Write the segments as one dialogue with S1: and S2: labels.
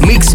S1: Mix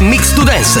S1: Mix to Dance,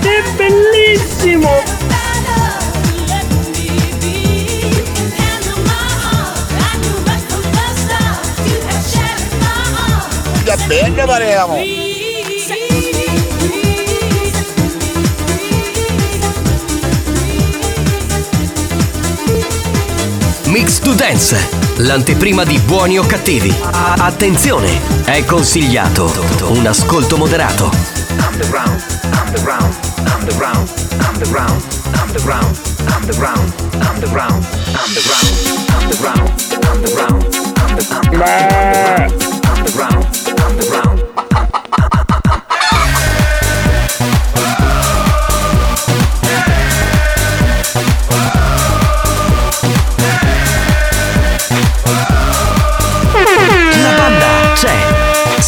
S2: È bellissimo!
S3: Da bene, parliamo!
S1: Mix to Dance, l'anteprima di buoni o cattivi. A- attenzione, è consigliato un ascolto moderato.
S4: I'm the round, I'm the round, I'm the round, I'm the round, I'm the round, I'm the round, I'm the round, I'm the round, I'm the round, I'm the round, I'm the I'm the round, I'm the round, I'm the round.
S1: La banda c'è.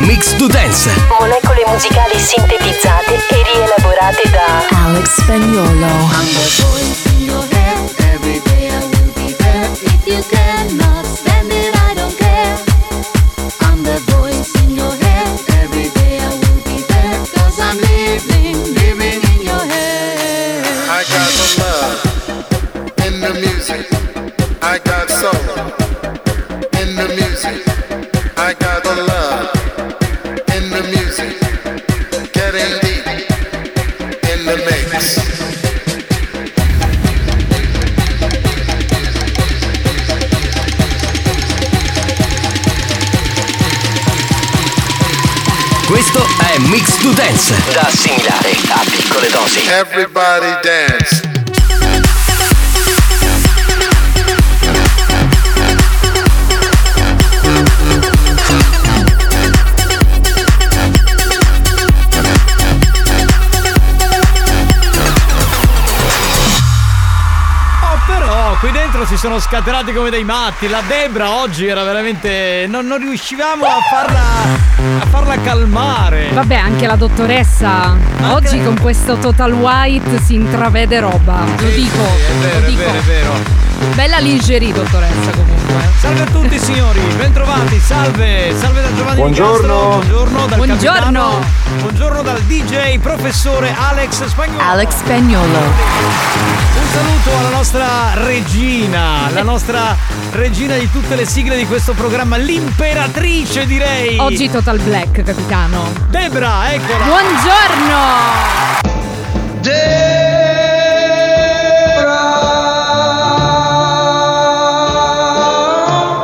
S1: Mix to Dance,
S5: molecole musicali sintetizzate e rielaborate da
S6: Alex Spagnolo.
S7: I got the love in the music. I got soul in the music. I got the love in the music. Getting deep in the mix.
S1: questo è Mix to Dance.
S4: Da assimilare a piccole dosi.
S7: Everybody dance.
S8: Oh, però qui dentro si sono scatenati come dei matti. La Debra oggi era veramente. Non, non riuscivamo a farla. a farla calmare.
S9: Vabbè, anche la dottoressa oggi con questo total white si intravede roba. Lo dico,
S8: È vero,
S9: lo
S8: è
S9: dico.
S8: vero, è vero.
S9: Bella lingerie, dottoressa, comunque.
S8: Salve a tutti signori, bentrovati, salve, salve da Giovanni
S10: Buongiorno.
S8: Di Castro, buongiorno dal
S9: Buongiorno.
S8: capitano, buongiorno dal DJ professore Alex Spagnolo.
S6: Alex Spagnolo.
S8: Un saluto alla nostra regina, la nostra regina di tutte le sigle di questo programma, l'imperatrice direi.
S9: Oggi total black, capitano.
S8: Debra, Ah, eccola.
S9: Buongiorno!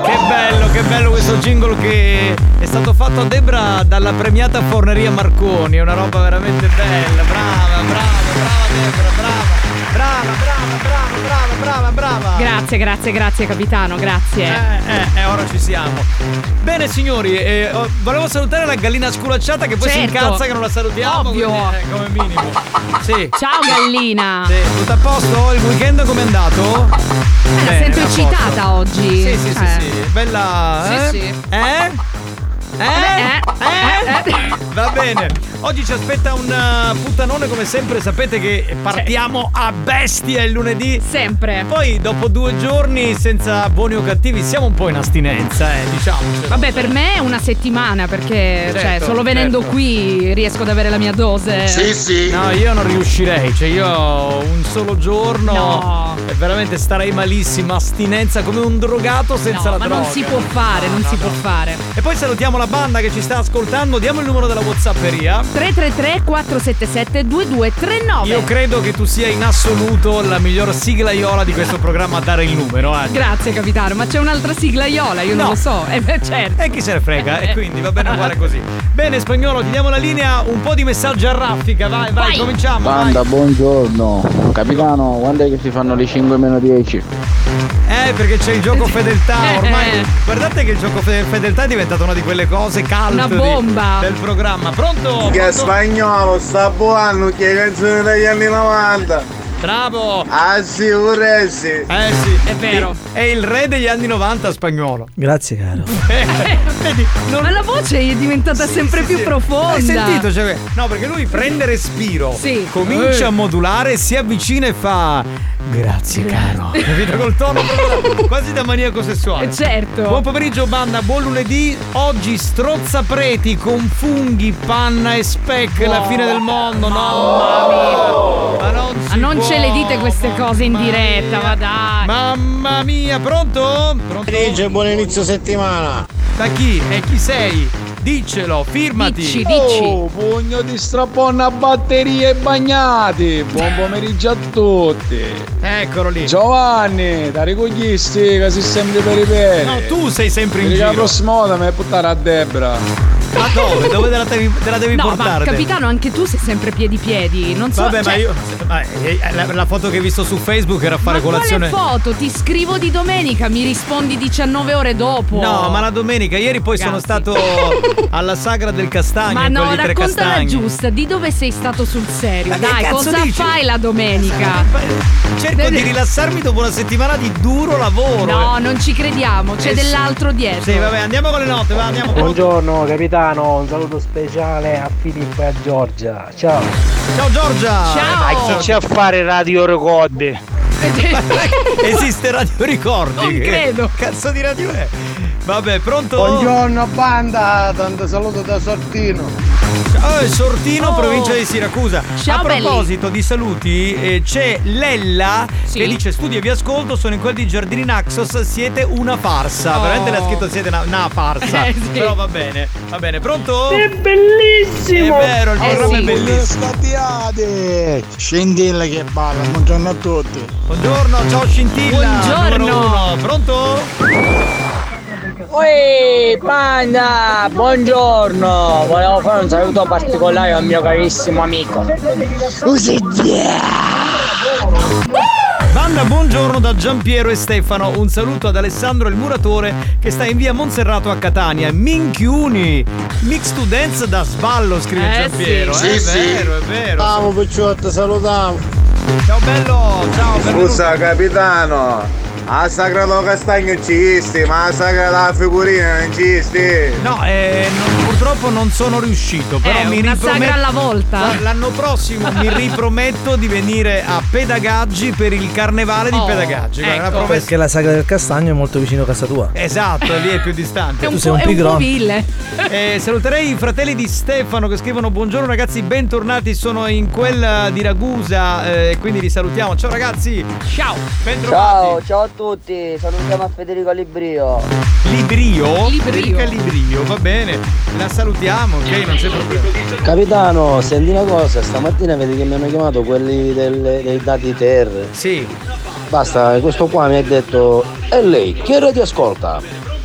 S8: Che bello, che bello questo jingle che è stato fatto a Debra dalla premiata forneria Marconi, è una roba veramente bella, brava, brava, brava Debra, brava. Brava, brava, brava, brava, brava, brava.
S9: Grazie, grazie, grazie capitano, grazie.
S8: Eh, eh, eh, ora ci siamo. Bene signori, eh, oh, volevo salutare la gallina sculacciata che poi si
S9: Certo.
S8: incazza che non la salutiamo.
S9: Ovvio.
S8: quindi, eh, come minimo. Sì.
S9: Ciao gallina.
S8: Sì, tutto a posto? Il weekend com'è andato?
S9: Eh, la
S8: Bene,
S9: sento
S8: a posto.
S9: eccitata oggi.
S8: Sì, sì, sì,
S9: Eh.
S8: sì. Bella.
S9: Sì,
S8: eh?
S9: sì.
S8: Eh? Eh? Eh? Va bene, oggi ci aspetta un eh, puttanone come sempre, sapete che partiamo a bestia il lunedì.
S9: Sempre.
S8: Poi dopo due giorni senza buoni o cattivi siamo un po' in astinenza, eh, diciamocelo.
S9: Vabbè, per me è una settimana perché cioè,
S8: Certo,
S9: solo venendo
S8: certo.
S9: qui riesco ad avere la mia dose.
S11: Sì, sì.
S8: No, io non riuscirei, cioè io un solo giorno
S9: No.
S8: e veramente starei malissimo, astinenza come un drogato
S9: No,
S8: senza
S9: ma
S8: la droga.
S9: non si può fare,
S8: No,
S9: non
S8: no,
S9: si
S8: no.
S9: può fare.
S8: E poi salutiamo la banda che ci sta ascoltando, diamo il numero della Whatsapperia.
S9: 333 477 2239.
S8: Io credo che tu sia in assoluto la miglior sigla iola di questo programma a dare il numero, eh.
S9: Grazie capitano, ma c'è un'altra sigla Iola, io
S8: No.
S9: non lo so. Eh beh, certo.
S8: E chi se ne frega, e quindi va bene uguale così. Bene, spagnolo, ti diamo la linea, un po' di messaggio a raffica, vai, vai,
S9: Vai.
S8: cominciamo.
S12: Banda, buongiorno. Capitano, quando è che si fanno le 5 meno 10?
S8: vai. Eh, perché c'è il gioco fedeltà,
S9: Eh,
S8: ormai.
S9: eh.
S8: Guardate che il gioco fe- fedeltà è diventato una di quelle cose calde.
S9: Una bomba.
S8: del programma. Pronto?
S13: Che
S8: Pronto?
S13: spagnolo sta buono che canzone degli anni 90
S8: Bravo.
S13: Ah sì, vorrei sì
S8: Eh sì.
S9: È vero.
S8: È il re degli anni 90 spagnolo.
S1: Grazie caro.
S8: Eh, Vedi, non
S9: Ma la voce è diventata sempre più profonda.
S8: Hai sentito? Cioè, no, perché lui prende respiro,
S9: Sì. Eh.
S8: comincia a modulare, si avvicina e fa. Grazie, caro. Capito col tono proprio quasi da maniaco
S9: Eh,
S8: sessuale.
S9: Certo.
S8: Buon pomeriggio banda, buon lunedì. Oggi strozza preti con funghi, panna e speck, la fine del mondo. No, mamma mia. Ma non,
S9: Ma
S8: si
S9: non ce le
S8: può,
S9: dite queste
S8: mamma
S9: cose in
S8: mia.
S9: diretta, ma dai.
S8: Mamma mia, pronto? Pronto?
S11: buon inizio settimana.
S8: Da chi? E chi sei? Diccelo, firmati.
S9: Dici, dici.
S12: Oh, pugno di straponna a batterie bagnate. Buon pomeriggio a tutti.
S8: Eccolo lì.
S12: Giovanni, da ricoglisti che si sempre per i peli.
S8: No, tu sei sempre in
S12: Perché la
S8: giro.
S12: prossima volta mi puttare a Debra.
S8: Ma dove? Dove te la devi, te la devi
S9: No, ma
S8: portare?
S9: capitano, anche tu sei sempre piedi piedi. Non so.
S8: Vabbè,
S9: cioè,
S8: ma io. ma, eh, eh, la, la foto che hai visto su Facebook era a fare
S9: ma
S8: colazione.
S9: quale foto? Ti scrivo di domenica, mi rispondi 19 ore dopo.
S8: No, ma la domenica, ieri poi sono
S9: Ragazzi.
S8: stato alla sagra del castagno.
S9: Ma
S8: in quel
S9: no,
S8: di tre
S9: raccontala
S8: castagni.
S9: giusta, di dove sei stato sul serio?
S8: Ma che
S9: Dai,
S8: cazzo
S9: cosa
S8: dici?
S9: fai la domenica?
S8: Cerco di rilassarmi dopo una settimana di duro lavoro.
S9: No, non ci crediamo, c'è
S8: Eh, sì.
S9: dell'altro dietro.
S8: Sì, vabbè, andiamo con le note, va, andiamo. Buongiorno.
S12: capitano, un saluto speciale a Filippo e a Giorgia. Ciao.
S8: Ciao Giorgia!
S9: Ciao!
S12: a fare Radio Recorde?
S8: Esiste Radio Ricordi?
S9: Non credo.
S8: Che cazzo di radio è? Vabbè, pronto?
S12: Buongiorno banda, tanto saluto da Sortino.
S8: Ciao, eh, Sortino,
S9: Oh.
S8: provincia di Siracusa.
S9: Ciao,
S8: A
S9: belli.
S8: proposito di saluti, eh, c'è Lella
S9: Sì.
S8: che dice studio e vi ascolto, sono in quel di Giardini Naxos, siete una farsa.
S9: Oh.
S8: Veramente l'ha scritto siete una, una farsa.
S9: Eh, sì.
S8: Però va bene, va bene, pronto?
S7: È
S8: È
S7: bellissimo!
S8: vero, il
S9: Eh,
S8: programma
S9: sì.
S8: è bellissimo.
S11: Scattiate! Scendilla che balla, buongiorno a tutti.
S8: Buongiorno, ciao Scintilla.
S9: Buongiorno.
S8: numero uno. Pronto?
S7: Uè, panda! Buongiorno! Volevo fare un saluto particolare al mio carissimo amico.
S8: Banda, buongiorno da Giampiero e Stefano. Un saluto ad Alessandro il muratore che sta in via Monserrato a Catania. Minchiuni! Mix to dance da sballo, scrive
S9: Eh,
S8: Giampiero.
S9: sì.
S8: è
S11: Sì, sì.
S8: vero, è vero.
S11: Ciao picciotta, salutiamo.
S8: Ciao bello, ciao benvenuto.
S13: Scusa capitano A sagra del castagno ci sti, ma a sagra della figurina non ci sti
S8: No, eh, non- purtroppo non sono riuscito, però
S9: Eh,
S8: mi
S9: una
S8: riprometto.
S9: sagra alla volta.
S8: Guarda, L'anno prossimo mi riprometto di venire a Pedagaggi per il carnevale di
S9: Oh,
S8: Pedagaggi. Guarda,
S9: ecco.
S8: una promessa.
S12: la sagra del castagno è molto vicino a casa tua.
S8: Esatto, lì è più distante.
S9: È un,
S12: Tu sei
S9: po',
S12: un
S9: è un po'
S12: pigro.
S9: vile.
S8: Eh, saluterei i fratelli di Stefano che scrivono buongiorno ragazzi, bentornati, sono in quella di Ragusa eh, e quindi li salutiamo. Ciao ragazzi, ciao, bentrovati.
S7: ciao a tutti! Salutiamo a Federico Librio.
S8: Librio,
S9: Librio.
S8: Federica Librio, va bene, la salutiamo, ok, non c'è problema.
S12: Capitano, senti una cosa, stamattina vedi che mi hanno chiamato quelli del- dei dati TR.
S8: Sì,
S12: Basta, questo qua mi ha detto, e lei, che radio ascolta?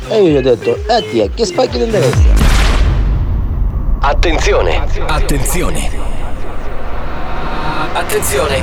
S12: E io gli ho detto, e ti è, che spacchi ti interessa?
S1: Attenzione. Attenzione. Attenzione.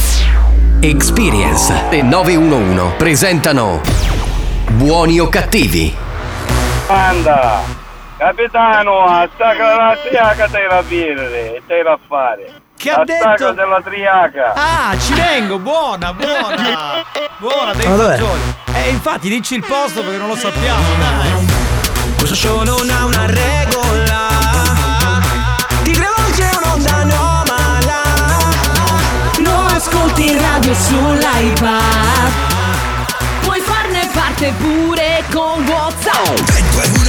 S1: Experience e 911 presentano Buoni o cattivi?
S11: Anda, capitano, attacca la triaca te la birre e te la fare.
S8: Che ha detto?
S11: Attacca della triaca.
S8: Ah, ci vengo, buona, buona! Buona, dei
S11: Ma dov'è?
S8: fagioli. Eh, infatti, dici il posto perché non lo sappiamo, dai!
S7: Questo show non ha una regola. Ti rivolge un'onda anomala. Non ascolti radio sull'iPad.
S14: Puoi farne parte pure con WhatsApp.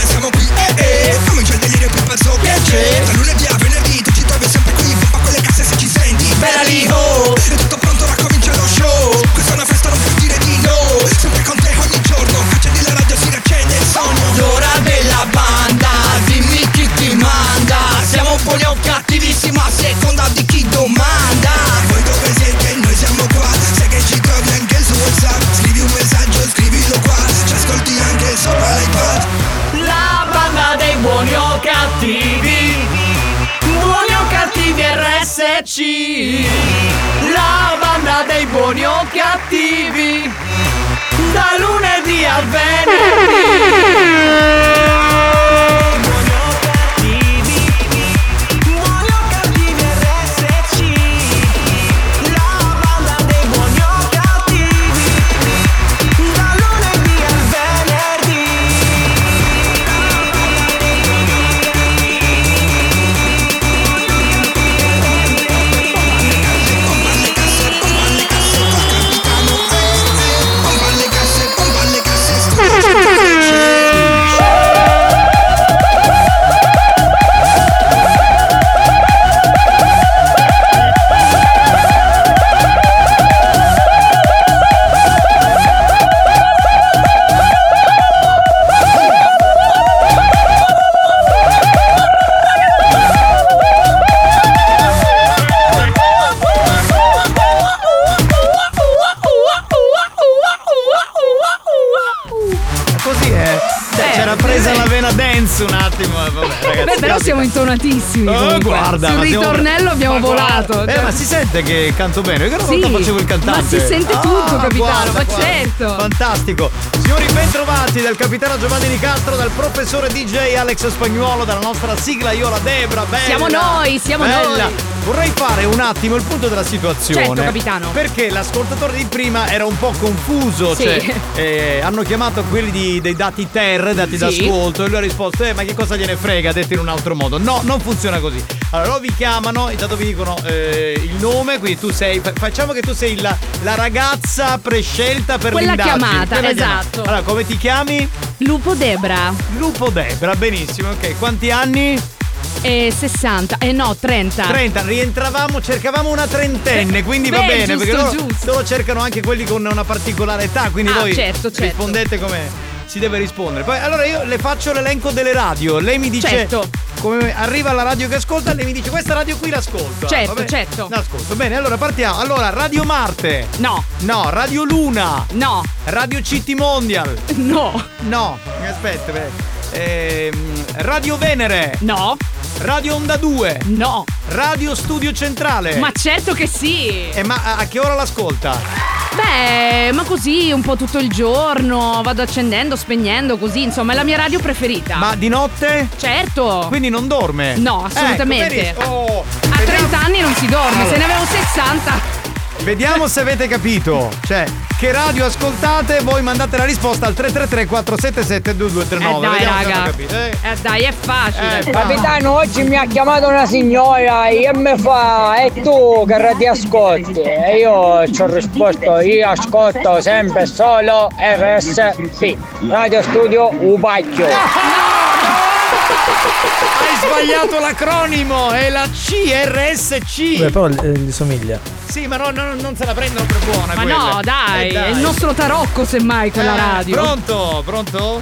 S7: siamo qui, eh eh. Comincia il delirio più pazzo che c'è. Da lunedì a venerdì tu ci trovi sempre qui. Pompa con le casse se ci senti. Bella lì, oh. È tutto pronto, ora comincia lo show. Questa è una festa, non puoi dire di no. Sempre con te ogni giorno. Faccia di la radio, si riaccende il sogno. L'ora della banda, dimmi chi ti manda. Siamo buoni o cattivissimi a seconda di chi domanda. Voi dove siete? Noi siamo qua. Sai che ci trovi anche su WhatsApp. Scrivi un messaggio, scrivilo qua. Ci ascolti anche sopra l'iPad.
S15: La banda dei buoni o cattivi Buoni o cattivi RSC La banda dei buoni o cattivi Da lunedì a venerdì
S8: Così è. Cioè, c'era presa la vena dance un attimo, eh, vabbè, ragazzi.
S9: Beh, però
S8: capita.
S9: siamo intonatissimi.
S8: Oh,
S9: comunque.
S8: guarda,
S9: Sul
S8: ma siamo-
S9: ritornello abbiamo
S8: ma guarda.
S9: volato. cioè-
S8: Eh, ma si sente che canto bene. Io una
S9: Sì,
S8: volta facevo il cantante.
S9: ma si sente tutto, capitano, ma
S8: certo. Fantastico. Signori, bentrovati dal capitano Giovanni Di Castro, dal professore DJ Alex Spagnuolo, dalla nostra sigla Iola Debra. Bella.
S9: Siamo noi, siamo
S8: Bella.
S9: noi.
S8: Vorrei fare un attimo il punto della situazione.
S9: Certo, capitano.
S8: Perché l'ascoltatore di prima era un po' confuso.
S9: Sì.
S8: Cioè, eh, hanno chiamato quelli di- dei dati TER, dati
S9: Sì.
S8: d'ascolto, e lui ha risposto: Eh, ma che cosa gliene frega? Detto in un altro modo. No, non funziona così. Allora loro vi chiamano, intanto vi dicono eh, il nome, quindi tu sei. fa- Facciamo che tu sei la, la ragazza prescelta per
S9: Quella
S8: l'indagine.
S9: chiamata,
S8: Quella chiamata.
S9: esatto.
S8: Allora, come ti chiami?
S9: Lupo Debra.
S8: Lupo Debra, benissimo, ok. Quanti anni?
S9: Eh, 60. Eh no, 30.
S8: 30, rientravamo, cercavamo una trentenne, quindi va
S9: Eh, Beh,
S8: bene,
S9: giusto,
S8: perché loro,
S9: giusto.
S8: loro cercano anche quelli con una particolare età, quindi
S9: Ah,
S8: voi
S9: certo, certo.
S8: rispondete come si deve rispondere. Poi allora io le faccio l'elenco delle radio, lei mi dice
S9: Certo.
S8: come arriva la radio che ascolta, lei mi dice questa radio qui l'ascolto.
S9: Certo,
S8: Vabbè,
S9: certo.
S8: L'ascolto. Bene, allora partiamo. Allora, Radio Marte.
S9: No.
S8: No, Radio Luna.
S9: No.
S8: Radio City Mondial.
S9: No.
S8: No, aspetta, beh. Ehm, Radio Venere.
S9: No.
S8: Radio Onda 2.
S9: No.
S8: Radio Studio Centrale.
S9: Ma certo che sì.
S8: Eh, ma a- a che ora l'ascolta?
S9: Beh, ma così un po' tutto il giorno, vado accendendo, spegnendo, così, insomma, è la mia radio preferita.
S8: Ma di notte?
S9: Certo.
S8: Quindi non dorme?
S9: No, assolutamente.
S8: Ecco, Eh. vedi? Oh,
S9: A 30 anni non si dorme, se ne avevo 60.
S8: Vediamo se avete capito. Cioè, che radio ascoltate? Voi mandate la risposta al 333 477 2239.
S9: eh dai,
S8: Vediamo se hanno
S9: raga.
S8: capito. Eh,
S9: Eh. dai, è facile.
S16: Capitano, oggi mi ha chiamato una signora e mi fa E tu che radio ascolti? E io ci ho risposto Io ascolto sempre solo RSP Radio Studio Ubacchio
S8: Hai sbagliato l'acronimo, è la CRSC.
S17: Beh, però eh, gli somiglia.
S8: Sì, ma no, no, non se la prendono per buona.
S9: Ma
S8: quella.
S9: no, dai,
S8: Eh,
S9: è il nostro tarocco semmai quella
S8: Eh,
S9: radio.
S8: Pronto, pronto?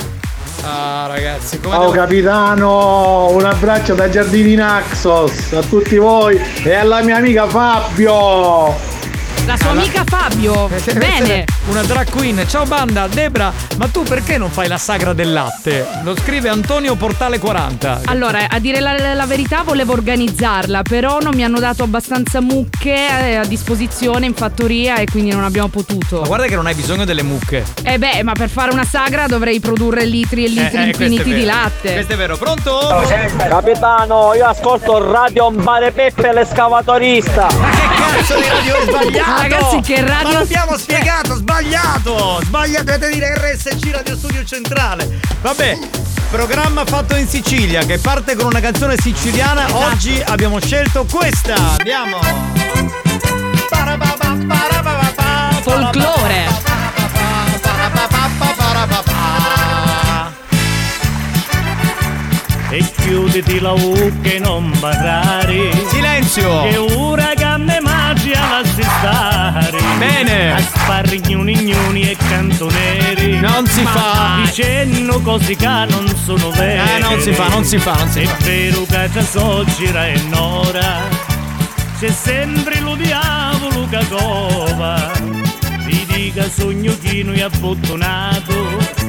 S8: Ah, ragazzi, come
S18: Ciao
S8: devo-
S18: capitano, un abbraccio da Giardini Naxos a tutti voi e alla mia amica Fabio.
S9: La sua amica Fabio.
S8: eh,
S9: Bene.
S8: Una drag queen. Ciao banda, Debra, ma tu perché non fai la sagra del latte? Lo scrive Antonio Portale 40.
S9: Allora, a dire la, la verità volevo organizzarla, però non mi hanno dato abbastanza mucche eh, a disposizione in fattoria e quindi non abbiamo potuto.
S8: Ma guarda che non hai bisogno delle mucche.
S9: Eh beh, ma per fare una sagra dovrei produrre litri e litri
S8: Eh, eh, questo è
S9: infiniti di
S8: vero.
S9: latte.
S8: Questo è vero, pronto?
S19: Capitano, io ascolto Radio Mare Peppe l'escavatorista.
S8: Cazzo di radio è sbagliato!
S19: Ragazzi, che radio-
S8: Ma l'abbiamo spiegato, sbagliato! Sbagliato, dovete dire RSC Radio Studio Centrale. Vabbè, programma fatto in Sicilia che parte con una canzone siciliana. Oggi abbiamo scelto questa. Andiamo!
S9: Folklore.
S20: E chiuditi la U che non barrari
S8: Silenzio
S20: Che uragane magia lasci stare
S8: Bene.
S20: A sparri gnuni gnuni e cantoneri
S8: Non si
S20: Ma
S8: fa.
S20: Dicendo così che non sono veri
S8: Eh, non si fa, non si fa, non si
S20: È
S8: fa.
S20: vero che c'è soggera e nora C'è sempre lo diavolo che cova Ti dica sogno chino e abbottonato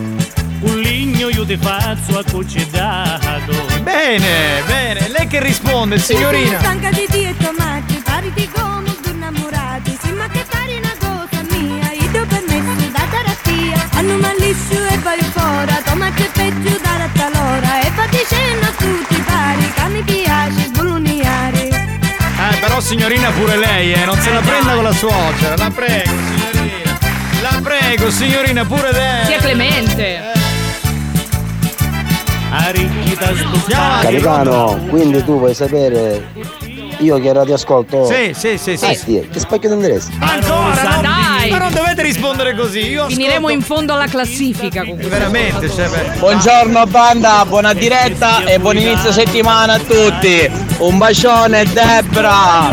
S20: un ligno io ti faccio accocedato
S8: Bene, bene, lei che risponde, signorina.
S7: Stanca di te e tomati, pari di gomo, due innamorati. Sembra che pari una cosa mia, io permesso da terapia. Hanno maliscio e vai fuori, tomati e peggio da rattalora. E fatti cena a tutti pari, che mi piace sboluniare.
S8: Eh, però signorina pure lei, eh, non se la prenda con la suocera, la prego, signorina. La prego, signorina, pure lei.
S9: Sia Eh, clemente.
S20: Arricchita
S21: Capitano, quindi tu vuoi sapere io che radio ascolto?
S8: Sì, sì, sì, sì.
S21: Ah, che spacchio di interesse?
S8: Ancora, no?
S9: dai.
S8: Ma non dovete rispondere così. Io
S9: Finiremo in fondo alla classifica con questo.
S8: Veramente, cioè, beh.
S22: Buongiorno banda, buona diretta e buon inizio settimana a tutti. Un bacione Debra.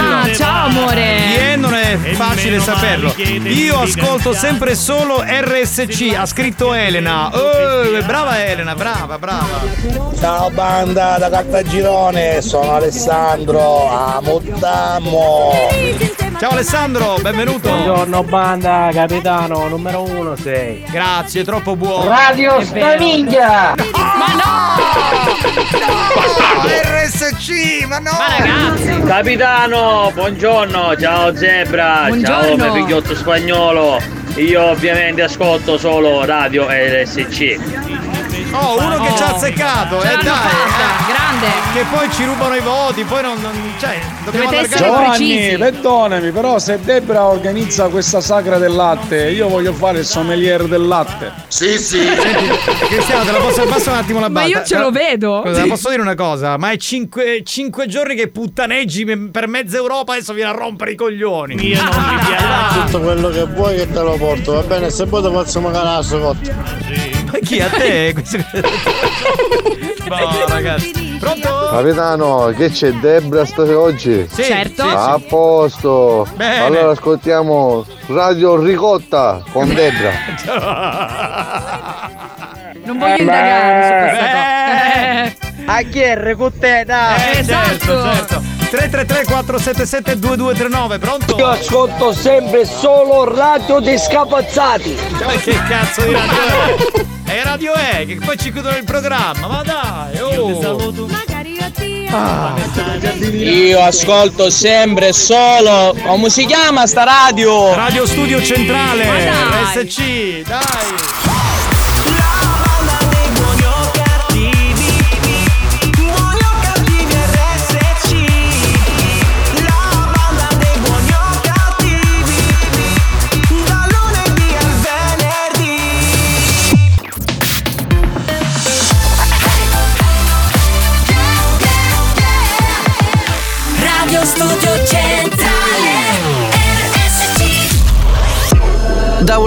S9: Ah, ciao amore.
S8: Eh, non è facile saperlo. Io ascolto sempre solo RSC, ha scritto Elena. Oh, brava Elena, brava, brava.
S16: Ciao banda da Cartagirone, sono Alessandro, amottammo.
S8: Ciao Alessandro, benvenuto.
S23: Buongiorno banda, capitano, numero uno sei.
S8: Grazie, troppo buono.
S23: Radio
S8: È vero.
S23: Stamiglia!
S8: Ma
S9: Oh.
S8: no!
S23: RSC, ma no! Ma
S8: ragazzi!
S23: Capitano, buongiorno, ciao Zebra,
S24: Buongiorno.
S23: ciao Pepigliotto Spagnolo. Io ovviamente ascolto solo radio RSC.
S8: Oh, uno che ci ha azzeccato, eh dai.
S9: Grande.
S8: Che poi ci rubano i voti, poi non. non- cioè, dobbiamo
S16: Giovanni, perdonami, però se Debra organizza questa sagra del latte, io voglio fare il sommelier del latte.
S8: Sì, sì. Cristiano, te la posso abbassare un attimo la
S16: Ma
S8: banda?
S16: io ce lo
S8: vedo. Cosa,
S16: Sì.
S8: posso dire una cosa? Ma è 5, giorni che puttaneggi me- per mezza Europa adesso viene a rompere i coglioni. Io non mi
S16: Tutto quello che vuoi che te lo porto, va bene? Se vuoi ti faccio magari la scotta.
S8: Ma chi a te? Questo-
S16: Eh,
S8: no, ragazzi. Pronto?
S25: Capitano, che c'è Debra sta- oggi?
S8: Sì, Certo. sì, sì.
S25: A posto.
S8: Bene.
S25: Allora ascoltiamo Radio Ricotta con Debra.
S9: Non voglio indagare su questa
S8: cosa. A chi è con te, dai. Certo,
S16: esatto.
S8: certo. 333 477 2239, pronto?
S23: Io ascolto sempre solo radio di scapazzati.
S8: Ma che cazzo di radio è? E radio è? Che poi ci chiudono il programma, ma dai! Oh. Ah.
S22: Io ascolto sempre solo. Come si chiama sta radio?
S8: Radio Studio Centrale.
S22: Ma dai.
S8: SC, dai!
S26: Radio Studio Centrale RSC
S1: Da un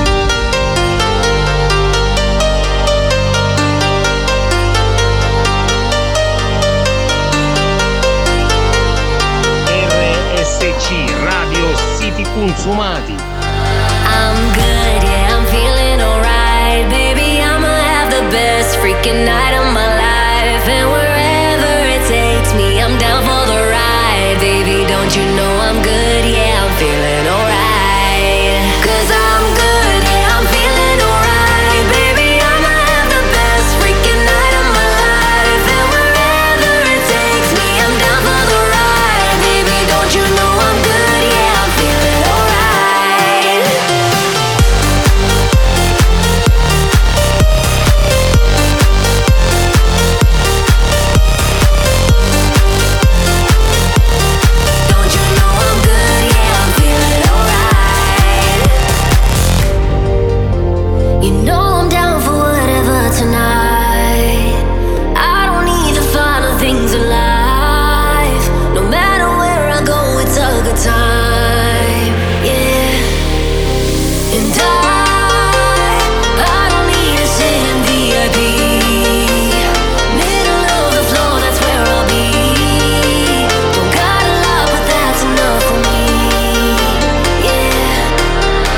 S27: RSC Radio Siti Consumati.
S7: I'm good, yeah, I'm feeling alright. Baby, I'ma have the best freaking night of my life. And wherever it takes me, I'm down for the ride. Baby, don't you know I'm good, yeah, I'm feeling alright. Cause I'm good, yeah, I'm feeling alright. Baby, I'ma have the best freaking night of my life. And wherever it takes me, I'm down for the ride. Baby, don't you know I'm good, yeah, I'm feeling alright. You know I'm down for whatever tonight. I don't need the final things in life. No matter where I go, it's a good time. Yeah. And I, I don't need a sit in VIP. Middle of the floor, that's where I'll be. Don't got a lot, but that's enough for me. Yeah.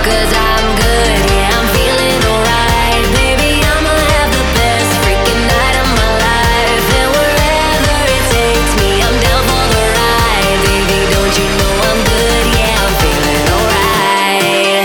S7: Cause I'm good, yeah, I'm feeling alright. Baby, I'ma have the best freaking night of my life. And wherever it takes me, I'm down for the ride. Baby, don't you know I'm good, yeah, I'm feeling alright.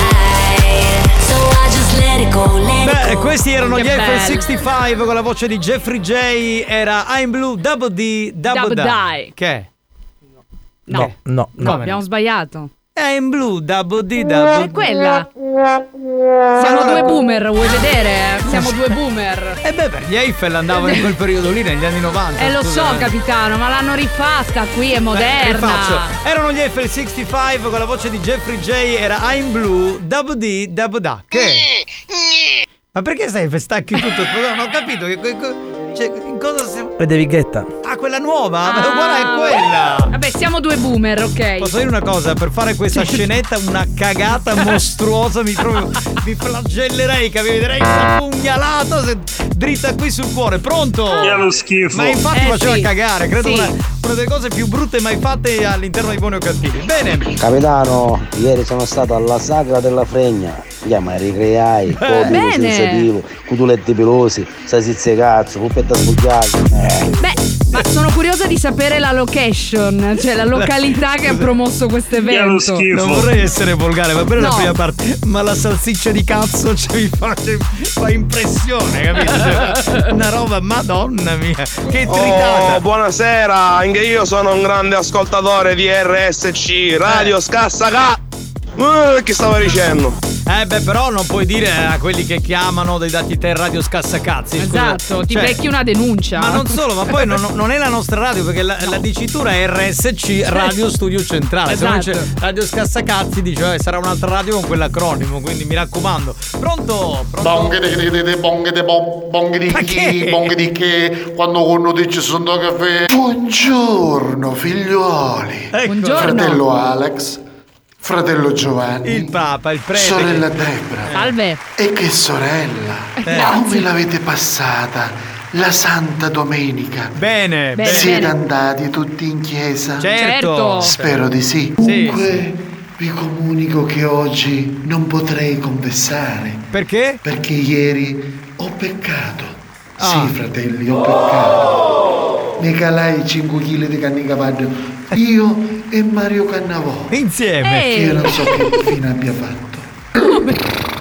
S7: So I just let it go, let it
S8: Beh,
S7: go.
S8: questi erano
S7: Che
S8: gli
S7: bello.
S8: F65 con la voce di Jeffrey J. Era I'm Blue, Double D, Double,
S9: Double
S8: die.
S9: Die.
S8: Che è?
S9: No,
S8: no,
S9: no, abbiamo sbagliato.
S8: È in blu, double D, double
S9: È quella. Siamo due boomer, vuoi vedere? Siamo due boomer.
S8: E Eh, beh, beh. Gli Eiffel andavano in quel periodo lì, negli anni 90.
S9: Eh lo so,
S8: scusami. Eh,
S9: capitano, ma l'hanno rifatta qui, è
S8: Beh,
S9: moderna.
S8: rifaccio. Erano gli Eiffel65 con la voce di Jeffrey J. Era I'm Blue, Double D, Double Da. Che? Ma perché sei stacchi tutto? Non ho capito. Che, che- che- cioè, in cosa siamo.
S28: Vede Vighetta.
S8: Ah, quella nuova? Ma
S9: Ah.
S8: uguale a quella.
S9: Vabbè, siamo due boomer, ok.
S8: Posso dire una cosa? Per fare questa scenetta, una cagata mostruosa, mi proprio. Mi flagellerei, capito? Mi Direi una pugnalata se- dritta qui sul cuore. Pronto?
S29: È uno schifo.
S8: Ma infatti
S29: Eh,
S8: faceva
S29: sì.
S8: cagare, credo
S29: Sì.
S8: una, una delle cose più brutte mai fatte all'interno di buoni o cattivi. Bene,
S16: Capitano, ieri sono stato alla sagra della fregna. Andiamo a
S8: Eh.
S16: ricreare codice
S9: Bene.
S16: sensativo, cutuletti pelosi, sasizze cazzo, puppetta sbugliata. Eh.
S9: Beh, ma sono curiosa di sapere la location, cioè la località che ha promosso questo evento.
S8: Non vorrei essere volgare, ma per la
S9: No.
S8: prima parte. Ma la salsiccia di cazzo cioè, mi fa, cioè, mi fa impressione, capito? Cioè, Una roba, madonna mia. Che tritata.
S30: Oh, buonasera, anche io sono un grande ascoltatore di RSC, Radio Scassa Ca... Eh, che stavo dicendo?
S8: Eh beh, però non puoi dire a quelli che chiamano dei dati te radio scassacazzi. scusa.
S9: Esatto, ti
S8: Cioè,
S9: becchi una denuncia.
S8: Ma non solo, ma poi non, non è la nostra radio perché la, la dicitura è RSC Radio Studio Centrale. Se
S9: Esatto.
S8: no dice Radio Scassacazzi dice "Vabbè, sarà un'altra radio con quell'acronimo, quindi mi raccomando. Pronto?
S25: Bonghe de de de de bonghe de bong bonghe di chi bonghe di che quando uno dice sono caffè buongiorno figliuoli
S8: Ecco.
S25: Buongiorno. fratello Alex fratello Giovanni
S8: Il Papa, il prete. Eh.
S25: sorella Debra
S9: salve
S25: e che sorella come
S8: grazie.
S25: l'avete passata la Santa Domenica
S8: Bene, bene.
S25: siete
S8: bene.
S25: andati tutti in chiesa
S8: Certo.
S25: spero di sì comunque vi comunico che oggi non potrei confessare
S8: perché? Ah.
S25: perché ieri ho peccato sì fratelli ho peccato ne calai 5 kg di canne cavallo io e Mario Cannavò.
S8: Insieme.
S25: Che
S8: Ehi.
S25: io non so che fine abbia fatto.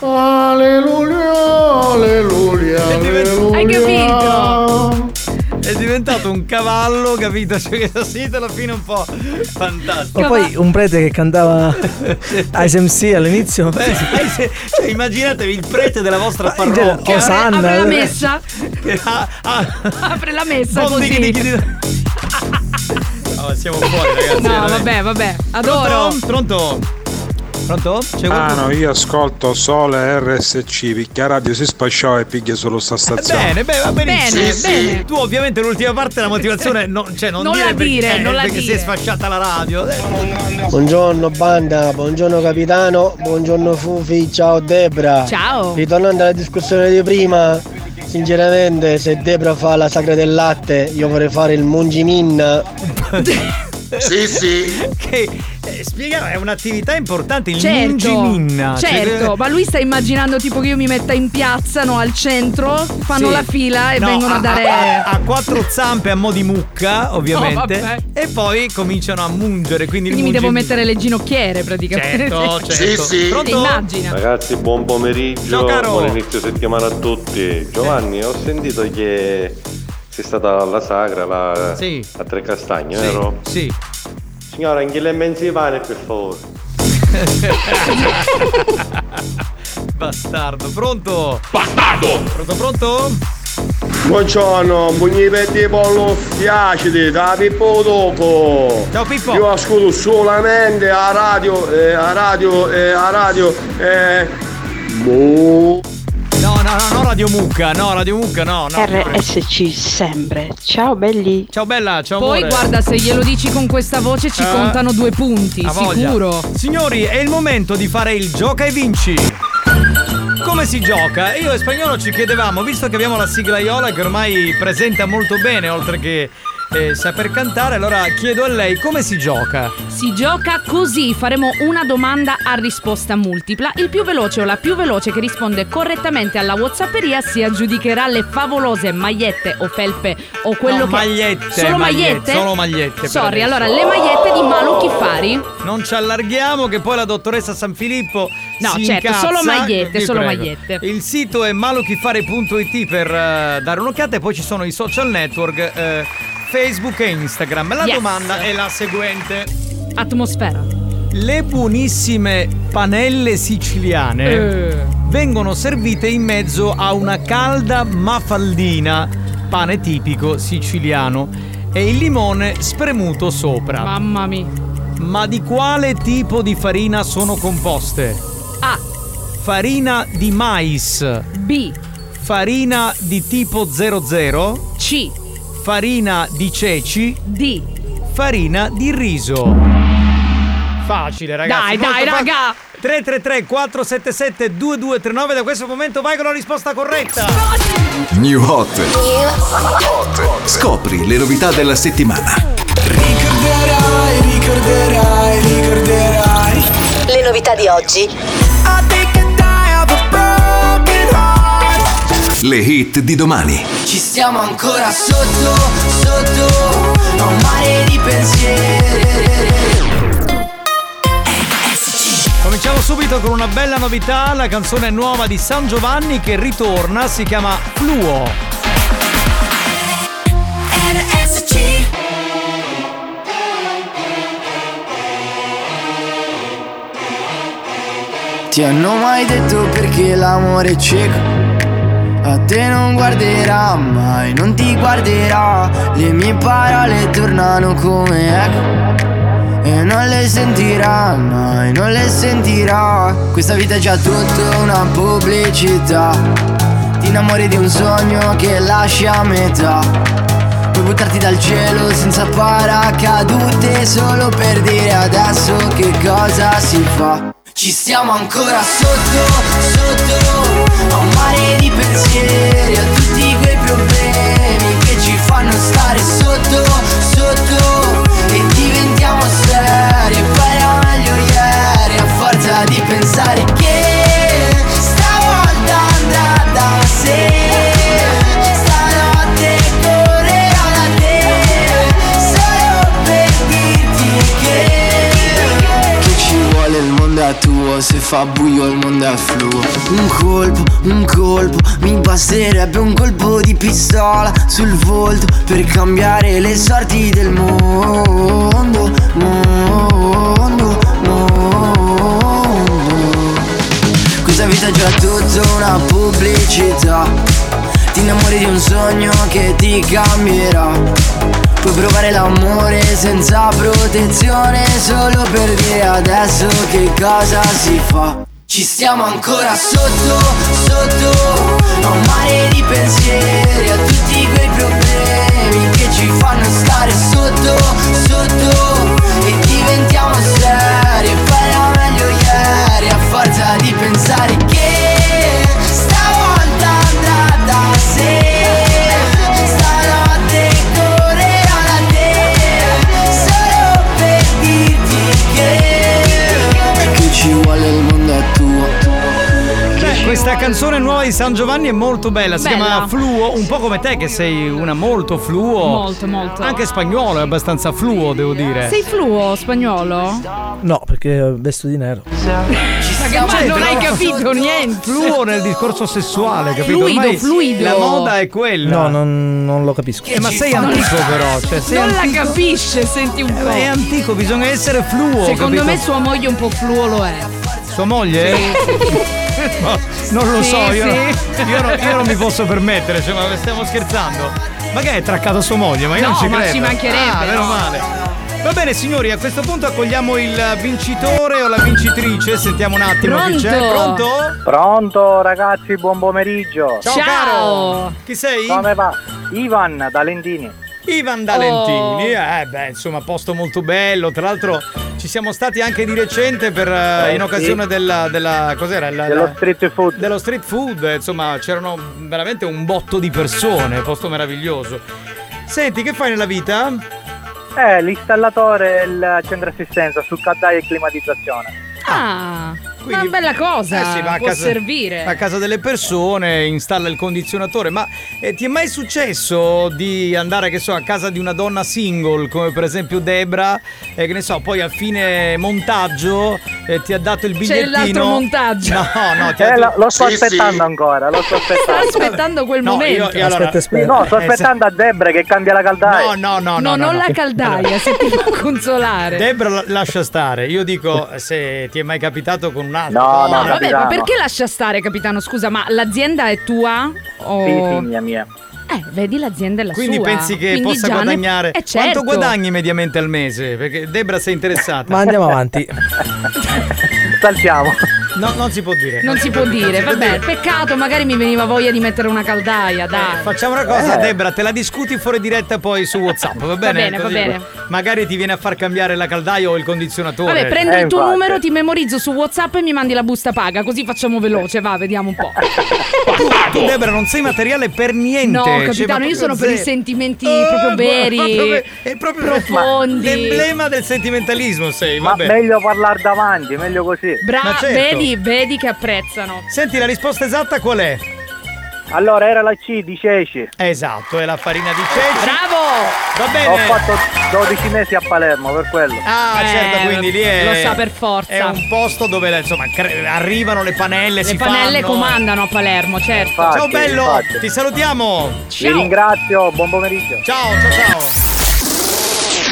S25: Alleluia, alleluia,
S8: Hai
S25: capito?
S8: È diventato un cavallo, capito? Cioè, che la sentite alla fine un po' fantastico.
S7: Ma poi un prete che cantava ISMC all'inizio.
S8: Beh, sai se- cioè, immaginatevi il prete della vostra parrocchia
S7: Che Osanna, apre- apre la eh. messa.
S8: Che ha- ha-
S9: Apre la messa
S8: Bondi,
S9: così.
S8: dighi, dighi, dighi. No, siamo fuori, ragazzi. eh.
S9: No,
S8: veramente.
S9: vabbè, vabbè. Adoro.
S8: Pronto? Pronto? C'è
S31: Ah
S8: qualcuno?
S31: no, io ascolto sole RSC, picchia radio si spacciava e piglia solo sta stazione.
S8: Bene, beh, va benissimo.
S31: Bene, bene.
S8: Tu ovviamente l'ultima parte la motivazione non, cioè, non,
S9: Non
S8: dire
S9: la
S8: perché,
S9: dire,
S8: eh,
S9: non la
S8: perché si è
S9: dire.
S8: sfasciata la radio. Eh,
S1: Buongiorno banda, buongiorno capitano, buongiorno Fufi, ciao Debra.
S9: Ciao.
S1: Ritornando alla discussione di prima, sinceramente se Debra fa la sagra del latte io vorrei fare il mungimin.
S25: Sì, sì.
S8: Che eh, spiega, è un'attività importante, il
S9: Certo,
S8: mungiminna. Cioè,
S9: certo, ma lui sta immaginando tipo che io mi metta in piazza, no, al centro, fanno
S8: Sì.
S9: la fila e
S8: No, ah,
S9: vengono a dare...
S8: a quattro zampe a mo' di mucca, ovviamente.
S9: No, vabbè.
S8: e poi cominciano a mungere. Quindi,
S9: Quindi
S8: il
S9: mi
S8: mungimi-
S9: devo mettere le ginocchiere praticamente.
S8: Certo, certo. Sì, sì. Pronto?
S9: Immagina.
S2: Ragazzi, buon pomeriggio,
S9: Ciao, caro.
S2: buon inizio settimana a tutti. Giovanni, ho sentito che sei stata alla sagra la...
S8: Sì.
S2: a Tre Castagne,
S8: Sì,
S2: vero?
S8: Sì.
S2: Signora, in le menzi di pane, per favore.
S8: Bastardo, pronto? Bastardo! Pronto, pronto?
S16: Buongiorno, buoni petti di pollo piacete, da Pippo Dopo.
S8: Ciao Pippo.
S16: Io ascolto solamente a radio, eh, a radio, eh, a radio, eh. Boh.
S8: No, no, no, no, Radio Mucca, no, Radio Mucca, no, no.
S32: RSC sempre. Ciao belli.
S8: Ciao bella, ciao
S9: Poi
S8: amore.
S9: guarda, se glielo dici con questa voce ci
S8: Eh.
S9: contano due punti,
S8: Ha voglia.
S9: sicuro.
S8: Signori, è il momento di fare il gioca e vinci. Come si gioca? Io e Spagnolo ci chiedevamo, visto che abbiamo la sigla Iola che ormai presenta molto bene, oltre che eh, saper cantare, allora chiedo a lei come si gioca.
S9: Si gioca così, faremo una domanda a risposta multipla. Il più veloce o la più veloce che risponde correttamente alla Whatsapperia si aggiudicherà le favolose magliette o felpe o quello
S8: No,
S9: che
S8: magliette,
S9: Solo magliette?
S8: Solo magliette. per
S9: Sorry,
S8: adesso.
S9: allora le magliette di Malu Chifari.
S8: Non ci allarghiamo che poi la dottoressa San Filippo
S9: No,
S8: si
S9: certo,
S8: incazza.
S9: solo magliette,
S8: Vi
S9: solo
S8: prego.
S9: magliette.
S8: Il sito è malochifare.it per eh, dare un'occhiata e poi ci sono i social network eh, Facebook e Instagram. La
S9: Yes.
S8: domanda è la seguente.
S9: Atmosfera.
S8: Le buonissime panelle siciliane
S9: Eh.
S8: vengono servite in mezzo a una calda mafaldina, pane tipico siciliano, e il limone spremuto sopra.
S9: Mamma mia.
S8: Ma di quale tipo di farina sono composte?
S9: A.
S8: Farina di mais.
S9: B.
S8: Farina di tipo 00.
S9: C.
S8: Farina di ceci.
S9: D.
S8: Farina di riso. Facile, ragazzi.
S9: Dai, dai, raga.
S8: 333 477 2239 da questo momento vai con la risposta corretta.
S33: New Hot. Scopri le novità della settimana.
S34: Ricorderai, ricorderai, ricorderai Le novità di oggi
S33: Le hit di domani.
S34: Ci stiamo ancora sotto, sotto A un mare di pensieri
S8: Cominciamo subito con una bella novità, la canzone nuova di San Giovanni che ritorna, si chiama Fluo.
S35: Ti hanno mai detto perché l'amore è cieco? A te non guarderà mai, non ti guarderà. Le mie parole tornano come eco. E non le sentirà mai, non le sentirà. Questa vita è già tutta una pubblicità. Ti innamori di un sogno che lascia a metà. Puoi buttarti dal cielo senza paracadute solo per dire adesso che cosa si fa.
S34: Ci stiamo ancora sotto, sotto A un mare di pensieri A tutti quei problemi Che ci fanno stare sotto, sotto E diventiamo seri E poi era meglio ieri A forza di pensare che Stavolta andrà da sé Stanotte correrò da te Solo per dirti
S36: da tua Se fa buio il mondo è fluo
S35: Un colpo, un colpo, mi basterebbe un colpo di pistola sul volto per cambiare le sorti del mondo. Mondo, mondo. Questa vita è già tutta una pubblicità Ti innamori di un sogno che ti cambierà Puoi provare l'amore senza protezione Solo per dire adesso che cosa si fa Ci stiamo ancora sotto, sotto A un mare di pensieri A tutti quei problemi che ci fanno stare sotto, sotto E diventiamo seri Fai la meglio ieri A forza di pensare che Stavolta andrà da sé Stanotte correrò da te Solo per dirti che Che ci vuole il mondo è tuo
S8: Beh, questa canzone nuova di San Giovanni è molto bella, si
S9: Bella.
S8: chiama Fluo, un po' come te che sei una molto fluo.
S9: Molto, molto.
S8: Anche spagnolo è abbastanza fluo, devo dire.
S9: Sei fluo spagnolo?
S37: No, perché vesto di nero.
S9: Ma che- ma non hai capito niente.
S8: Fluo nel discorso sessuale, capito?
S9: Certo. Fluido,
S8: Ormai
S9: fluido.
S8: La moda è quella.
S37: No, non, non lo capisco.
S8: Eh, ma sei antico però, cioè sei
S9: non
S8: antico.
S9: la capisce, senti un po'.
S8: È antico, bisogna essere fluo.
S9: Secondo
S8: capito?
S9: me sua moglie un po' fluo lo è.
S8: Sua moglie? No, non lo
S9: Sì,
S8: so, io,
S9: sì.
S8: io non, io non mi posso permettere, cioè, ma stiamo scherzando. Ma che è traccato sua moglie? Ma io
S9: No,
S8: non ci
S9: ma
S8: credo.
S9: ci mancherebbe,
S8: Ah, meno
S9: no.
S8: male. Va bene signori, a questo punto accogliamo il vincitore o la vincitrice, sentiamo un attimo chi c'è. Pronto?
S20: Pronto ragazzi, buon pomeriggio.
S8: Ciao, Ciao. caro. Chi sei?
S20: Come va? Ivan da Lentini.
S8: Ivan Dalentini, eh beh, insomma, posto molto bello. Tra l'altro ci siamo stati anche di recente per, eh,
S20: Eh,
S8: in occasione
S20: sì.
S8: della, della- cos'era? La-
S20: Dello
S8: la-
S20: street food.
S8: dello street food, eh, insomma, c'erano veramente un botto di persone, posto meraviglioso. Senti, che fai nella vita?
S20: Eh, l'installatore e il centro assistenza su caldaia e climatizzazione.
S9: Ah, una bella cosa.
S8: Eh sì, ma a
S9: può
S8: casa-
S9: servire.
S8: A casa delle persone installa il condizionatore, ma eh, ti è mai successo di andare, che so, a casa di una donna single, come per esempio Debra, e che ne so, poi a fine montaggio eh, ti ha dato il bigliettino.
S9: l'altro montaggio.
S8: No, no, ti ha
S20: Eh,
S8: dato-
S20: lo, lo sto aspettando ancora, lo sto
S9: Sta
S20: aspettando.
S9: aspettando quel
S20: No,
S9: momento.
S20: io- io allora- Aspetta, aspetta. No, sto aspettando a Debra che cambia la caldaia.
S8: Eh, No, no, no.
S9: No,
S8: no,
S9: non
S8: no.
S9: la caldaia, se ti può consolare.
S8: Debra la- lascia stare, io dico eh, se ti è mai capitato con un altro.
S20: No,
S9: Ah, vabbè, ma perché lascia stare, capitano? Scusa, ma l'azienda è tua? O...
S20: Sì, sì, mia, mia.
S9: Eh, vedi, l'azienda è la
S8: Quindi
S9: sua.
S8: pensi che
S9: Quindi
S8: possa
S9: già ne-
S8: guadagnare?
S9: Eh,
S8: Quanto
S9: certo.
S8: guadagni mediamente al mese? Perché Debra sei interessata.
S37: Ma andiamo avanti.
S20: Saltiamo.
S8: No, non si può dire.
S9: Non si può dire, vabbè, peccato, magari mi veniva voglia di mettere una caldaia, dai.
S8: Eh, Facciamo una cosa,
S37: Eh.
S8: Debra, te la discuti fuori diretta poi su WhatsApp, va bene?
S9: bene, va
S8: Così
S9: bene.
S8: Magari ti viene a far cambiare la caldaia o il condizionatore.
S9: Vabbè, prendo il tuo numero, ti memorizzo su WhatsApp e mi mandi la busta paga, così facciamo veloce, va, vediamo un po'.
S8: Tu, Debra, non sei materiale per niente.
S9: No,
S8: Cioè,
S9: capitano,
S8: ma
S9: io sono per
S8: proprio
S9: i
S8: zero.
S9: sentimenti
S8: Eh,
S9: proprio
S8: ma-
S9: veri,
S8: proprio- eh, è proprio
S9: profondi.
S8: L'emblema del sentimentalismo sei,
S20: Ma
S8: va bene.
S20: meglio parlare davanti, meglio così.
S9: Bra-
S8: Ma certo.
S9: vedi, vedi che apprezzano.
S8: Senti, la risposta esatta qual è?
S20: Allora era la C di ceci.
S8: Esatto, è la farina di ceci.
S20: Bravo!
S8: Va bene.
S20: Ho fatto 12 mesi a Palermo per quello.
S8: Ah,
S20: Eh,
S8: certo, quindi lì è.
S20: lo sa per
S9: forza.
S8: È un posto dove insomma cre- arrivano le panelle,
S9: Le
S8: si
S9: panelle
S8: fanno. eh.
S9: comandano a Palermo, certo.
S8: Ciao bello, ti salutiamo.
S20: Vi ringrazio, buon pomeriggio.
S8: Ciao, ciao, ciao.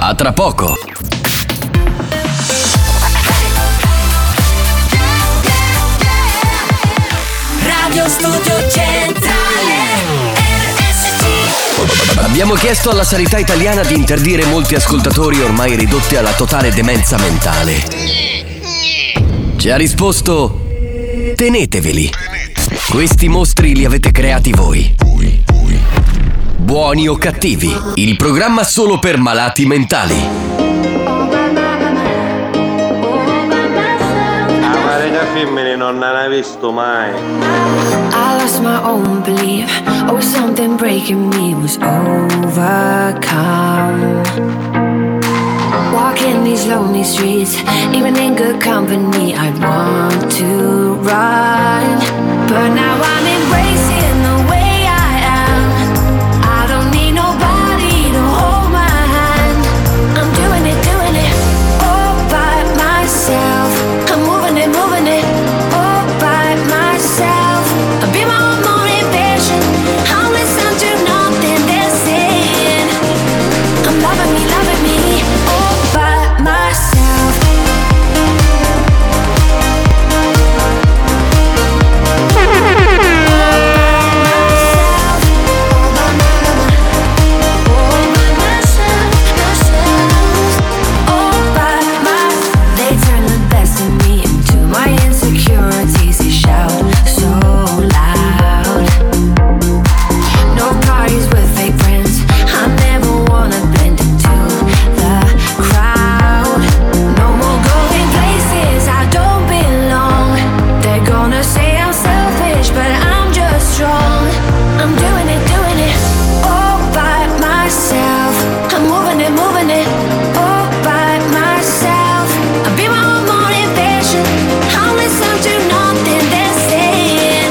S1: A tra poco.
S38: Radio Studio Centrale
S1: Abbiamo chiesto alla sanità italiana di interdire molti ascoltatori ormai ridotti alla totale demenza mentale. Ci ha risposto: teneteveli. Questi mostri li avete creati voi. Buoni o cattivi, il programma solo per malati mentali.
S2: Ah, ma raga, film li non hai visto mai.
S7: I lost my own belief. Oh, something breaking me was overcome. Walking these lonely streets, even in good company, I want to run. But now I'm embracing the way I am. I don't need nobody to hold my hand. I'm doing it, doing it all by myself. I'm moving it, moving it all by myself. I'll be my own motivation. I'll listen to nothing they're saying. I'm loving me, loving me all by myself. They turn the best in me into my insecurities. They shout so loud. No parties with fake friends. I never wanna blend into the crowd. No more going places I don't belong. They're gonna say I'm selfish, but I'm just strong. I'm doing it, doing it all by myself. I'm moving it, moving it all by myself. I'll be my own motivation. I'll listen to nothing they're saying.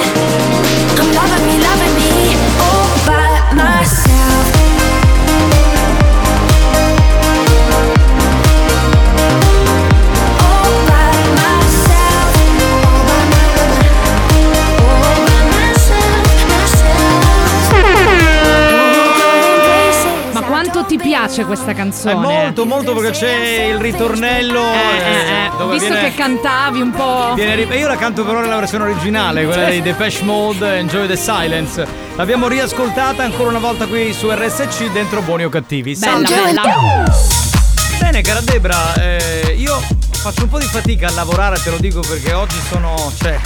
S7: I'm loving me, loving me all by myself.
S9: Ma quanto ti piace questa canzone?
S8: È molto, molto perché c'è il ritornello. eh, dove
S9: Visto
S8: viene-
S9: che cantavi un po'.
S8: Viene ri- io la canto per ora la versione originale, quella dei Depeche Mode, Enjoy the Silence. L'abbiamo riascoltata ancora una volta qui su RSC dentro Buoni o Cattivi.
S9: Bella,
S8: Salve.
S9: bella.
S8: Bene, cara Debra, eh, io faccio un po' di fatica a lavorare, te lo dico perché oggi sono. cioè.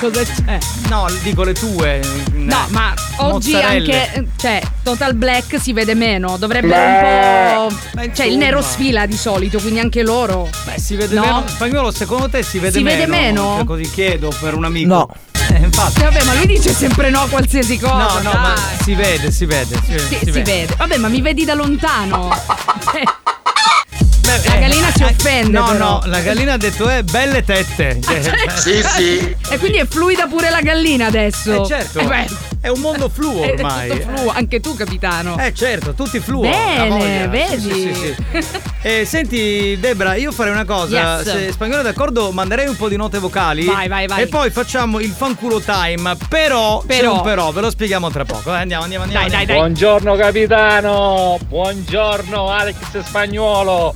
S9: Cosa c'è?
S8: No, dico le tue. eh,
S9: No, ma oggi
S8: mozzarelle.
S9: anche. Cioè, Total Black si vede meno. Dovrebbero
S8: Beh,
S9: un po'. Cioè, il nero sfila di solito, quindi anche loro.
S8: Beh, si vede
S9: no?
S8: meno. Spagnolo, secondo te si vede
S9: Si
S8: meno?
S9: vede meno?
S8: Cioè, così chiedo per un amico. No. eh, infatti.
S9: Vabbè, ma lui dice sempre no a qualsiasi cosa.
S8: No, no,
S9: dai.
S8: ma si vede, si vede. Si,
S9: Sì, si, vede. Vabbè, ma mi vedi da lontano. Cioè, la gallina ci offende.
S8: Eh, No,
S9: però.
S8: no, la gallina ha detto eh, belle tette.
S9: Sì, sì. E quindi è fluida pure la gallina adesso.
S8: Eh, certo. È un mondo fluo ormai.
S9: È tutto fluo, anche tu, capitano.
S8: Eh certo, tutti fluo.
S9: Bene,
S8: ha voglia.
S9: vedi?
S8: Sì, sì, sì, sì. Eh, senti, Debra, io farei una cosa.
S9: Yes.
S8: Se spagnolo è d'accordo, manderei un po' di note vocali.
S9: Vai, vai, vai.
S8: E poi facciamo il fanculo time. Però, c'è
S9: Però.
S8: un però, ve lo spieghiamo tra poco. eh. Andiamo, andiamo, andiamo.
S16: Buongiorno capitano, buongiorno Alex Spagnuolo.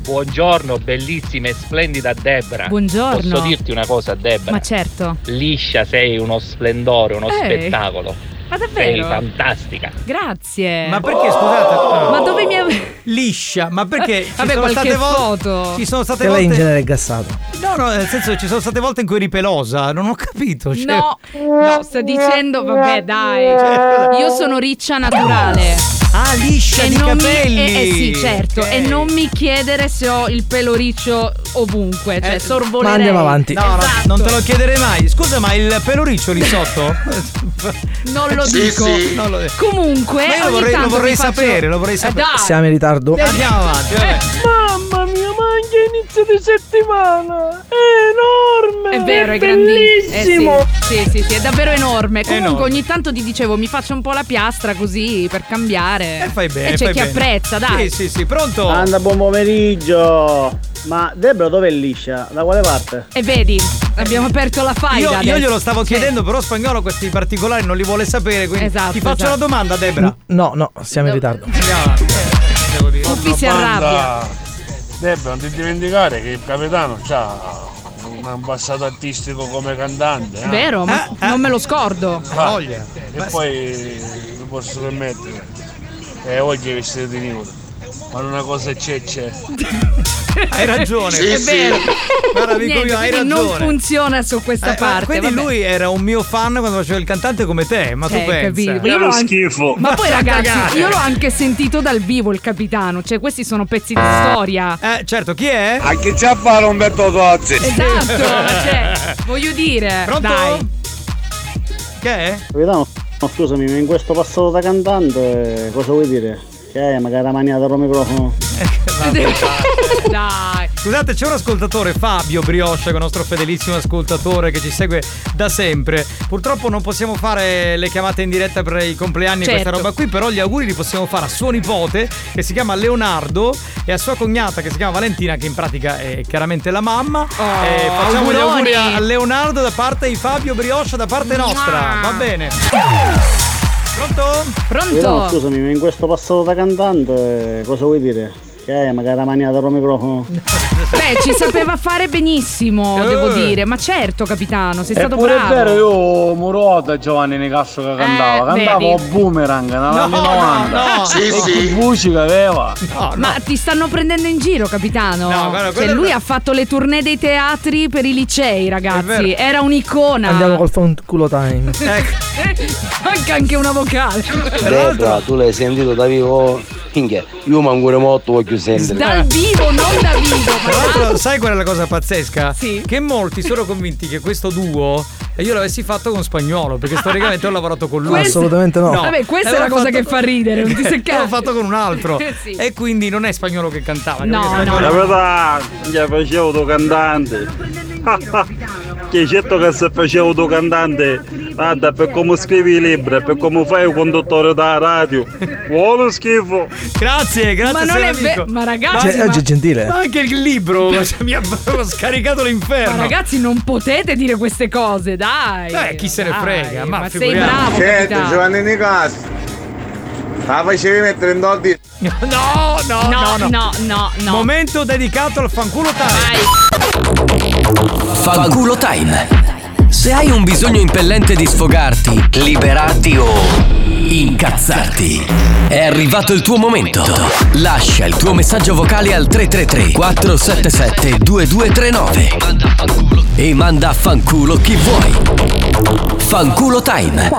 S16: Buongiorno, bellissima e splendida Debra.
S9: Buongiorno.
S16: Posso dirti una cosa,
S8: Eh.
S16: Debra?
S9: Ma certo.
S16: Liscia sei uno splendore, uno
S9: Ehi,
S16: spettacolo.
S9: Ma
S16: Sei
S9: davvero?
S16: fantastica.
S9: Grazie.
S8: Ma perché, scusate?
S9: Ma dove mi ave-
S8: Liscia, ma perché? ci
S9: Vabbè,
S8: sono
S9: qualche
S8: state vol-
S9: foto.
S8: Ci sono state
S37: Te lei in
S8: volte.
S37: genere è gassato.
S8: No, no, nel senso ci sono state volte in cui eri pelosa, non ho capito. cioè-
S9: No, no, sto dicendo,
S8: Cioè,
S9: vabbè, dai. Io sono riccia naturale.
S8: Ah, liscia
S9: e
S8: di
S9: non mi-
S8: capelli.
S9: eh, eh sì, certo.
S8: Ok.
S9: E non mi chiedere se ho il pelo riccio ovunque,
S8: Eh,
S9: cioè sorvolerei.
S8: No, no,
S9: Esatto.
S8: non te lo chiederei mai. Scusa, ma il pelo riccio lì sotto?
S9: Non lo
S8: Sì,
S9: dico.
S8: sì. Non lo-
S9: Comunque,
S8: Ma io lo
S9: ogni
S8: vorrei- lo
S9: tanto
S8: vorrei
S9: mi faccio-
S8: sapere, lo vorrei
S9: Eh,
S8: sapere.
S9: dai. Eh,
S37: Siamo in ritardo.
S8: Andiamo avanti, vabbè.
S16: Eh, Mamma mia, ma anche inizio di settimana! È enorme!
S9: È vero, è grandissimo. Eh, sì. sì, sì, sì, è davvero enorme. Comunque
S8: Enorme.
S9: ogni tanto ti dicevo, mi faccio un po' la piastra così per cambiare.
S8: E fai bene.
S9: E c'è
S8: fai
S9: chi
S8: bene.
S9: apprezza, dai.
S8: Sì, sì, sì, pronto?
S39: Anda, buon pomeriggio. Ma Debra dov'è liscia? Da quale parte?
S9: E vedi, abbiamo aperto la file.
S8: Io, io
S9: adesso.
S8: glielo stavo chiedendo, però spagnolo questi particolari non li vuole sapere, quindi
S9: Esatto,
S8: ti faccio
S9: esatto.
S8: la domanda, Debra.
S37: No, Oh, no, siamo in ritardo.
S9: Puffi si arrabbia.
S40: Debra, non ti dimenticare che il capitano c'ha un passato artistico come cantante. eh?
S9: Vero, ma non me lo scordo.
S40: Ah, Eh, E poi non posso permettere. E oggi è vestito di nudo.
S2: ma una cosa c'è c'è.
S8: Hai ragione.
S2: Sì,
S8: è
S2: sì.
S8: vero. Guarda, amico
S9: Niente,
S8: mio, hai
S9: quindi
S8: ragione.
S9: non funziona su questa
S8: Eh,
S9: parte.
S8: Quindi
S9: vabbè.
S8: lui era un mio fan quando faceva il cantante come te, ma
S9: Eh,
S8: tu pensa.
S9: capito. Io Era l'ho anche-
S8: schifo.
S9: Ma poi ragazzi, io l'ho anche sentito dal vivo il capitano, cioè questi sono pezzi di storia.
S8: Eh, certo, chi è?
S2: A chi c'ha a fare Umberto Tozzi?
S9: Esatto, cioè, voglio dire,
S8: Eh. Pronto?
S9: dai.
S8: Che è?
S20: Capitano, no, scusami, ma in questo passato da cantante cosa vuoi dire? Che è, magari la mania del microfono.
S9: Dai.
S8: Scusate, c'è un ascoltatore, Fabio Brioscia, che è un nostro fedelissimo ascoltatore che ci segue da sempre. Purtroppo non possiamo fare le chiamate in diretta per i compleanni e
S7: Certo.
S8: questa roba qui, però gli auguri li possiamo fare a suo nipote, che si chiama Leonardo, e a sua cognata, che si chiama Valentina, che in pratica è chiaramente la mamma. Eh, facciamo gli auguri
S7: auguroni.
S8: a a Leonardo da parte di Fabio Brioscia da parte nostra. Va bene. Pronto?
S20: Capitano, scusami, ma in questo passato da cantante cosa vuoi dire? Che è, magari la mania del microfono.
S9: Beh, ci sapeva fare benissimo,
S20: Eh.
S9: devo dire. Ma certo, capitano, sei stato
S11: Eppure
S9: bravo. Eh,
S11: è vero, io Murota Giovanni Nicasso che cantava,
S9: vedi.
S11: cantava a boomerang negli anni
S9: No,
S11: 90.
S9: no, no.
S11: Sì,
S9: Sì,
S11: sì. voci che aveva.
S8: Ah,
S9: Ma ti stanno prendendo in giro, capitano.
S11: No, guarda,
S9: cioè,
S11: quello-
S9: lui ha fatto le tournée dei teatri per i licei, ragazzi.
S37: vero.
S9: Era un'icona.
S37: Andiamo col phone culo time.
S11: Ecco,
S9: Manca anche una vocale.
S41: Detra, tu l'hai sentito da vivo? Minchia, io manco molto voglio sentire.
S9: Dal vivo, non da vivo.
S8: Tra l'altro, sai qual è la cosa pazzesca? Che molti sono convinti che questo duo eh, io l'avessi fatto con spagnolo, perché storicamente ho lavorato con lui.
S37: Questo- Assolutamente no.
S9: Vabbè, questa è la cosa che fa ridere, non ti seccare.
S8: L'ho fatto con un altro.
S9: Sì.
S8: E quindi non è spagnolo che cantava.
S9: No,
S8: perché
S9: no.
S8: spagnolo-
S11: La verità, facevo tu cantante. che certo che se facevo tu cantante, guarda, per come scrivi i libri, per come fai il conduttore da radio, buono schifo.
S8: Grazie, grazie.
S9: Ma non
S8: sei
S9: è
S8: amico.
S9: vero- ma ragazzi,
S37: Cioè,
S9: ma-
S37: oggi è gentile.
S8: Ma anche il libro cioè, mi ha avevo scaricato l'inferno.
S9: Ma ragazzi, non potete dire queste cose, dai.
S8: Eh, chi se ne
S9: Dai,
S8: frega, ma
S9: sei
S8: figuriamo.
S9: bravo,
S8: Certo,
S9: capitano.
S11: Giovanni Nicastro, la facevi mettere in dodi.
S8: No, no,
S9: No,
S8: no,
S9: no, no, no.
S8: Momento dedicato al fanculo time.
S1: Fanculo Time. Se hai un bisogno impellente di sfogarti, liberarti o incazzarti, è arrivato il tuo momento. Lascia il tuo messaggio vocale al 333-477-2239 e manda a fanculo chi vuoi. Fanculo Time.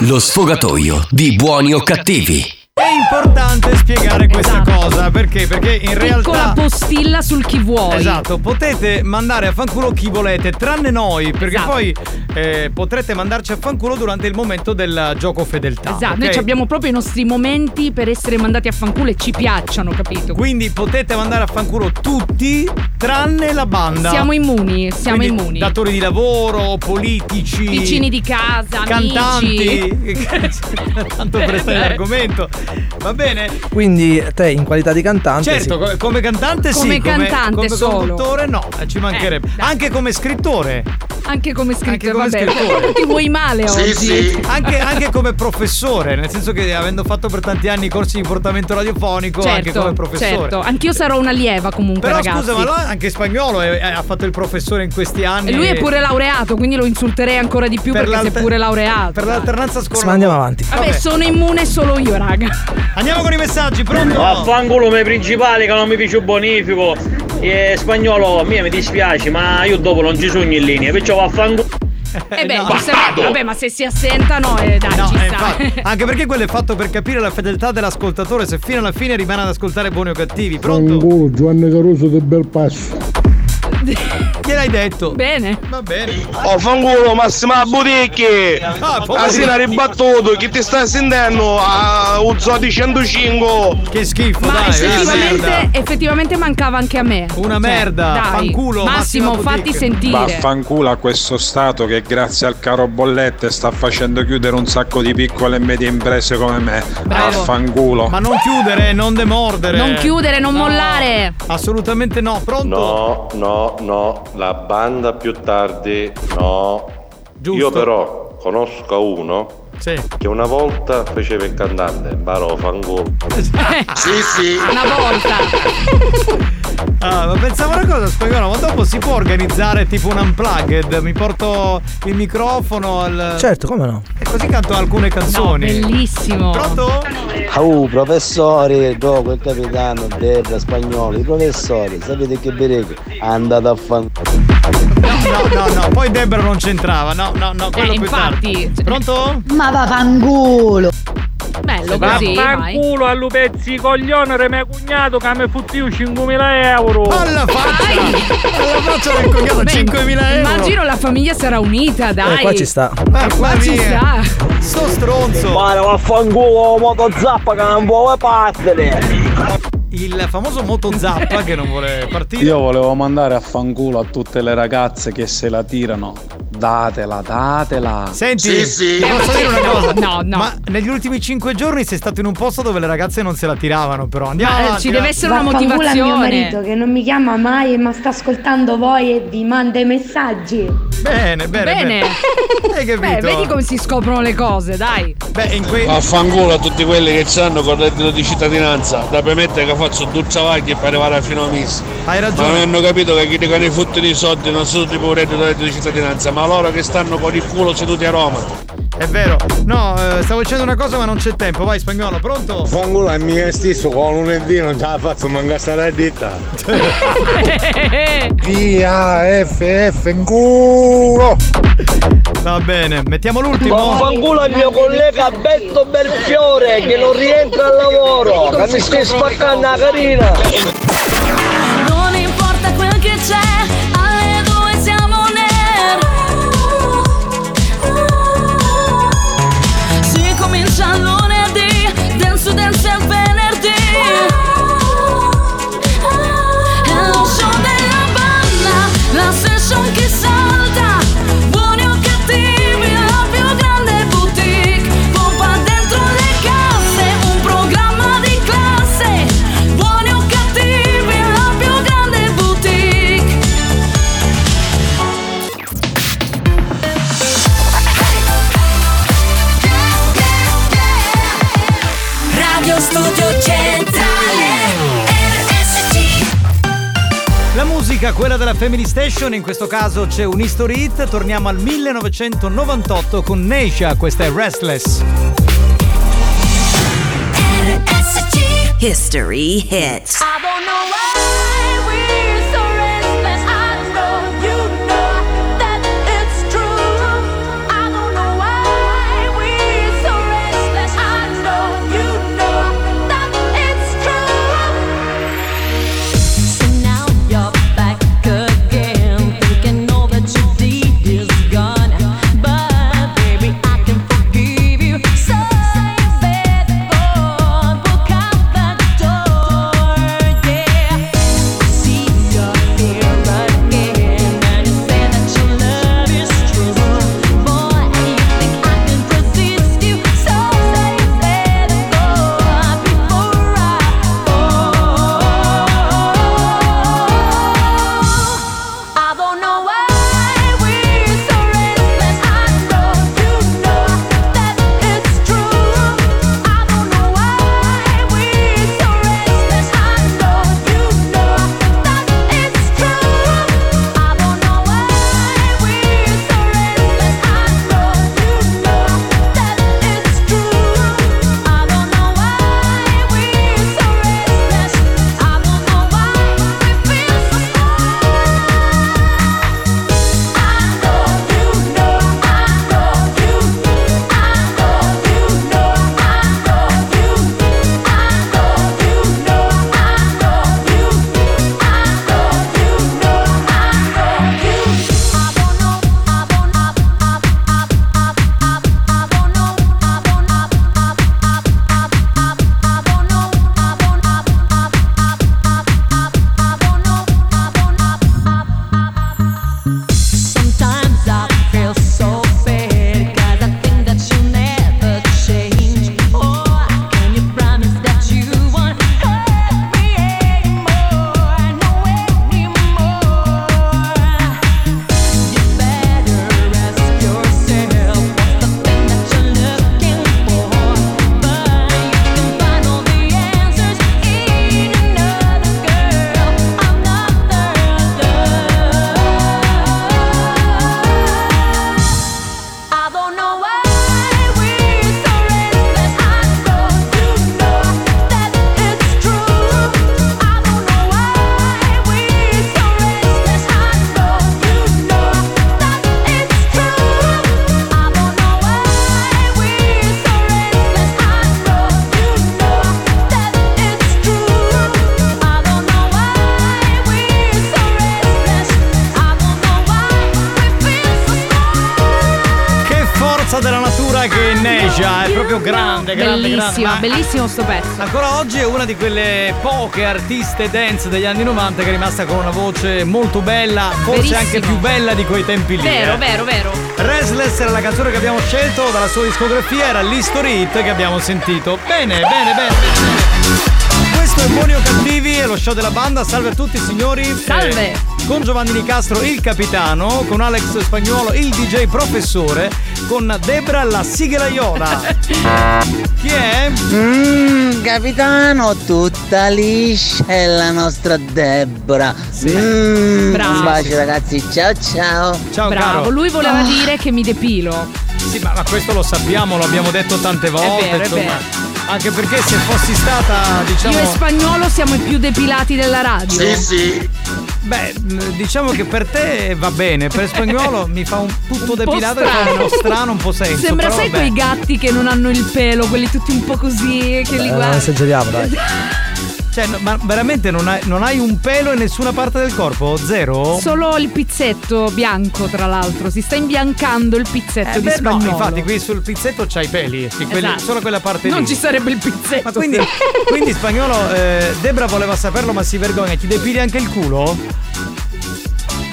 S1: Lo sfogatoio di buoni o cattivi.
S8: È importante spiegare questa
S9: Esatto.
S8: cosa perché? Perché in realtà.
S9: Piccola postilla sul chi vuoi.
S8: Esatto, potete mandare a fanculo chi volete, tranne noi, perché
S9: Esatto.
S8: poi eh, potrete mandarci a fanculo durante il momento del gioco fedeltà.
S9: Esatto,
S8: ok?
S9: noi ci abbiamo proprio i nostri momenti per essere mandati a fanculo e ci piacciono, capito?
S8: Quindi potete mandare a fanculo tutti tranne la banda.
S9: Siamo immuni, siamo
S8: Quindi
S9: immuni.
S8: Datori di lavoro, politici.
S9: Vicini di casa,
S8: Cantanti.
S9: amici.
S8: Tanto per stare l'argomento. Va bene?
S37: Quindi te in qualità di cantante.
S8: Certo,
S37: sì.
S8: co- come cantante sì.
S9: Come cantante
S8: come
S9: solo.
S8: conduttore no, eh, ci mancherebbe. Anche come scrittore.
S9: Anche come scrittore,
S8: come
S9: vabbè,
S8: scrittore.
S9: ti vuoi male oggi.
S8: Anche, anche come professore, nel senso che avendo fatto per tanti anni i corsi di portamento radiofonico, anche come
S9: Certo,
S8: professore.
S9: certo. Anch'io sarò una lieva comunque,
S8: Però
S9: ragazzi.
S8: scusa, ma là anche spagnolo è- è- ha fatto il professore in questi anni.
S9: E lui è pure laureato, quindi lo insulterei ancora di più
S8: Per
S9: perché
S8: l'alter-
S9: sei pure laureato.
S8: Per l'alternanza
S37: Sì, Ma
S8: scuola.
S37: andiamo avanti.
S9: Vabbè, sono immune solo io, raga.
S8: Andiamo con i messaggi, pronto?
S16: Vaffanculo me principali che non mi piace il bonifico. E spagnolo, a me mi dispiace, ma io dopo non ci sono in linea, perciò vaffanculo.
S9: E Eh beh,
S16: no.
S9: mi sembra-
S16: Bastardo!
S9: vabbè, ma se si assentano, eh, dai, ci sta.
S8: Anche perché quello è fatto per capire la fedeltà dell'ascoltatore, se fino alla fine rimane ad ascoltare buoni o cattivi. Pronto?
S25: Fanculo, Giovanni Caruso del Belpasso.
S8: Gliel'hai detto?
S9: Bene.
S8: Va bene.
S11: Oh fanculo Massima Buticchi
S4: Ah,
S11: Asina ribattuto Chi ti sta sentendo A Uzzo di 105
S8: Che schifo eh.
S9: Ma
S11: dai
S9: effettivamente, effettivamente mancava anche a me.
S8: Una
S9: Cioè,
S8: merda,
S9: dai.
S8: fanculo,
S9: Massimo,
S8: Massimo
S9: fatti
S8: Boutique.
S9: sentire.
S31: Vaffanculo a questo Stato che grazie al caro bollette sta facendo chiudere un sacco di piccole e medie imprese come me.
S8: Bravo.
S31: Vaffanculo.
S8: Ma non chiudere, non demordere.
S9: Non chiudere, non
S8: No,
S9: mollare.
S8: Assolutamente no, pronto?
S42: No, no, no, la banda più tardi, no. Io però conosco uno
S43: che una volta faceva il cantante, Baro Fangol.
S8: sì, sì.
S9: Una volta.
S8: Ah, ma pensavo una cosa, spagnolo, ma dopo si può organizzare tipo un unplugged? Mi porto il microfono al.
S44: Certo, come no?
S8: E così canto alcune canzoni.
S9: bellissimo.
S8: Pronto?
S16: Oh, professore, dopo il capitano belga spagnolo, i professori, sapete che berego? Andate a fan.
S8: No, no, no, poi Debra non c'entrava, no, no, no, quello
S9: Eh,
S8: più tardi. Pronto?
S4: Ma va fanculo!
S9: Bello così. vai.
S4: Vaffanculo a Lupezzi coglione re mio cugnato che mi futtiu 5.000 euro!
S8: Alla faccia! Alla faccia del cognato
S9: Beh,
S8: 5.000 euro!
S9: Immagino la famiglia sarà unita, dai.
S44: Eh, qua ci sta.
S8: Ma qua
S9: ci sta.
S8: Sto stronzo!
S16: Guarda, vaffanculo, moto zappa che non vuole passare!
S8: Il famoso motozappa che non vuole partire.
S45: Io volevo mandare a fanculo a tutte le ragazze che se la tirano. Datela, datela.
S8: Senti, ti posso dire una cosa?
S9: No, no.
S8: Ma negli ultimi 5 giorni sei stato in un posto dove le ragazze non se la tiravano, però. Andiamo.
S9: Ma, eh,
S8: avanti,
S9: ci deve
S8: va.
S9: essere una motivazione.
S4: Vaffanculo a mio marito che non mi chiama mai ma sta ascoltando voi e vi manda i messaggi.
S8: Bene, bene, bene. Hai
S9: Beh,
S8: capito?
S9: vedi come si scoprono le cose, dai.
S8: Beh, in quei.
S2: Affanculo a tutti quelli che c'hanno con il reddito di cittadinanza, da permettere che faccio due travagli per arrivare fino a Miss.
S8: Hai
S2: Ma non
S8: ragione.
S2: hanno capito che chi ti con i futti di soldi non sono tipo un reddito, reddito di cittadinanza, ma loro che stanno con il culo seduti a Roma.
S8: È vero. No, eh, stavo dicendo una cosa, ma non c'è tempo. Vai, spagnolo, pronto?
S21: Fangulo è mio stesso, con lunedì non ce la faccio manca stare a ditta. P-A-F-F in culo!
S8: Va bene, mettiamo l'ultimo.
S16: Vaffanculo al mio collega Betto Belfiore che non rientra al lavoro, che mi stai spaccando la carina.
S7: Non importa quel che c'è, alle due siamo nel Si comincia lunedì, dance dance al venerdì È lo show della banda, la session che salta Buoni o cattivi, la più grande boutique Pompa dentro le casse, un programma di classe Buoni o cattivi, la più grande boutique. Radio Studio Centrale RSC
S8: La musica, quella della Family Station, in questo caso c'è un history hit. Torniamo al 1998 con Neisha, questa è Restless.
S46: History hits.
S7: I don't know why we're so restless. I know you know that it's true. I don't know why we're so restless. I know you know that it's true. So now you're back again, thinking all that you did is gone. But baby, I can forgive you. So you better go, book out that door, yeah. Oh,
S8: forza della natura che inneggia, Ah, è proprio grande, grande,
S9: bellissimo,
S8: grande. Ma
S9: bellissimo sto pezzo.
S8: ancora oggi è una di quelle poche artiste dance degli anni 90 che è rimasta con una voce molto bella, forse
S9: Verissimo.
S8: anche più bella di quei tempi lì.
S9: Vero,
S8: eh.
S9: vero, vero.
S8: Restless era la canzone che abbiamo scelto dalla sua discografia, era l'History Hit che abbiamo sentito. Bene, bene, bene. bene. Questo è Buoni o Cattivi, è lo show della banda. Salve a tutti signori.
S9: Salve.
S8: Eh, con Giovanni Nicastro il capitano, con Alex Spagnuolo il DJ professore, con Debra la siglaiola. Chi è?
S47: Mmm, capitano, tutta liscia è la nostra Debra. Mm,
S9: Bravo.
S47: Un bacio ragazzi, ciao ciao.
S8: Ciao
S9: Bravo,
S8: caro.
S9: lui voleva
S47: Ah.
S9: dire che mi depilo.
S8: Sì, ma, ma questo lo sappiamo, lo abbiamo detto tante volte,
S9: vero, è
S8: insomma.
S9: vero.
S8: Anche perché se fossi stata, diciamo.
S9: Io e spagnolo siamo i più depilati della radio.
S8: sì. Beh, mh, diciamo che per te va bene, per spagnolo mi fa un tutto
S9: po'
S8: depilato che fa un po' strano, un po' senso.
S9: Sembra,
S8: però
S9: sai,
S8: vabbè.
S9: quei gatti che non hanno il pelo, quelli tutti un po' così, che li
S8: Beh,
S37: Eh, Non
S9: guardi.
S37: esageriamo, dai.
S8: Cioè, no, ma veramente non hai, non hai un pelo in nessuna parte del corpo? Zero?
S9: Solo il pizzetto bianco, tra l'altro, si sta imbiancando il pizzetto
S8: Eh,
S9: di
S8: beh, no,
S9: spagnolo.
S8: infatti qui sul pizzetto c'hai i peli, sì, quelli-
S9: Esatto.
S8: solo quella parte lì.
S9: Non ci sarebbe il pizzetto.
S8: Ma Certo, quindi, quindi spagnolo, eh, Debra voleva saperlo ma si vergogna, ti depili anche il culo?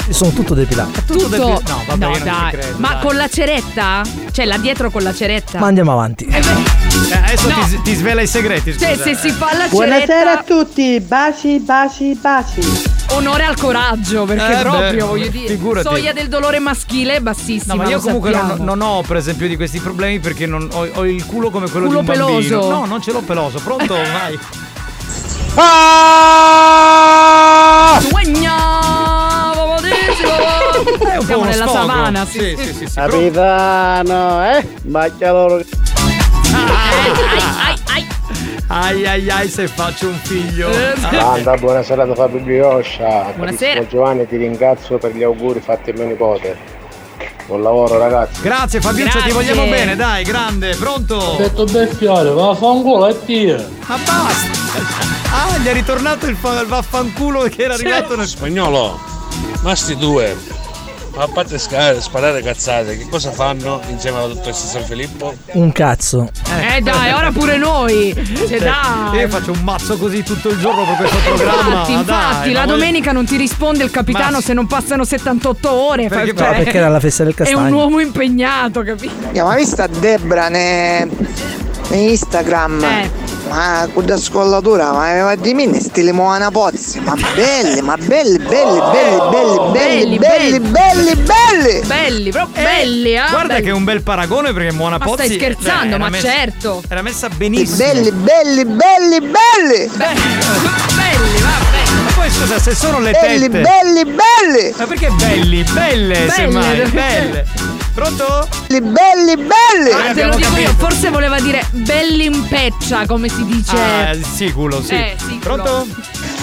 S37: Sono tutto depilato.
S9: tutto,
S8: depi- no, vabbè, io non ci
S9: dai.
S8: credo,
S9: Ma
S8: dai.
S9: con la ceretta? Cioè, là dietro con la ceretta.
S37: Ma andiamo avanti.
S8: Eh, adesso
S9: No.
S8: ti, ti svela i segreti, scusa.
S9: Cioè, se si fa la ceretta.
S21: Buonasera a tutti, baci, baci, baci.
S9: Onore al coraggio, perché
S8: Eh, beh,
S9: proprio voglio dire.
S8: figurati.
S9: Soglia del dolore maschile è bassissima.
S8: No, ma io
S9: lo
S8: comunque
S9: sappiamo.
S8: non, non ho per esempio di questi problemi perché non- ho, ho il culo come quello
S9: Culo
S8: di un bambino.
S9: peloso.
S8: No, non ce l'ho peloso. Pronto? Vai. Ah!
S9: Suegnavo dicevo.
S8: È un
S9: Siamo
S8: uno
S9: nella
S8: sfogo.
S9: savana, sì.
S8: Sì, sì,
S9: sì.
S8: sì.
S39: Capitano, eh? Bacchia loro.
S8: Ai ai ai se faccio un figlio.
S9: Eh,
S33: Banda, buona serata Fabio Bioscia.
S8: Buonasera.
S33: Carissimo Giovanni, ti ringrazio per gli auguri fatti a mio nipote. Buon lavoro ragazzi.
S8: Grazie Fabiuccio, ti
S33: Grazie.
S8: vogliamo bene, dai, grande,
S33: Ho
S8: pronto?
S33: detto beffiare, ma fa un culo e tira.
S8: Ma basta! Ah, gli è ritornato il, fa- il vaffanculo che era arrivato nel
S40: Spagnolo, ma sti due, ma a parte sca- sparare cazzate, che cosa fanno insieme alla dottoressa San Filippo?
S37: Un cazzo.
S9: Eh dai, ora pure noi. Cioè, dai.
S8: Io faccio un mazzo così tutto il giorno per questo programma. Ah,
S9: Infatti,
S8: Eh, dai,
S9: infatti,
S8: ma
S9: la
S8: voglio-
S9: domenica non ti risponde il capitano
S8: Ma-
S9: se non passano 78 ore.
S37: Perché-
S9: fai-
S37: No, perché era la festa del
S9: È un
S37: castagno.
S9: uomo impegnato, capito?
S21: Abbiamo visto Debra ne... ne Instagram. Ma con la scollatura, ma aveva di mine stile Moana Pozzi. Ma belli, ma belli, belli, belli, belli, belli, belli, belli, belli.
S9: Belli, proprio belli, eh.
S8: Guarda
S9: belli.
S8: che è un bel paragone perché Mona
S9: Ma
S8: Pozzi
S9: stai scherzando,
S8: eh, era
S9: ma
S8: messa-
S9: certo.
S8: Era messa benissimo.
S21: Belli, belli, belli, belli.
S9: Belli, vabbè.
S8: Ma poi scusa, se sono le
S21: Belli,
S8: tette.
S21: belli, belli.
S8: Ma perché belli? Belle,
S21: Belle,
S8: semmai,
S21: perché-
S8: belle. Pronto?
S21: Belli, belli, belli.
S8: eh,
S9: Ah, te lo dico io, forse voleva dire bellimpeccia, come si dice.
S8: Ah, sì, culo, sì.
S9: Eh, sì, culo.
S8: Pronto?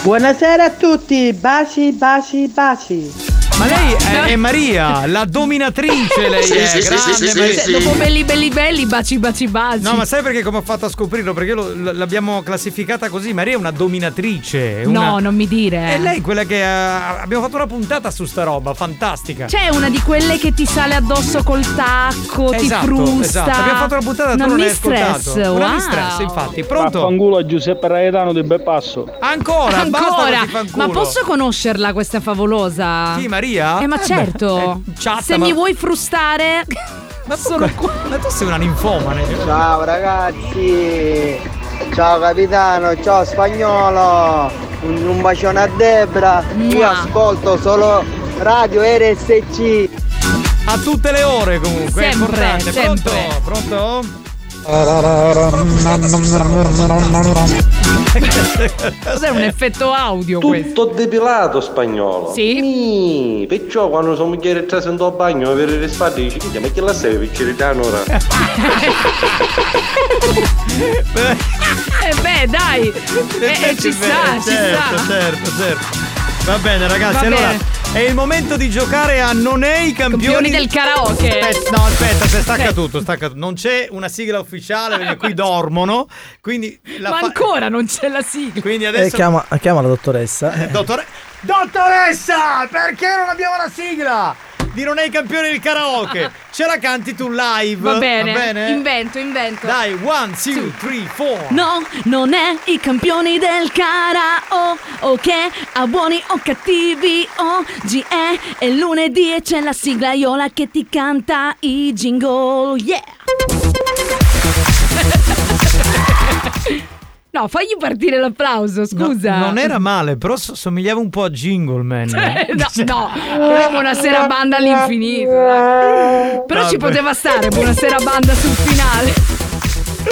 S21: Buonasera a tutti, baci, baci, baci.
S8: Ma lei è, è Maria, la dominatrice, lei
S21: Sì,
S8: è
S21: sì, sì,
S8: grande
S21: sì, sì,
S8: Maria.
S9: Cioè, Dopo belli belli belli, baci baci baci.
S8: No, ma sai perché come ho fatto a scoprirlo? Perché lo- l- l'abbiamo classificata così. Maria è una dominatrice. è una-
S9: No, non mi dire.
S8: È lei quella che ha- abbiamo fatto una puntata su sta roba, fantastica.
S9: C'è una di quelle che ti sale addosso col tacco,
S8: Esatto,
S9: ti frusta.
S8: esatto. Abbiamo fatto una puntata, tu
S9: una
S8: non l'hai
S9: mistress,
S8: ascoltato. Una
S9: wow.
S8: mistress, infatti. Pronto?
S33: Vaffanculo a Giuseppe Raetano di Belpasso.
S8: Ancora,
S9: Ancora,
S8: basta con
S9: ma posso conoscerla questa favolosa?
S8: Sì, Maria?
S9: Eh, ma
S8: Eh,
S9: certo.
S8: beh, eh, chatta,
S9: Se
S8: ma-
S9: mi vuoi frustare, sono qua.
S8: Ma tu sei una ninfomane.
S33: Ciao ragazzi. Ciao capitano, ciao spagnolo. Un, un bacione a Debra. Io ascolto solo radio RSC.
S8: A tutte le ore comunque,
S33: Sempre,
S8: è importante.
S33: sempre.
S8: Pronto?
S9: Cos'è
S8: eh.
S9: un effetto audio questo?
S2: Tutto depilato spagnolo.
S9: Sì.
S2: perciò quando sua moglie è trasendo al bagno per le spalle dice, "Minchia, ma che la sei per ciritano ora?
S9: Eh beh, dai. Eh, eh, ci sta,
S8: Beh,
S9: ci
S8: certo,
S9: sta.
S8: certo, certo. Va bene ragazzi,
S9: Va
S8: allora
S9: bene.
S8: è il momento di giocare a Non è i campioni,
S9: Campioni del karaoke.
S8: Aspetta, no, aspetta, aspetta, stacca tutto, stacca tutto. Non c'è una sigla ufficiale perché qui dormono, quindi la
S9: Ma
S8: fa-
S9: ancora non c'è la sigla.
S8: Quindi
S37: Eh,
S8: adesso Eh,
S37: chiama, chiama la dottoressa.
S8: Dottore- Dottoressa, perché non abbiamo la sigla? di Non è il campione del karaoke. Ce la canti tu live.
S9: Va bene. Invento, invento.
S8: Dai, one, two, three, four.
S9: No, non è i campioni del karaoke a buoni o cattivi oggi è, è lunedì e c'è la sigla Iola che ti canta i jingle, yeah! No, fagli partire l'applauso, scusa.
S8: Non era male, però so- somigliava un po' a Jingle Man.
S9: Eh, no, no, però buonasera banda all'infinito. dai. Però ci
S8: Vabbè.
S9: poteva stare buonasera banda sul finale.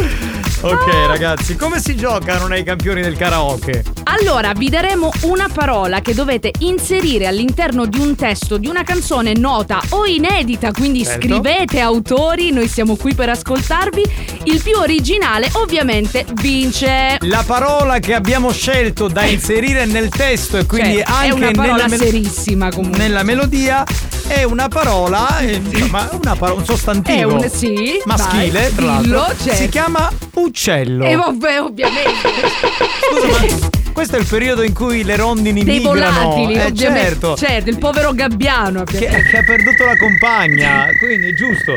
S8: Ok, ragazzi, come si gioca non è i campioni del karaoke?
S9: Allora, vi daremo una parola che dovete inserire all'interno di un testo di una canzone nota o inedita, quindi
S8: Certo.
S9: scrivete autori, noi siamo qui per ascoltarvi. Il più originale ovviamente vince.
S8: La parola che abbiamo scelto da inserire nel testo e quindi
S9: Eh. Cioè, è
S8: anche
S9: una parola
S8: nella,
S9: serissima comunque.
S8: nella melodia è una parola, eh, insomma, una parola, un sostantivo.
S9: È un- sì,
S8: maschile,
S9: vai,
S8: tra
S9: dillo,
S8: l'altro. Si
S9: certo.
S8: chiama uccello.
S9: E vabbè, ovviamente.
S8: Questo è il periodo in cui le rondini
S9: Dei
S8: migrano.
S9: volatili,
S8: eh,
S9: ovviamente.
S8: certo.
S9: Certo, il povero gabbiano. ha
S8: Che,
S9: piantato.
S8: che ha perduto la compagna, quindi è giusto.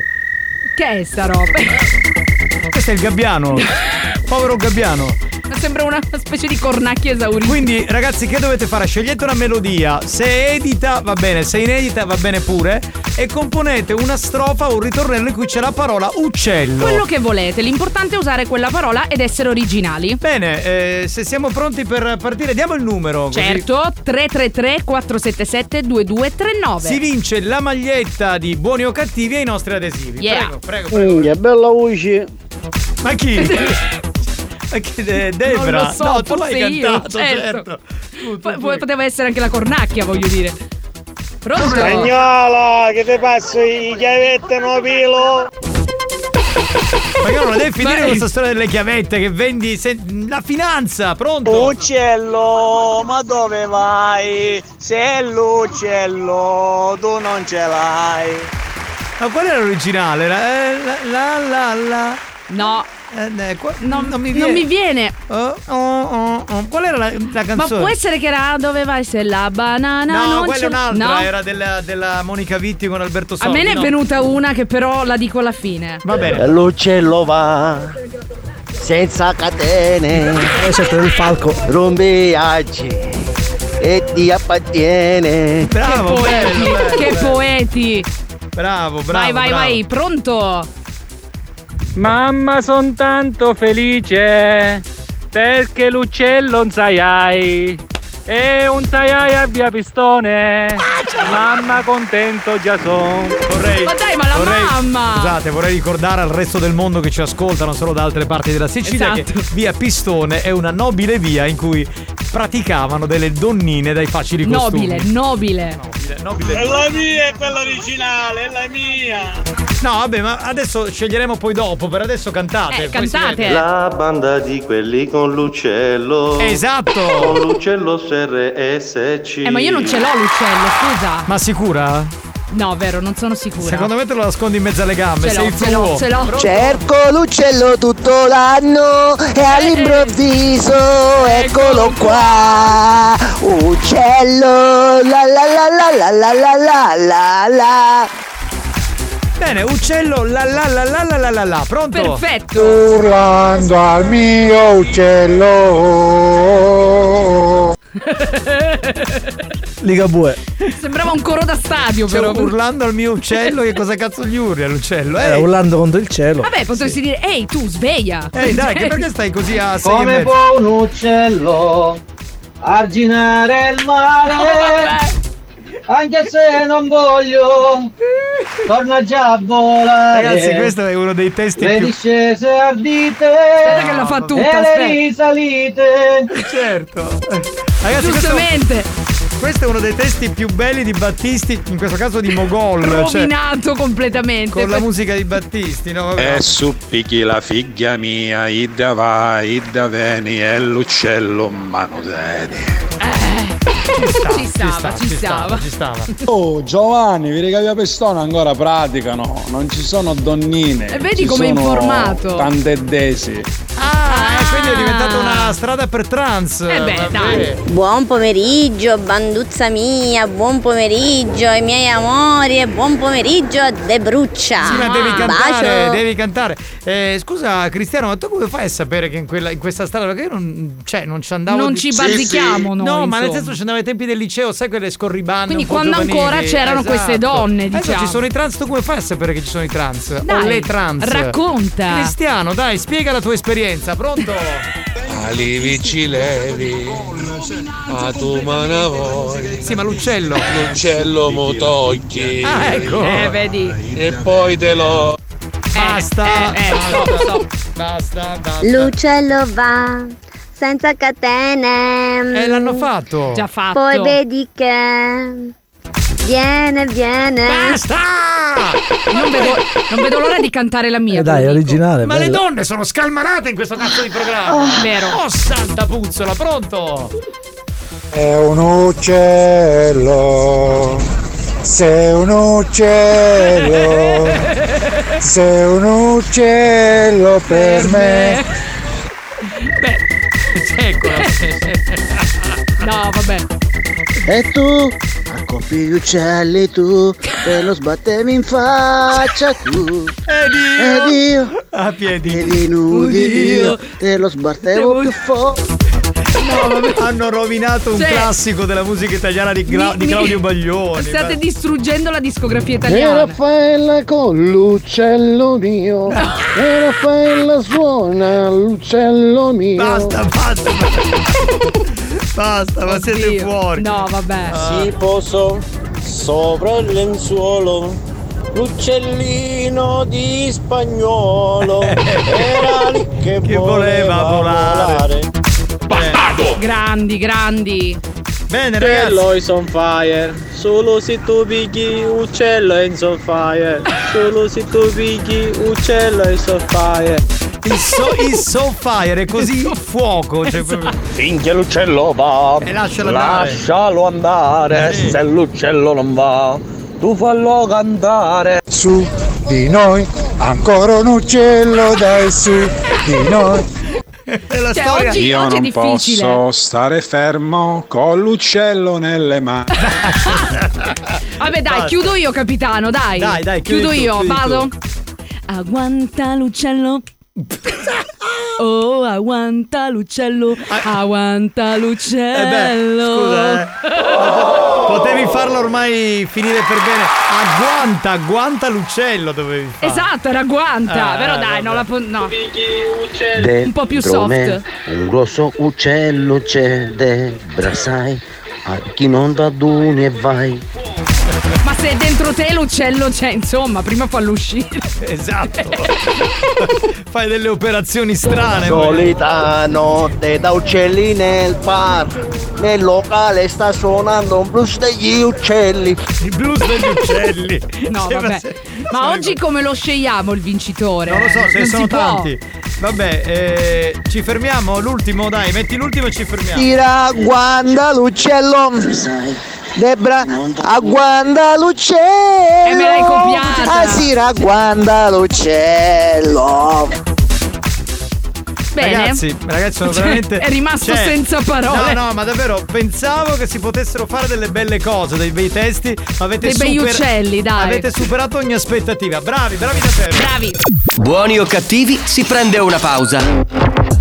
S9: Che è sta roba?
S8: Questo è il gabbiano. Povero gabbiano.
S9: Sembra una specie di cornacchia esaurita.
S8: Quindi ragazzi che dovete fare? Scegliete una melodia, se è edita va bene, se è inedita va bene pure e componete una strofa o un ritornello in cui c'è la parola uccello.
S9: Quello che volete, l'importante è usare quella parola ed essere originali.
S8: Bene, eh, se siamo pronti per partire diamo il numero. così
S9: Certo, 333 477 2239.
S8: Si vince la maglietta di buoni o cattivi e i nostri adesivi.
S9: Yeah.
S8: Prego, prego.
S39: Minchia, bella voce.
S8: Ma chi? Ma chi- eh, Debra,
S9: Non lo so,
S8: no, tu
S9: forse
S8: l'hai
S9: io,
S8: cantato, certo.
S9: certo. Po- po- poteva essere anche la cornacchia, voglio dire. Pronto?
S16: Spagnolo, che ti passo i chiavetti no pilo?
S8: Ma io non devi finire
S16: Ma-
S8: questa storia delle chiavette che vendi se- la finanza, pronto?
S16: Uccello, ma dove vai? Se l'uccello tu non ce l'hai.
S8: Ma qual era l'originale? La, eh, la, la, la, la. Eh,
S9: No.
S8: non, mi
S9: Non mi viene.
S8: Oh, Qual era la, la
S9: Ma
S8: canzone?
S9: può essere che era dove vai se la banana
S8: No,
S9: Ah, non
S8: quella
S9: c'è.
S8: è un'altra,
S9: No.
S8: era della, della Monica Vitti con Alberto
S9: A
S8: Sordi.
S9: me ne
S8: no.
S9: è venuta una che però la dico alla fine.
S8: Va bene.
S47: L'uccello va senza catene. Questo è il falco. Rombeaggi e ti appartiene.
S8: Bravo,
S9: che poeti,
S8: bello, bello,
S9: che
S8: bello.
S9: poeti.
S8: Bravo, bravo.
S9: vai, vai,
S8: bravo.
S9: vai, pronto?
S38: Mamma, son tanto felice perché l'uccello un saiai e un saiai abbia pistone. Mamma, contento già son.
S8: Vorrei,
S9: Ma dai, ma la
S8: vorrei-
S9: mamma!
S8: Scusate, vorrei ricordare al resto del mondo che ci ascoltano solo da altre parti della Sicilia
S9: Esatto.
S8: che via Pistone è una nobile via in cui praticavano delle donnine dai facili costumi.
S9: Nobile, nobile.
S8: Nobile.
S16: mia, è quella originale, è la mia.
S8: No, vabbè, ma adesso sceglieremo poi dopo, per adesso cantate.
S9: Eh,
S8: poi si
S9: cantate.
S8: vede.
S2: La banda di quelli con l'uccello.
S8: Esatto.
S2: Con l'uccello SRSC.
S9: Eh, ma io non ce l'ho l'uccello, scusa.
S8: Ma sicura?
S9: No, vero, non sono sicura.
S8: Secondo me te lo nascondi in mezzo alle gambe,
S9: Ce l'ho,
S8: sei
S9: ce l'ho,
S8: fluo.
S9: ce l'ho. Pronto?
S47: Cerco l'uccello tutto l'anno e all'improvviso eccolo qua. Uccello la la la la la la la la la la.
S8: Bene, uccello la la la la la la la la, pronto?
S4: Urlando al mio uccello.
S37: Ligabue.
S9: Sembrava un coro da stadio,
S8: Cioè,
S9: però.
S8: urlando al mio uccello, che cosa cazzo gli urli all'uccello? Eh.
S37: Era
S8: Ehi,
S37: Eh, urlando contro il cielo.
S9: Vabbè, potresti dire, ehi, tu sveglia.
S8: Ehi, Eh, dai, che perché stai così a sei e
S16: Come
S8: mezzo?
S16: può un uccello arginare il mare? Anche se non voglio, torna già a volare.
S8: Ragazzi, questo è uno dei testi
S16: Le
S8: più...
S16: discese ardite.
S8: che la fa tutta,
S16: E
S8: aspetta.
S16: le risalite.
S8: Certo. Ragazzi,
S9: Giustamente.
S8: Questo, questo è uno dei testi più belli di Battisti, in questo caso di Mogol. cioè,
S9: Rovinato completamente.
S8: con la musica di Battisti,
S31: Eh,
S8: no? Vabbè.
S48: E suppichi la figlia mia, idda va, idda veni, e l'uccello mano deni.
S9: ci stava, ci stava.
S46: Oh Giovanni, vedi che via Pestona ancora praticano, non ci sono donnine.
S9: E vedi
S46: ci
S9: com'è
S46: sono
S9: informato.
S46: Tantedesi.
S9: Ah,
S8: eh, quindi è diventata una strada per trans.
S46: Eh beh,
S8: Vabbè.
S46: dai. Buon pomeriggio, banduzza mia, buon pomeriggio ai miei amori e buon pomeriggio a De Bruccia.
S8: Sì,
S9: Ah,
S8: ma devi cantare,
S46: Bacio.
S8: devi cantare. Eh, scusa Cristiano, ma tu come fai a sapere che in, quella- in questa strada? Perché io non, cioè, non ci andavo.
S9: Non ci bazzichiamo
S8: No,
S9: noi,
S8: ma nel
S9: insomma.
S8: senso ci andavo ai tempi del liceo, sai quelle scorribande.
S9: Quindi
S8: un po'
S9: quando
S8: giovanili.
S9: ancora c'erano
S8: Esatto.
S9: queste donne,
S8: Adesso
S9: diciamo.
S8: ci sono i trans, tu come fai a sapere che ci sono i trans?
S9: Dai,
S8: o le trans.
S9: racconta.
S8: Cristiano, dai, spiega la tua esperienza, pronto?
S2: Alivi ci levi, a tu mana vuoi.
S8: Sì, ma l'uccello.
S2: L'uccello mo tocchi.
S9: Ah, ecco. Eh, vedi.
S2: E poi te lo.
S8: Basta.
S9: Eh, eh, stop, stop.
S8: Basta, basta.
S49: L'uccello va senza catene.
S8: Eh, l'hanno fatto.
S49: Già fatto. Poi vedi che viene, viene.
S8: Basta!
S9: Non vedo, non vedo l'ora di cantare la mia.
S50: Dai, è originale.
S8: Ma le
S50: bello.
S8: donne sono scalmanate in questo cazzo di programma.
S9: Oh. Vero.
S8: Oh, santa puzzola, pronto?
S51: È un uccello, sei un uccello, sei un uccello per me.
S8: Eccola.
S9: No, vabbè.
S20: E tu, a coppi gli uccelli tu, e lo sbattevi in faccia tu.
S8: Ed
S20: io,
S8: a piedi,
S20: ed inudi
S8: Dio.
S20: io, te lo sbattevo più forte.
S8: Hanno rovinato un
S20: Cioè-
S8: classico della musica italiana di, Gra-
S9: Mi-
S8: di
S9: mi-
S8: Claudio Baglioni.
S9: State
S8: Beh.
S9: distruggendo la discografia
S20: E
S9: italiana.
S20: Raffaella con l'uccello mio, e Raffaella suona l'uccello mio.
S8: Basta, basta, basta, ma siete fuori. Ah.
S9: No, vabbè.
S16: Si posò sopra il lenzuolo l'uccellino di spagnolo. Era lì che, voleva, volare.
S9: Grandi, grandi.
S8: Bene,
S16: Uccello is on fire, solo se tu picchi uccello is on fire, solo se tu picchi uccello is on fire.
S8: Il so, il so fire è così fuoco. Cioè, proprio-
S16: Finché l'uccello va,
S8: E lascialo andare.
S16: lascialo andare, se l'uccello non va, tu fallo cantare.
S51: Su di noi, ancora un uccello dai su di noi.
S8: la
S9: Cioè, storia- oggi-
S31: Io
S9: oggi è
S31: non
S9: difficile.
S31: posso stare fermo con l'uccello nelle mani.
S9: Vabbè, dai,
S31: Basta.
S9: chiudo io, capitano, dai.
S31: Dai, dai, chiudi
S9: chiudo
S31: tu,
S9: io,
S31: chiudi
S9: vado. Aguanta l'uccello. Oh, aguanta l'uccello, aguanta
S8: Ah. Eh beh,
S9: l'uccello.
S8: scusa, eh. Potevi farlo ormai finire per bene. Agguanta, agguanta l'uccello dovevi fare.
S9: Esatto, era guanta,
S8: Eh,
S9: però dai, no, la po- no. un po' più
S20: Dentro
S9: soft.
S20: me un grosso uccello c'è Debra, sai, a chi non t'aduni e vai.
S9: Ma se è dentro te l'uccello c'è, insomma, prima fallo uscire.
S8: Esatto. Fai delle operazioni strane.
S16: Solita notte da uccelli nel bar, nel locale sta suonando un blues degli uccelli.
S8: Il blues degli uccelli.
S9: No,
S8: Sembra
S9: vabbè.
S8: se-
S9: Ma oggi come lo scegliamo il vincitore?
S8: Non lo so, ce ne
S9: eh, si
S8: sono
S9: può.
S8: tanti. Vabbè, eh, ci fermiamo. L'ultimo, dai, metti l'ultimo e ci fermiamo.
S7: Tira, guanda l'uccello. Debra, agguanda l'uccello. Ah,
S9: E me l'hai copiata.
S7: Asira, guanda l'uccello.
S9: Bene.
S8: Ragazzi, ragazzi, sono
S9: Cioè,
S8: veramente.
S9: è rimasto senza parole.
S8: No, no, ma davvero pensavo che si potessero fare delle belle cose, dei bei testi. Ma avete
S9: Dei bei
S8: super-
S9: uccelli, dai.
S8: Avete superato ogni aspettativa. Bravi, bravi davvero.
S9: Bravi.
S1: Buoni o cattivi, si prende una pausa.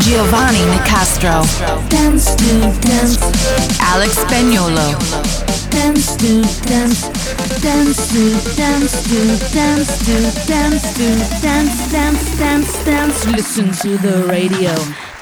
S7: Giovanni Nicastro. Dance to dance. Alex Spagnolo. Dance to dance. Dance to dance to dance to dance to dance dance dance dance. Listen to the radio.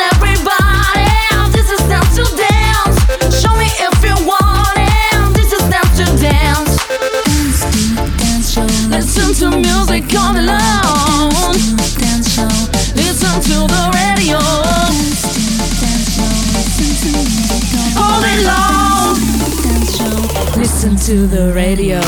S7: everybody, this is dance to dance. Show me if you want it. This is dance to dance. Dance to dance show. Listen to music all alone. Dance show. Listen to the radio. All day long. Listen to the radio.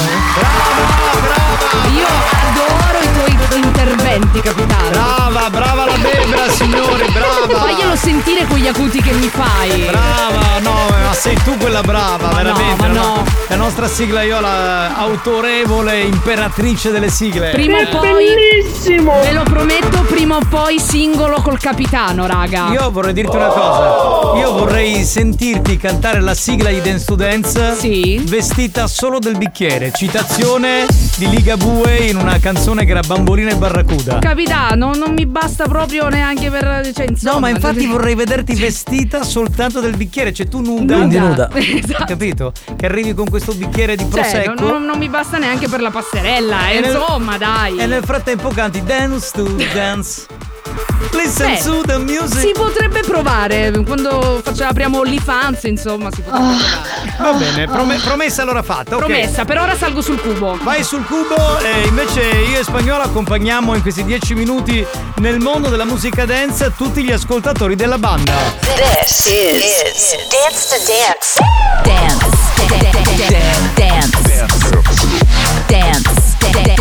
S9: Io adoro i tuoi interventi, capitano.
S8: Brava, brava la Bebra, signore, brava.
S9: Faglielo sentire quegli acuti che mi fai.
S8: Brava, no, eh. ma sei tu quella brava, veramente.
S9: ma
S8: la,
S9: no.
S8: la nostra siglaiola autorevole, imperatrice delle sigle.
S9: Prima o poi. Bellissimo! Ve lo prometto, prima o poi singolo col capitano, raga.
S8: Io vorrei dirti una cosa. Io vorrei sentirti cantare la sigla di Dance to Dance vestita solo del bicchiere. Citazione di Ligabue in una canzone che era Bambolina e Barracuda.
S9: Capitano, non mi basta proprio neanche per. Cioè, insomma,
S8: No, ma infatti vorrei vederti vestita soltanto del bicchiere, cioè tu nuda.
S9: Quindi nuda. Esatto.
S8: Capito? Che arrivi con questo bicchiere di
S9: Cioè, non,
S8: prosecco.
S9: non- non mi basta neanche per la passerella, eh,
S8: E nel-
S9: insomma, dai.
S8: E nel frattempo canti Dance to Dance. Listen
S9: Beh,
S8: to the music.
S9: Si potrebbe provare. Quando facciamo, apriamo OnlyFans, insomma, si potrebbe provare.
S8: Va bene, prome- promessa allora fatta. ok.
S9: Promessa, per ora salgo sul cubo.
S8: Vai sul cubo e invece io e Spagnolo accompagniamo in questi 10 minuti nel mondo della musica dance tutti gli ascoltatori della banda.
S7: This is, Dance to Dance. Dance. Dance. Dance. Dance. Dance.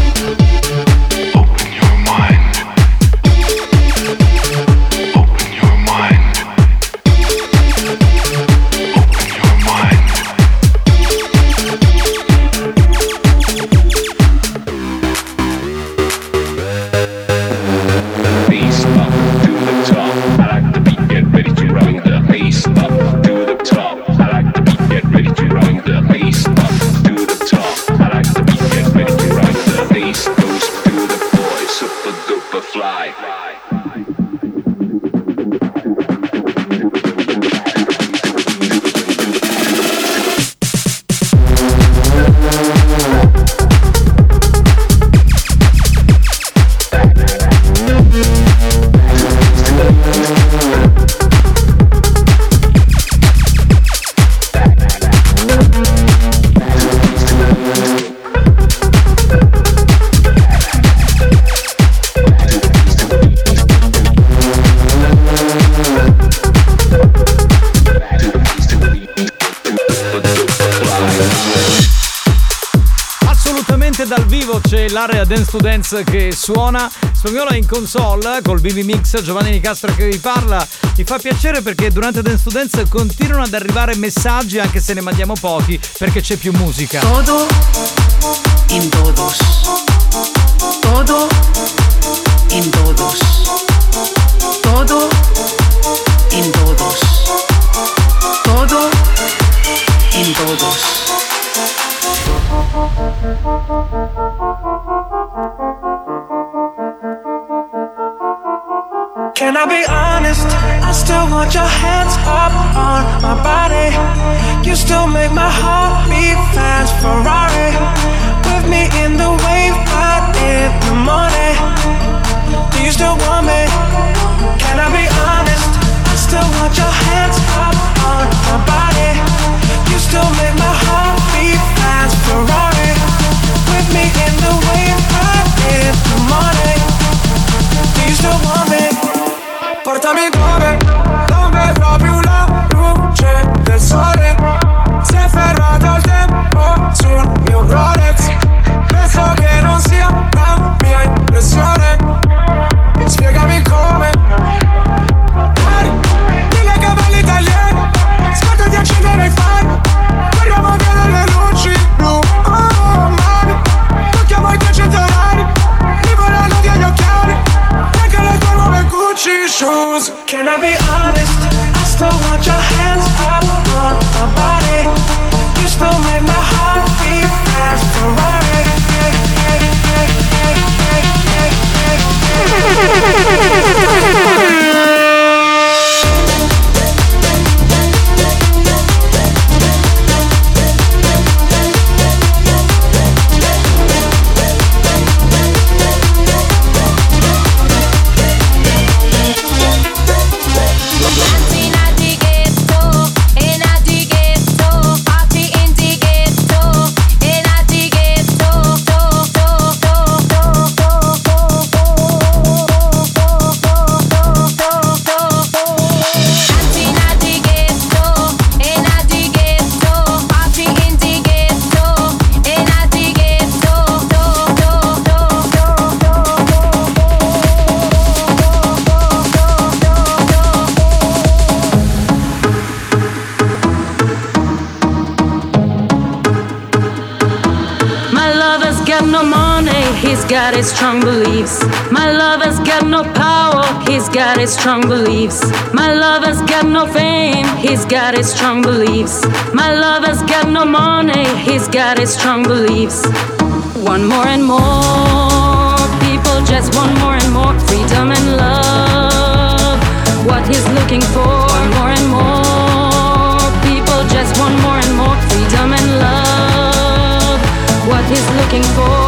S31: Face up to the top. I like the beat, get ready to run the face up to the top. I like the beat, get ready to run the face up to the top. I like the beat, get ready to run the face goes to the boy, super duper fly.
S8: Assolutamente dal vivo c'è l'area Dance to Dance che suona. Spagnolo è in console col BB Mix, Giovanni Di Castro che vi parla. Mi fa piacere perché durante Dance to Dance continuano ad arrivare messaggi, anche se ne mandiamo pochi, perché c'è più musica.
S7: Todo en todos. Todo en todos. Todo en todos. Todo en todos.
S21: Can I be honest? I still want your hands up on my body. You still make my heart beat fast, Ferrari. With me in the wave out in the morning. Do you still want me? Can I be honest? I still want your hands up on my body. You still make my heart beat fast, Ferrari. With me in the wave out in the morning. Do you still want me? Portami dove, dove trovi una luce del sole Si è fermato il tempo
S7: Oh,
S38: got no money, he's got his strong beliefs. My lover's got no power, he's got his strong beliefs. My lover's got no fame, he's got his strong beliefs. My lover's got no money, he's got his strong beliefs. One more and more people just want more and more freedom and love. What he's looking for, One more and more people just want more and more freedom and love. What he's looking for,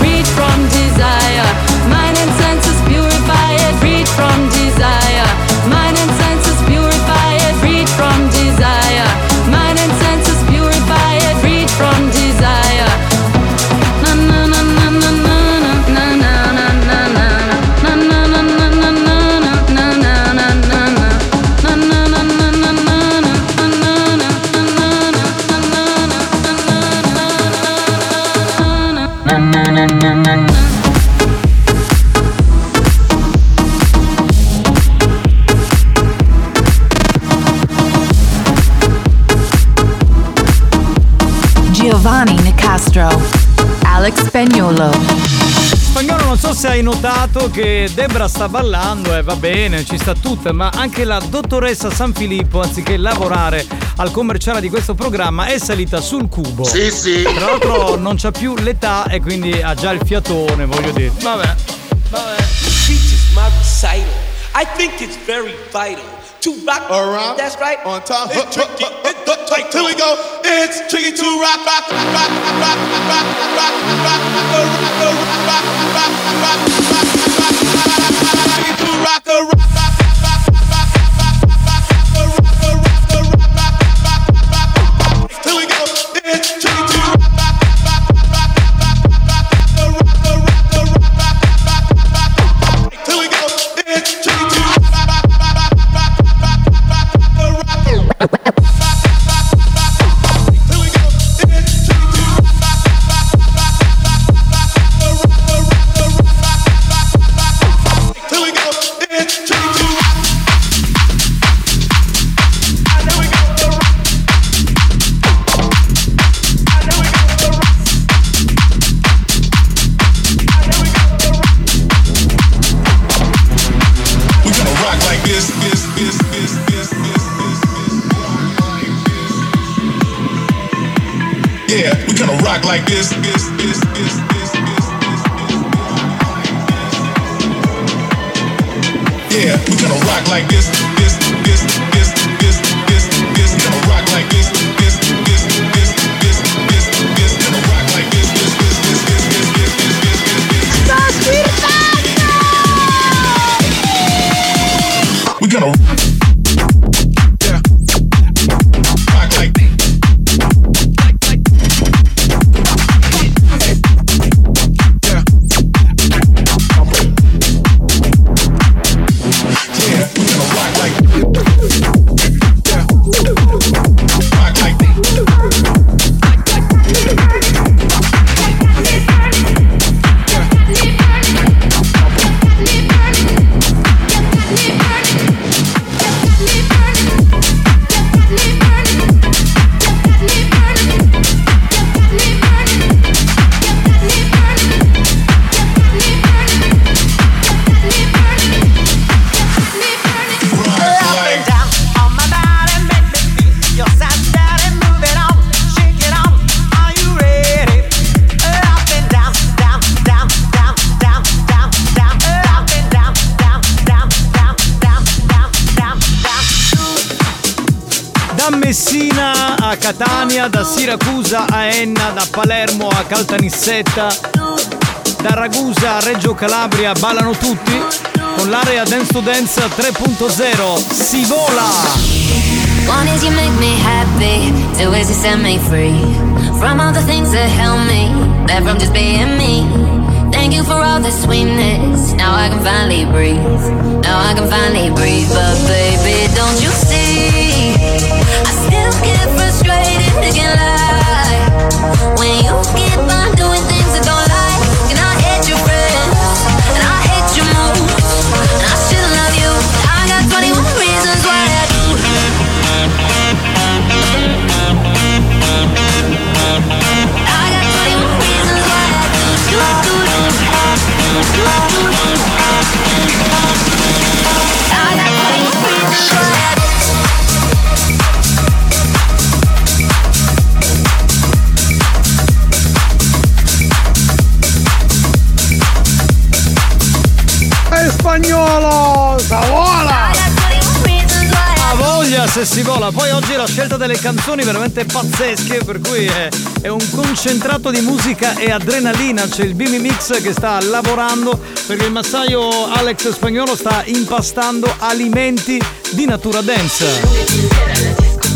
S38: freed from desire. Mind and senses purify it, freed from desire. Mind and senses purify it, freed from desire. Mind and senses purify it, freed from desire.
S35: Giovanni Nicastro, Alex Spagnolo.
S8: Spagnolo, non so se hai notato che Debra sta ballando e va bene, ci sta tutta, ma anche la dottoressa San Filippo, anziché lavorare al commerciale di questo programma, è salita sul cubo.
S7: Sì, sì.
S8: Tra l'altro non c'ha più l'età e quindi ha già il fiatone, voglio dire. Vabbè.
S7: Teaches my recital. I think it's very vital to rock. Around. That's right. On time. It's tricky. It's like till we go. It's tricky to rock, rock, rock, rock, rock, rock, rock, rock, rock, rock, rock, rock, Tricky to rock, a rock. Till we go. It's tricky to rock. Till we go. It's tricky to Till we go. It's tricky to rock. We gotta rock like this, this, this, this, this, this, this, this. Yeah, we gotta rock like this, this, this, this, this, this, this. Yeah, we gotta rock like this, this, this, this, this, this, this. We gotta rock like this, this, this, this, this, this, this. Gotta rock like this, this, this, this, this, this, this, this, this, this. Sto We gotta
S8: Da Messina a Catania, da Siracusa a Enna, da Palermo a Caltanissetta, da Ragusa a Reggio Calabria ballano tutti con l'area Dance to Dance 3.0 si vola!
S7: One is you make me happy, two is you set me free from all the things that help me, that from just being me. Thank you for all the sweetness. Now I can finally breathe. Now I can finally breathe. But baby, don't you see? I still get frustrated and can lie when you keep on doing things I don't like. And I hate your friends, and I hate your moves, and I still love you. I got 21 reasons why I do. I got 21 reasons why I
S8: se si vola. Poi oggi la scelta delle canzoni veramente pazzesche, per cui è, è un concentrato di musica e adrenalina. C'è il Bimi Mix che sta lavorando perché il massaio Alex Spagnolo sta impastando alimenti di natura dance.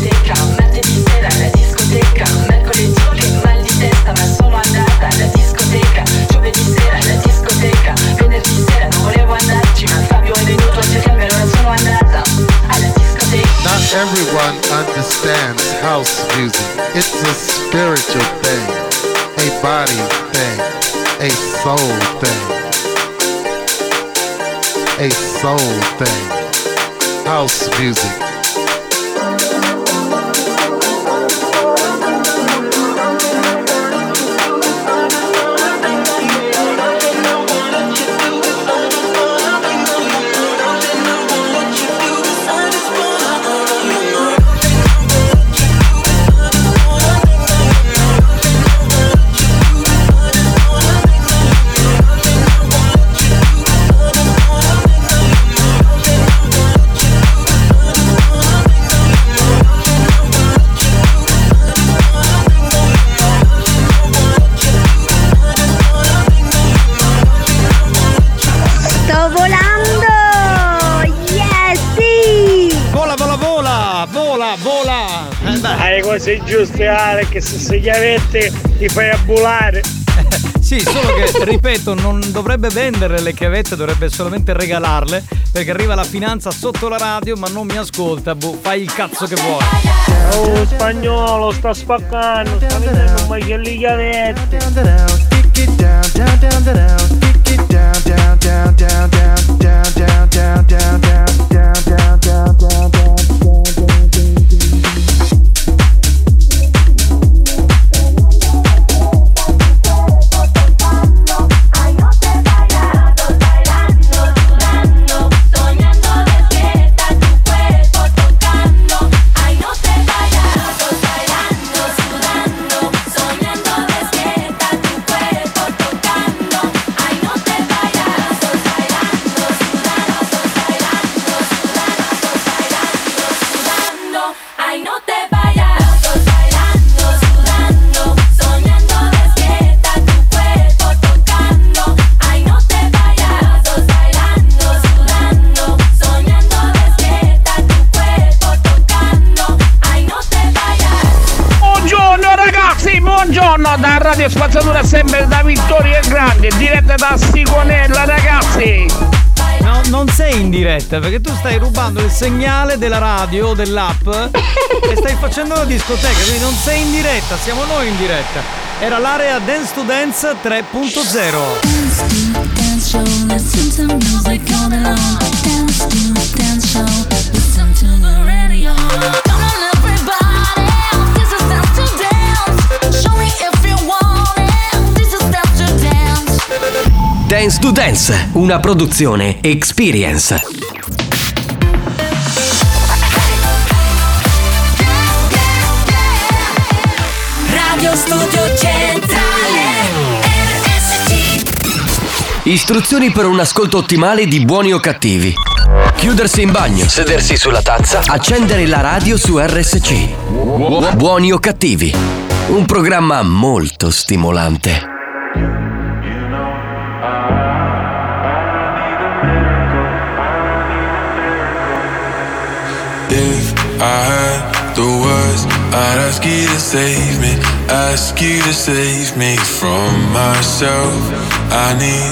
S25: Not everyone understands house music. It's a spiritual thing, a body thing, a soul thing. A soul thing. House music.
S52: Sto volando! Yes! Sì!
S8: Vola, vola, vola, vola, vola.
S16: Eh, Hai cose giuste Alex, se chiavette ti fai abulare.
S8: Sì, solo che, ripeto, non dovrebbe vendere le chiavette, dovrebbe solamente regalarle, perché arriva la finanza sotto la radio, ma non mi ascolta, boh, fai il cazzo che vuoi.
S16: Oh spagnolo, sta spaccando, sta vedendo un macelli chiavette.
S7: Ay, no te vayas. Estoy bailando, sudando, soñando despierta tu cuerpo tocando. Ay, no te vayas. Estoy bailando, sudando, soñando despierta tu cuerpo tocando. Ay, no te
S16: Buongiorno ragazzi, buongiorno da Radio Spazzatura sempre da Vittorio il Grande, diretta da Sigonella ragazzi.
S8: No, non sei in diretta, perché tu stai rubando il segnale della radio, dell'app, e stai facendo la discoteca, quindi non sei in diretta, siamo noi in diretta. Era l'area Dance to Dance 3.0.
S7: Dance show, listen to music all day long. Dance to dance show, listen to the radio. Come on, everybody, this is dance to dance. Show me if you want it. This is dance to dance.
S1: Dance to Dance, una produzione Experience.
S7: Radio Studio Centrale. RSC.
S1: Istruzioni per un ascolto ottimale di buoni o cattivi. Chiudersi in bagno, sedersi sulla tazza, accendere la radio su RSC. Buoni o cattivi. Un programma molto stimolante.
S39: If I had the words, I'd ask you to save me. Ask you to save me from myself. I need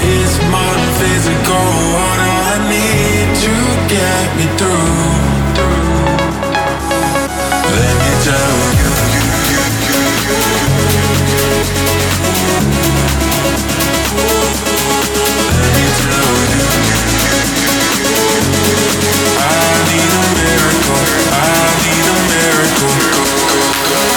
S39: It's my physical, what I need to get me through. Let me tell you, you, you, you, you. Let me tell you, you, you, you, you. I need a miracle, I need a miracle.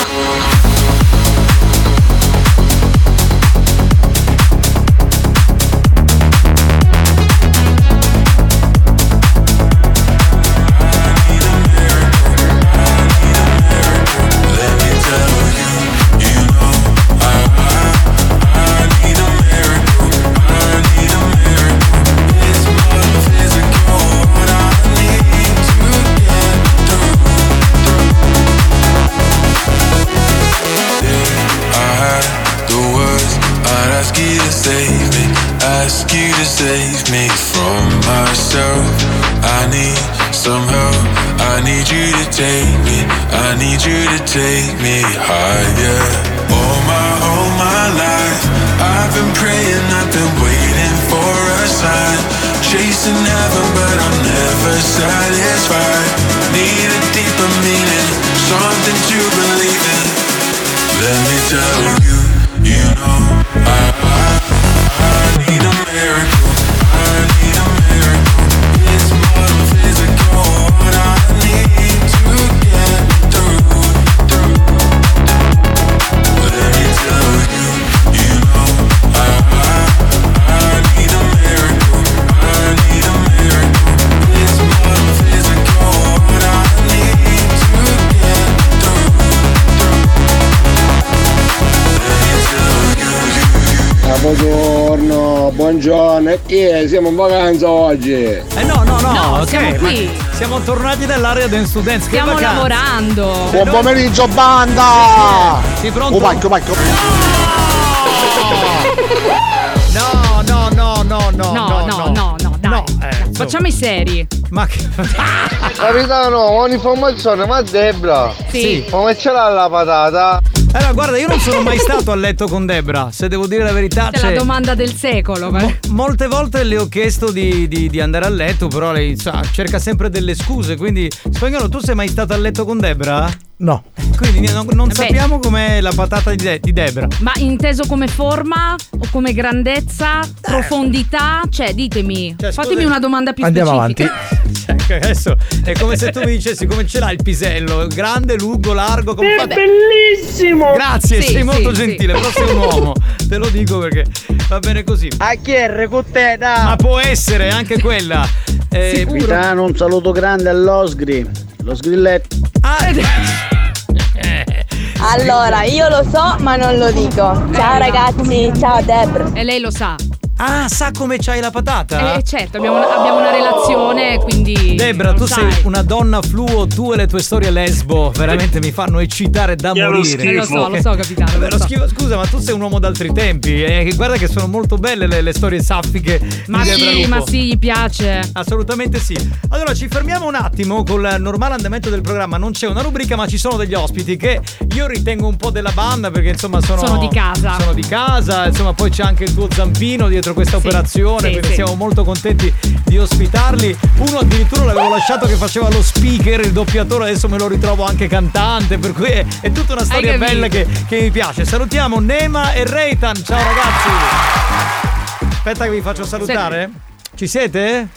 S39: I'd ask you to save me, ask you to save me from myself. I need some help, I need you to take me, I need you to take me higher. All my, all my life, I've been praying, I've been waiting for a sign. Chasing heaven, but I'm never satisfied. Need a deeper meaning, something to believe in. Let me tell you, you know I, I, I need a miracle. I need a miracle. It's more than physical. What I need to get through, through. Let me tell you, you know I, I, I need a miracle. I need a miracle. It's more than physical. What I need to get through, through. Let me tell you.
S1: Ah, buongiorno, buongiorno, e chi è? Siamo in vacanza oggi!
S8: Eh no, no, no,
S13: No,
S8: ok,
S13: siamo
S8: ma
S13: qui.
S8: Siamo tornati dall'area del students. che
S13: Stiamo
S8: vacanze?
S13: lavorando.
S1: Buon pomeriggio banda!
S8: Sì, pronto?
S1: Oh, vai, vai, vai.
S8: No, Oh, no, no, no, no, eh,
S13: No, no, no, no, dai. Facciamo i seri.
S8: Ma che.
S20: Capitano, ho un'informazione, ma Debra!
S8: Sì.
S20: Come ce l'ha la patata?
S8: Allora, guarda, io non sono mai stato a letto con Debra, se devo dire la verità.
S13: Questa è
S8: cioè,
S13: la domanda del secolo.
S8: Boh.
S13: ma-
S8: Molte volte le ho chiesto di, di- di andare a letto, però lei sa, cerca sempre delle scuse. Quindi, spagnolo, tu sei mai stato a letto con Debra?
S37: No.
S8: Quindi no- non
S13: Beh.
S8: sappiamo com'è la patata di, De- di Debra.
S13: Ma inteso come forma o come grandezza,
S8: Eh.
S13: profondità? Cioè, ditemi, fatemi una domanda più specifica.
S8: Cioè, adesso è come se tu mi dicessi come ce l'ha il pisello, grande, lungo, largo. Come
S13: È
S8: fa-
S13: bellissimo!
S8: Grazie,
S13: Sì,
S8: sei
S13: sì,
S8: molto
S13: sì.
S8: gentile, però sei un uomo, te lo dico perché va bene così.
S13: Ah.
S8: ACR con te, Ma può essere anche quella. Eh,
S20: Capitano, un saluto grande all'Osgri, lo sgrilletto.
S13: Ah,
S8: Eh,
S13: Eh.
S46: Allora, io lo so, ma non lo dico. Ciao ragazzi, ciao Debra.
S13: E lei lo sa.
S8: Ah, sa come c'hai la patata?
S13: Eh, certo, abbiamo una, abbiamo una relazione, quindi.
S8: Debra,
S13: non
S8: tu
S13: sai.
S8: sei una donna fluo, tu e le tue storie lesbo veramente mi fanno eccitare da
S13: È uno
S8: morire.
S13: schifo. Eh, lo so, lo so, capitano,
S8: Vabbè,
S13: lo
S8: lo
S13: so.
S8: schifo- scusa, ma tu sei un uomo d'altri tempi. eh, guarda che sono molto belle le, le storie saffiche.
S13: Ma
S8: di Debra
S13: sì,
S8: Lupo.
S13: ma sì, gli piace.
S8: Assolutamente sì. Allora ci fermiamo un attimo col normale andamento del programma. Non c'è una rubrica, ma ci sono degli ospiti che io ritengo un po' della banda perché insomma sono,
S13: Sono di casa.
S8: Sono di casa, insomma poi c'è anche il tuo zampino dietro questa operazione,
S13: sì,
S8: quindi
S13: sì.
S8: siamo molto contenti di ospitarli. Uno addirittura l'avevo lasciato che faceva lo speaker, il doppiatore, adesso me lo ritrovo anche cantante, per cui è, è tutta una storia
S23: capito?
S8: bella che, che mi piace. Salutiamo Nema e Reitan, ciao ragazzi. Aspetta che vi faccio salutare. Ci siete?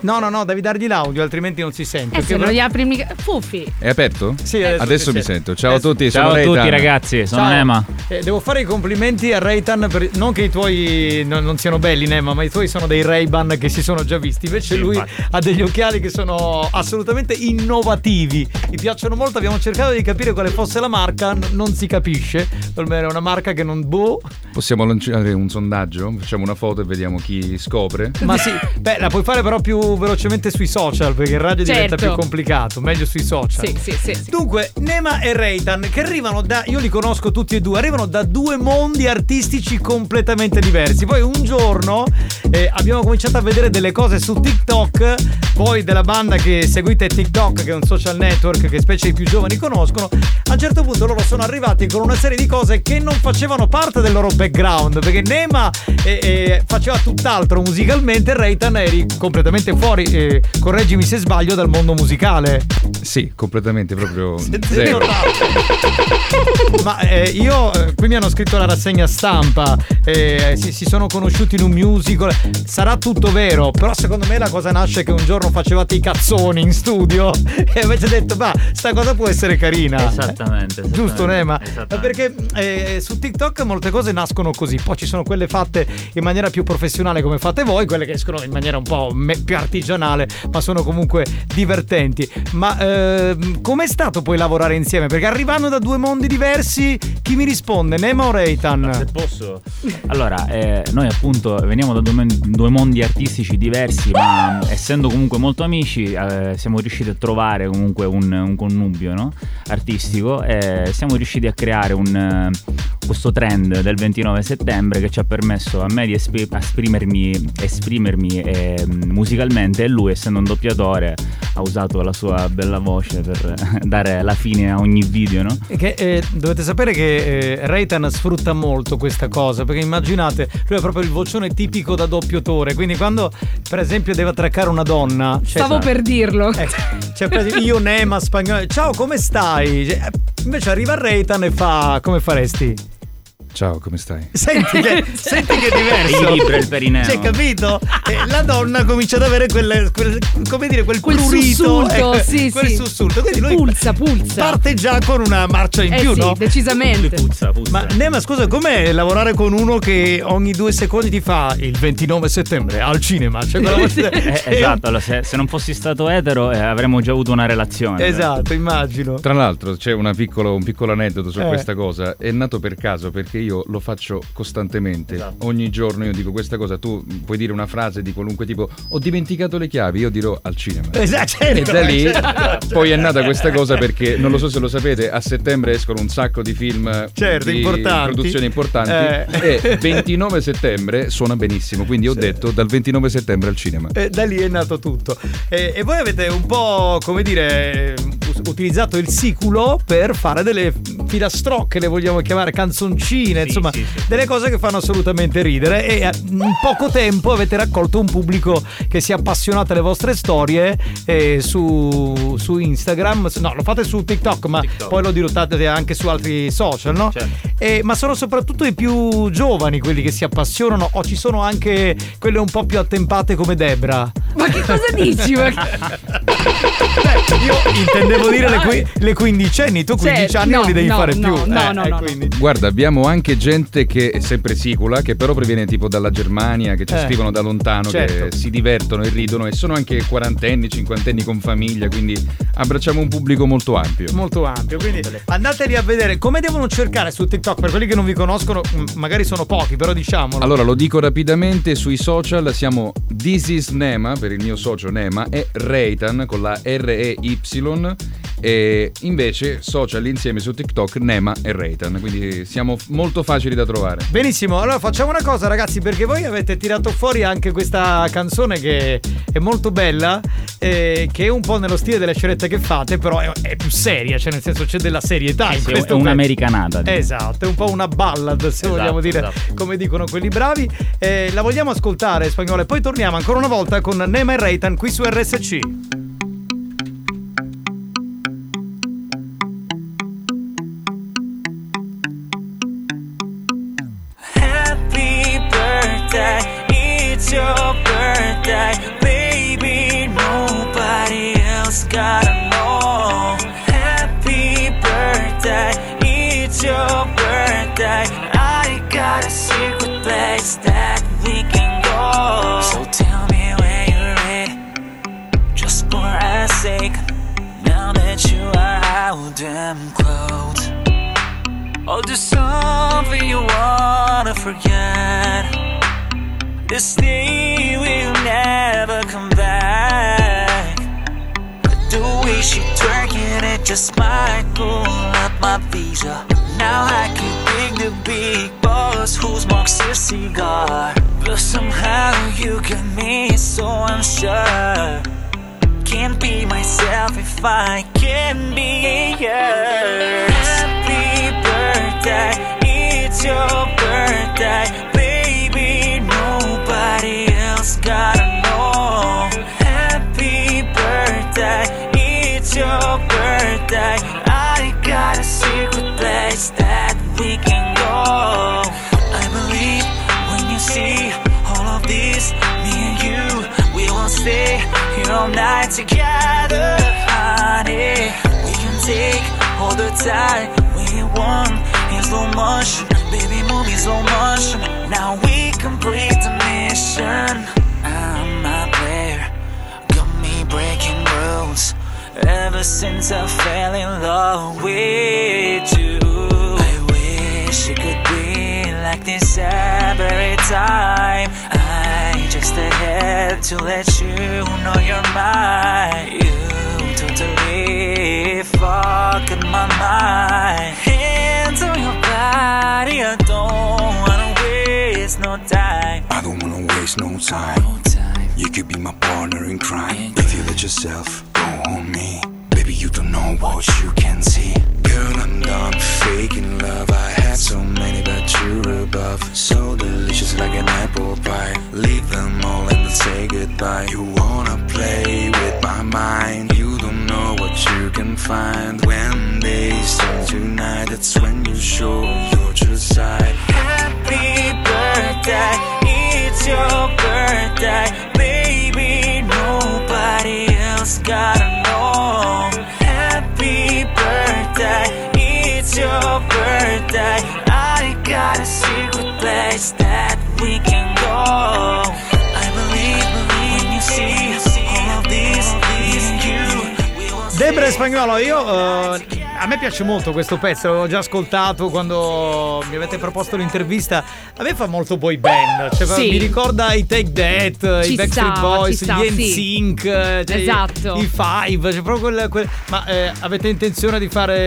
S8: No, no, no, devi dargli l'audio, altrimenti non si sente.
S13: Eh, se
S8: Perché Cioè,
S13: non
S8: per-
S13: gli apri il micro- Fuffi.
S40: È aperto?
S8: Sì, adesso
S40: adesso
S8: si
S40: mi
S8: sente.
S40: sento. Ciao a tutti,
S23: Ciao
S40: sono
S23: a tutti,
S40: Reitan.
S23: ragazzi, sono Nema.
S8: Eh, devo fare i complimenti a Raytan per- non che i tuoi non, non siano belli Nema, ma i tuoi sono dei Ray-Ban che si sono già visti, invece lui ha degli occhiali che sono assolutamente innovativi. Mi piacciono molto, abbiamo cercato di capire quale fosse la marca, n- non si capisce, almeno è una marca che non boh,
S40: Possiamo lanciare un sondaggio? Facciamo una foto e vediamo chi scopre.
S8: ma sì, beh, la puoi fare però più velocemente sui social perché in radio diventa
S40: Certo.
S8: più complicato, meglio sui social.
S40: Sì, sì, sì, sì.
S8: Dunque, Nema e Reitan che arrivano da, io li conosco tutti e due, arrivano da due mondi artistici completamente diversi. Poi un giorno eh, abbiamo cominciato a vedere delle cose su TikTok, voi della banda che seguite TikTok, che è un social network che specie i più giovani conoscono, a un certo punto loro sono arrivati con una serie di cose che non facevano parte del loro background, perché Nema eh, eh, faceva tutt'altro musicalmente, Reitan eri completamente fuori, eh, correggimi se sbaglio, dal mondo musicale.
S40: Sì, completamente proprio
S8: Zero.
S40: zero.
S8: Ma eh, io eh, qui mi hanno scritto la rassegna stampa, eh, si, si sono conosciuti in un musical, sarà tutto vero, però secondo me la cosa nasce che un giorno facevate i cazzoni in studio e avete detto ma sta cosa può essere carina.
S23: Esattamente, esattamente.
S8: Giusto Nema?
S23: Esattamente.
S8: Ma perché eh, su TikTok molte cose nascono così, poi ci sono quelle fatte in maniera più professionale come fate voi, quelle che escono in maniera un po' me- più artigianale, ma sono comunque divertenti. Ma ehm, com'è stato poi lavorare insieme? Perché arrivando da due mondi diversi, chi mi risponde? Nema o Reitan?
S23: Posso? Allora, eh, noi appunto veniamo da due, men- due mondi artistici diversi, ma essendo comunque comunque molto amici, eh, siamo riusciti a trovare comunque un, un connubio no? artistico e siamo riusciti a creare un, eh, questo trend del 29 settembre che ci ha permesso a me di espri- esprimermi, esprimermi, eh, musicalmente e lui essendo un doppiatore ha usato la sua bella voce per dare la fine a ogni video. No?
S8: E Che, eh, dovete sapere che eh, Reitan sfrutta molto questa cosa perché immaginate lui è proprio il vocione tipico da doppiatore quindi quando per esempio deve attraccare una donna cioè,
S9: Stavo
S8: esatto.
S9: per dirlo.
S8: Eh, cioè, per esempio, io Nema spagnolo ciao come stai Cioè, eh, invece arriva Reitan e fa come faresti
S40: Ciao, come stai?
S8: Senti che, senti che è diverso.
S23: E gli vibra il perineo.
S8: Cioè, capito? Eh, la donna comincia ad avere quel, quel- come dire, quel,
S9: Quel
S8: prurito,
S9: sussulto,
S8: eh,
S9: sì,
S8: quel
S9: sì.
S8: sussulto. Quindi lui
S9: pulsa, pulsa.
S8: Parte già con una marcia in
S9: Eh
S8: più,
S9: sì,
S8: no?
S9: decisamente.
S8: Ma Nema, scusa, com'è lavorare con uno che ogni due secondi ti fa il 29 settembre al cinema? Cioè, quella voce-
S23: Eh, esatto, allora, se, se non fossi stato etero eh, avremmo già avuto una relazione.
S8: Esatto, immagino.
S40: Tra l'altro c'è una piccolo- un piccolo aneddoto su
S23: Eh.
S40: questa cosa, è nato per caso perché io lo faccio costantemente,
S23: Esatto.
S40: ogni giorno io dico questa cosa, tu puoi dire una frase di qualunque tipo, ho dimenticato le chiavi, io dirò al cinema.
S8: Esatto,
S40: E da lì
S8: certo.
S40: poi è nata questa cosa perché non lo so se lo sapete, a settembre escono un sacco di film
S8: Certo,
S40: di
S8: importanti.
S40: produzioni importanti
S8: Eh.
S40: e 29 settembre suona benissimo, quindi ho detto dal 29 settembre al cinema.
S8: Eh, da lì è nato tutto. Eh, e voi avete un po', come dire, eh, us- utilizzato il siculo per fare delle filastrocche, le vogliamo chiamare canzoncine, insomma, delle cose che fanno assolutamente ridere. E eh, in poco tempo avete raccolto un pubblico che si è appassionato alle vostre storie eh, su, su Instagram. su- No, lo fate su TikTok, ma poi lo dirottate anche su altri social, no? Eh, ma sono soprattutto i più giovani quelli che si appassionano, o ci sono anche quelle un po' più attempate come Debra.
S9: Ma che cosa dici? Ma che-
S8: Intendevo dire le, qui- le quindicenni, tu
S9: Sì,
S8: 15 anni non
S9: Cioè, no,
S8: li devi
S9: no,
S8: fare
S9: no,
S8: più.
S9: no,
S8: Eh,
S9: no,
S8: eh,
S9: no,
S8: quindi-
S40: Guarda, abbiamo anche gente che è sempre sicula, che però proviene tipo dalla Germania, che ci
S8: Eh,
S40: scrivono da lontano,
S8: certo.
S40: che si divertono e ridono e sono anche quarantenni, cinquantenni con famiglia, quindi abbracciamo un pubblico molto ampio.
S8: Molto ampio, quindi andatevi a vedere come devono cercare su TikTok per quelli che non vi conoscono, m- magari sono pochi, però diciamolo.
S40: Allora lo dico rapidamente, sui social siamo This is Nema per il mio socio Nema e Reitan con la R-E-Y e invece social insieme su TikTok Nema e Reitan, quindi siamo f- molto facili da trovare.
S8: Benissimo, allora facciamo una cosa ragazzi perché voi avete tirato fuori anche questa canzone che è molto bella, eh, che è un po' nello stile delle scelte che fate, però è, è più seria, cioè nel senso c'è della serietà in
S23: Eh sì, è
S8: questo
S23: un'americanata, diciamo.
S8: Esatto, è un po' una ballad se vogliamo dire,
S23: esatto.
S8: come dicono quelli bravi. Eh, la vogliamo ascoltare spagnola e poi torniamo ancora una volta con Nema e Reitan qui su RSC.
S7: Happy birthday, it's your birthday, baby. Nobody else got a all. Happy birthday, it's your birthday. I got a secret place that we can go. So tell me when you're ready, just for our sake. Now that you are out and close. I'll do something you wanna forget. This day will never come back. But the way she twerking it just might pull up my visa. Now I can dig the big boss who smokes a cigar. But somehow you got me so unsure. Can't be myself if I can't be yours. Happy birthday, it's your birthday, baby. Nobody else gotta know. Happy birthday, it's your birthday. I got a secret place that we can go. I believe when you see all of this, me and you, we will stay here all night together, honey. We can take all the time we want in slow motion, baby, move in slow motion. Now we complete the mission. I'm a player, got me breaking rules. Ever since I fell in love with you, I wish it could be like this every time. I just ahead to let you know you're mine. You totally fucking my mind. Hands on your body, I don't wanna waste no time.
S48: I don't wanna waste no time. You could be my partner in crime if you let yourself go on me. Baby, you don't know what you can see. Girl, I'm done faking love. I had so many, but you're above. So delicious, like an apple pie. Leave them all and let's say goodbye. You wanna play with my mind? You don't know what you can find when they say tonight. That's when you show your true side.
S7: Happy birthday, it's your birthday, baby. Nobody else gotta know. Happy birthday, it's your birthday. I got a secret place that we can go. I believe, believe you see all of this, this you.
S8: Debra Spagnolo, io. eh, a me piace molto questo pezzo, l'avevo già ascoltato quando mi avete proposto l'intervista. A me fa molto boy band. Cioè,
S7: Sì.
S8: Mi ricorda i Take That,
S7: Ci
S8: i Backstreet
S7: sta,
S8: Boys,
S7: ci sta,
S8: gli
S7: sì.
S8: NSYNC, eh, cioè,
S7: Esatto.
S8: i Five. Cioè, proprio quel, quel- Ma eh, avete intenzione di fare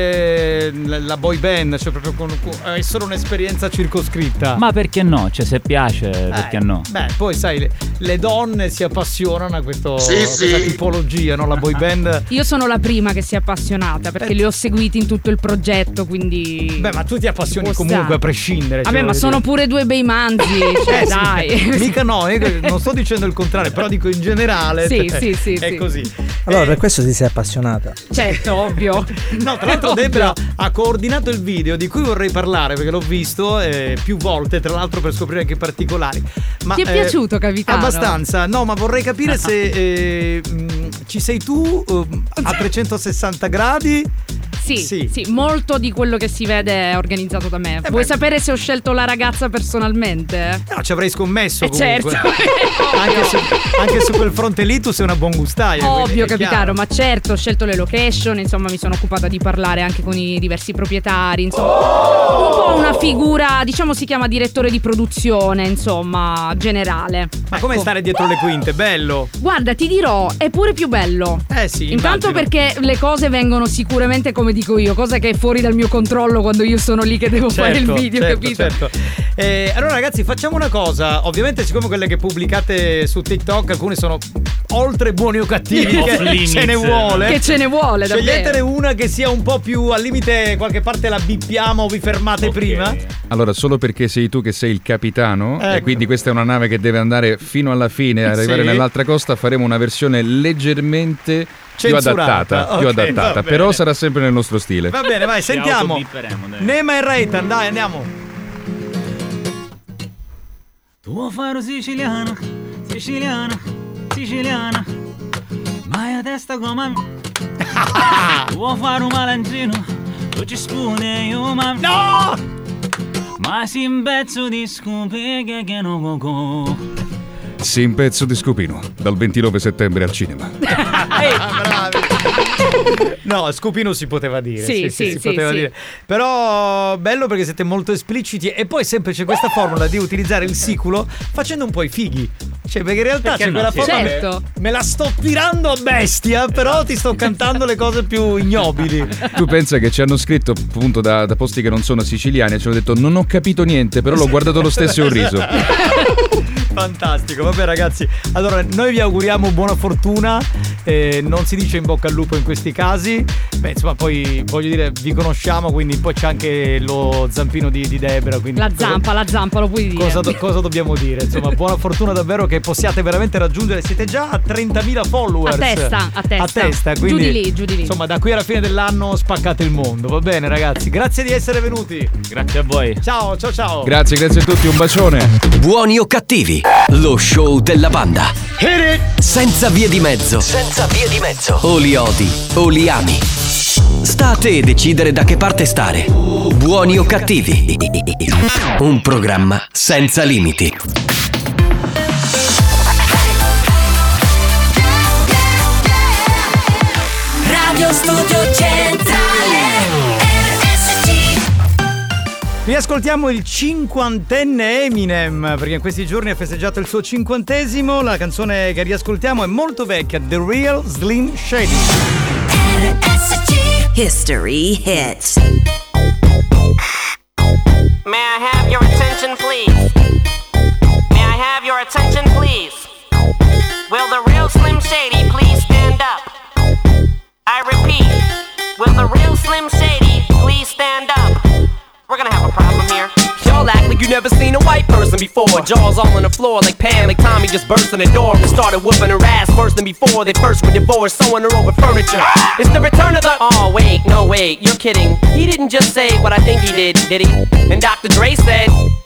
S8: eh, la la boy band? Cioè, proprio con, con- è solo un'esperienza circoscritta.
S53: Ma perché no? Cioè, se piace,
S8: Eh.
S53: perché no?
S8: Beh, poi sai, le, le donne si appassionano a questo,
S53: Sì,
S8: a questa
S53: sì.
S8: tipologia, no? La boy band.
S9: Io sono la prima che si è appassionata perché li ho seguiti in tutto il progetto, quindi.
S8: Eh. Beh, ma tu ti appassioni
S9: Può
S8: comunque
S9: stare.
S8: a prescindere. cioè,
S9: Vabbè, ma
S8: voglio
S9: sono
S8: dire.
S9: pure due bei manzi, cioè
S8: Eh, sì.
S9: dai.
S8: Mica no, io non sto dicendo il contrario, però dico in generale.
S9: Sì,
S8: cioè,
S9: sì, sì,
S8: È
S9: sì.
S8: così.
S16: Allora, per questo ti sei appassionata.
S9: Certo, ovvio.
S8: No, tra l'altro Debra ha coordinato il video di cui vorrei parlare perché l'ho visto eh, più volte, tra l'altro per scoprire anche i particolari. Ma,
S9: Ti è
S8: eh,
S9: piaciuto, capitano?
S8: Abbastanza, no, ma vorrei capire se eh, mh, ci sei tu eh, a 360 gradi.
S9: Sì,
S8: Sì. Eh
S9: sì, molto di quello che si vede è organizzato da me. Vuoi sapere se ho scelto la ragazza personalmente?
S8: No, ci avrei scommesso
S9: Eh,
S8: comunque.
S9: certo.
S8: anche, su, anche su quel fronte lì tu sei una buon gustaia. Eh, quindi
S9: Ovvio,
S8: è chiaro.
S9: capitano, ma certo, ho scelto le location, insomma, mi sono occupata di parlare anche con i diversi proprietari, insomma.
S8: Oh!
S9: Un po' una figura, diciamo, si chiama direttore di produzione, insomma, generale. Ecco.
S8: Ma come stare dietro le quinte? Bello.
S9: Guarda, ti dirò, è pure più bello.
S8: Eh sì.
S9: Intanto
S8: immagino.
S9: perché le cose vengono sicuramente come dico io, cosa che è fuori dal mio controllo quando io sono lì che devo fare il
S8: Certo,
S9: video,
S8: certo,
S9: capito?
S8: certo. Eh, allora ragazzi facciamo una cosa, ovviamente siccome quelle che pubblicate su TikTok alcune sono oltre buoni o cattivi,
S53: Off
S8: che
S53: limits.
S8: ce ne vuole.
S9: Che ce ne vuole, davvero.
S8: Sceglietene una che sia un po' più al limite qualche parte la bippiamo o vi fermate prima.
S40: Allora, solo perché sei tu che sei il capitano, e
S8: Ecco.
S40: quindi questa è una nave che deve andare fino alla fine, arrivare
S8: Sì.
S40: nell'altra costa, faremo una versione leggermente più
S8: Censurata.
S40: adattata.
S8: Ok,
S40: più
S8: va
S40: adattata
S8: bene.
S40: però sarà sempre nel nostro stile.
S8: Va bene, vai, sentiamo. Nema e Reitan, dai, andiamo.
S23: Tuo faro siciliano, siciliano, siciliano, ma io testa come a Tuo faro malancino, tu ci spune io ma... No! Ma si un pezzo di scopiche che non coco.
S40: Sì, in pezzo di Scopino, dal 29 settembre al cinema.
S8: No, Scupino si poteva dire.
S23: Sì, sì,
S8: si
S23: sì,
S8: poteva
S23: sì.
S8: dire. Però bello perché siete molto espliciti e poi sempre c'è questa formula di utilizzare il siculo facendo un po' i fighi. Cioè, perché in realtà
S23: Perché
S8: c'è
S23: no,
S8: quella
S23: sì.
S8: forma che-
S23: Certo. Esatto.
S8: me la sto tirando a bestia, però ti sto cantando le cose più ignobili.
S40: Tu pensa che ci hanno scritto appunto da, da posti che non sono siciliani e ci hanno detto non ho capito niente, però l'ho guardato lo stesso e ho riso.
S8: Fantastico, vabbè ragazzi. Allora, noi vi auguriamo buona fortuna. eh, non si dice in bocca al lupo in questi casi. Beh, insomma, poi voglio dire, vi conosciamo, quindi poi c'è anche lo zampino di, di Debra. Quindi
S9: La
S8: cosa-
S9: zampa, la zampa, lo puoi dire.
S8: Cosa, do- cosa dobbiamo dire? Insomma, buona fortuna davvero che possiate veramente raggiungere. Siete già a 30.000 followers.
S9: A testa, a testa.
S8: A testa,
S9: Giù
S8: quindi.
S9: di lì, giù di lì.
S8: Insomma, da qui alla fine dell'anno spaccate il mondo. Va bene, ragazzi. Grazie di essere venuti.
S53: Grazie a voi.
S8: Ciao, ciao, ciao.
S40: Grazie, grazie a tutti, un bacione.
S1: Buoni o cattivi, lo show della banda. Senza vie di mezzo. Senza vie di mezzo. O li odi o li ami. Sta a te decidere da che parte stare. Buoni o cattivi. Un programma senza limiti.
S54: Radio Studio Centrale RSC
S8: Riascoltiamo il cinquantenne Eminem, perché in questi giorni ha festeggiato il suo cinquantesimo. La canzone che riascoltiamo è molto vecchia, The Real Slim Shady.
S38: History hits.
S9: May I have your attention, please? May I have your attention, please? Will the real Slim Shady please stand up? I repeat, will the real Slim Shady please stand up? We're gonna have a problem here.
S12: Y'all act like you never seen a white person before. Jaws all on the floor like Pam, like Tommy just burst in the door and started whooping her ass worse than before. They first were divorced, sewing her over furniture. It's the return of the. Oh wait, no wait, you're kidding. He didn't just say what I think he did, did he? And Dr. Dre said.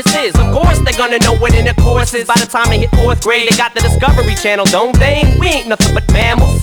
S12: is. Of course, they're gonna know what intercourse is by the time they hit fourth grade. They got the Discovery Channel, don't they? We ain't nothing but mammals.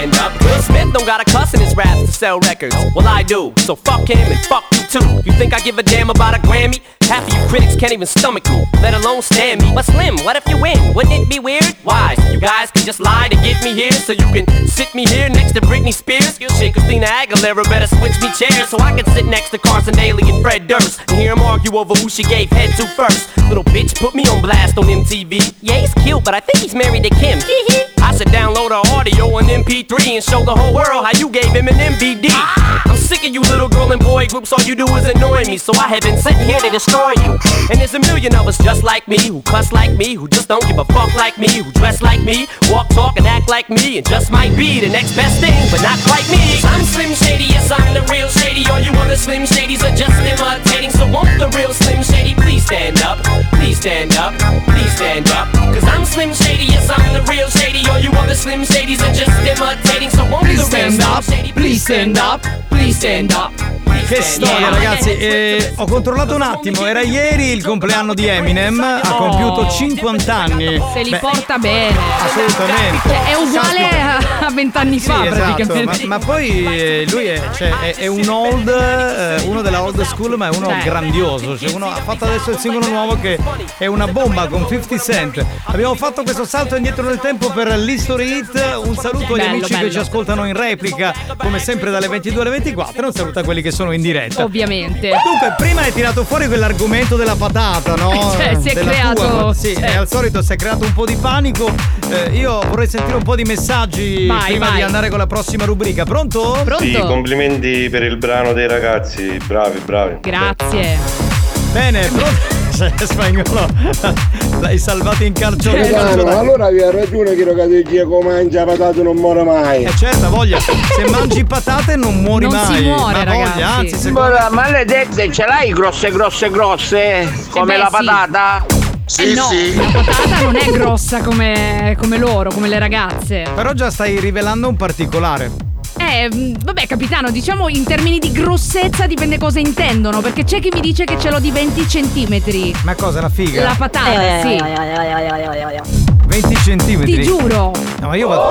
S9: up.
S12: Will Smith don't got a cuss in his raps to sell records. Well, I do, so fuck him and fuck you too. You think I give a damn about a Grammy? Half of you critics can't even stomach me, let alone stand me. But Slim, what if you win? Wouldn't it be weird? Why? So you guys can just lie to get me here, so you can sit me here next to Britney Spears. You shit, Christina Aguilera better switch me chairs so I can sit next to Carson Daly and Fred Durst and hear 'em argue over who she gave head to first. Little bitch put me on blast on MTV. Yeah, he's cute, but I think he's married to Kim. I should download her audio on MP3 and show the whole world how you gave him an MVD. I'm sick of you little girl and boy groups, all you do is annoy me, so I have been sent here to destroy you. And there's a million of us just like me, who cuss like me, who just don't give a fuck like me, who dress like me, walk, talk, and act like me, and just might be the next best thing, but not quite me.
S9: I'm Slim Shady, yes, I'm the real Shady. All you other Slim Shadys are just imitating. So won't the real Slim Shady please stand up? Please stand up, please stand up. Cause I'm Slim Shady, yes, I'm the real Shady. All you other Slim Shadys are just imitating. So won't the real Slim Shady please stand up? Please stand up.
S8: Che storia ragazzi, Eh, ho controllato un attimo, era ieri il compleanno di Eminem, ha compiuto 50 anni.
S13: Se li
S8: Beh,
S13: porta bene.
S8: Assolutamente.
S13: Cioè, è uguale a- a vent'anni
S8: Sì,
S13: fa,
S8: esatto, ma,
S13: praticamente.
S8: ma poi eh, lui è, cioè, è- è un old, eh, uno della old school, ma è uno
S13: Certo.
S8: grandioso. Cioè, uno ha fatto adesso il singolo nuovo che è una bomba con 50 Cent. Abbiamo fatto questo salto indietro nel tempo per l'History Hit. Un saluto agli
S13: Bello,
S8: amici
S13: bello.
S8: che ci ascoltano in replica, come sempre dalle 22 alle 24. Un saluto a quelli che sono in diretta.
S13: Ovviamente.
S8: Dunque, prima hai tirato fuori quell'argomento della patata, no? eh,
S13: Cioè, si è
S8: Della
S13: creato-
S8: tua, sì,
S13: eh.
S8: eh, al solito si è creato un po' di panico. Eh, io vorrei sentire un po' di messaggi
S13: Vai,
S8: prima
S13: vai.
S8: di andare con la prossima rubrica. Pronto?
S33: Sì, complimenti per il brano dei ragazzi, bravi, bravi.
S13: Grazie.
S8: Bene, pronto. Cioè, spagnolo, l'hai salvato in carcere.
S16: Cioè,
S1: Capitano, ma allora vi ha ragione che che dice che mangia patate non muore mai.
S8: Eh certo, voglia. Se mangi patate non muori
S1: Non si
S8: mai.
S1: muore,
S8: Ma
S1: ragazzi.
S8: voglia, anzi, se
S16: Ma maledette, ce l'hai grosse, grosse,
S8: Eh
S16: grosse? Come
S13: beh,
S16: la
S13: sì.
S16: patata?
S13: eh no, la patata non è grossa come, come loro, come le ragazze.
S8: Però già stai rivelando un particolare.
S13: Eh, mh, vabbè, capitano, diciamo in termini di grossezza dipende cosa intendono, perché c'è chi mi dice che ce l'ho di 20 centimetri.
S8: Ma cosa, una figa?
S13: La patata,
S8: Eh,
S13: sì.
S8: 20 centimetri.
S13: Ti giuro.
S8: No, ma io vado.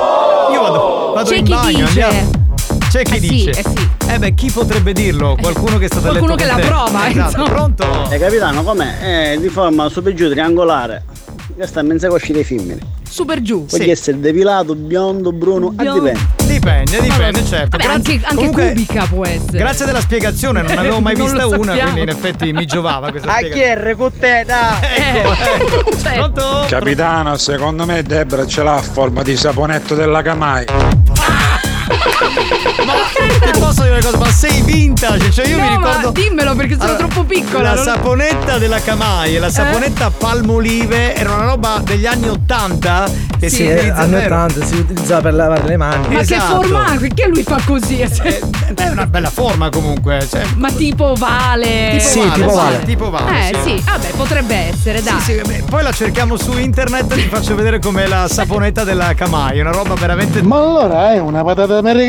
S8: Io vado, vado
S13: C'è
S8: in
S13: chi
S8: bagno.
S13: dice.
S8: andiamo. C'è chi
S13: Eh sì,
S8: dice.
S13: eh sì.
S8: Eh beh, chi potrebbe dirlo? Qualcuno che è stato a letto
S13: Qualcuno che
S8: con
S13: la
S8: te.
S13: prova,
S8: esatto.
S13: insomma.
S8: Pronto?
S20: E capitano, com'è? Eh, di forma super giù triangolare. Questa è mensa cosci dei femmine.
S13: Super giù.
S20: Puoi essere depilato, biondo, bruno, a
S13: Biondo.
S20: dipende.
S8: Dipende, dipende, certo.
S13: Vabbè, anche, anche
S8: comunque-
S13: cubica può essere.
S8: Grazie della spiegazione, non avevo mai
S13: Non
S8: vista
S13: lo
S8: una,
S13: sappiamo.
S8: quindi in effetti mi giovava questa spiegazione.
S20: AGR con te, da!
S8: Pronto?
S31: Capitano, secondo me Debra ce l'ha a forma di saponetto della Camai.
S8: ma ti posso dire una cosa? Ma sei vintage! Cioè io
S9: No,
S8: mi
S9: ma
S8: ricordo.
S9: dimmelo perché sono
S8: Allora,
S9: troppo piccola.
S8: La
S9: non-
S8: saponetta della Camai e la saponetta palmolive era una roba degli anni 80 che si
S16: Sì, eh,
S8: utilizza,
S16: anni
S8: vero?
S16: 80 si utilizzava per lavare le mani.
S9: Ma
S8: Esatto. Eh,
S9: che forma ha? Perché lui fa così?
S8: Beh, è una bella forma comunque. Cioè,
S9: Ma tipo vale.
S8: Tipo Sì, vale, tipo sì, vale. tipo vale,
S9: Eh,
S8: sì.
S9: sì. Vabbè, potrebbe essere, dai.
S8: Sì, beh, poi la cerchiamo su internet e ti faccio vedere com'è la saponetta della Camai, una roba veramente.
S31: Ma
S25: eh,
S31: allora è una patata americana.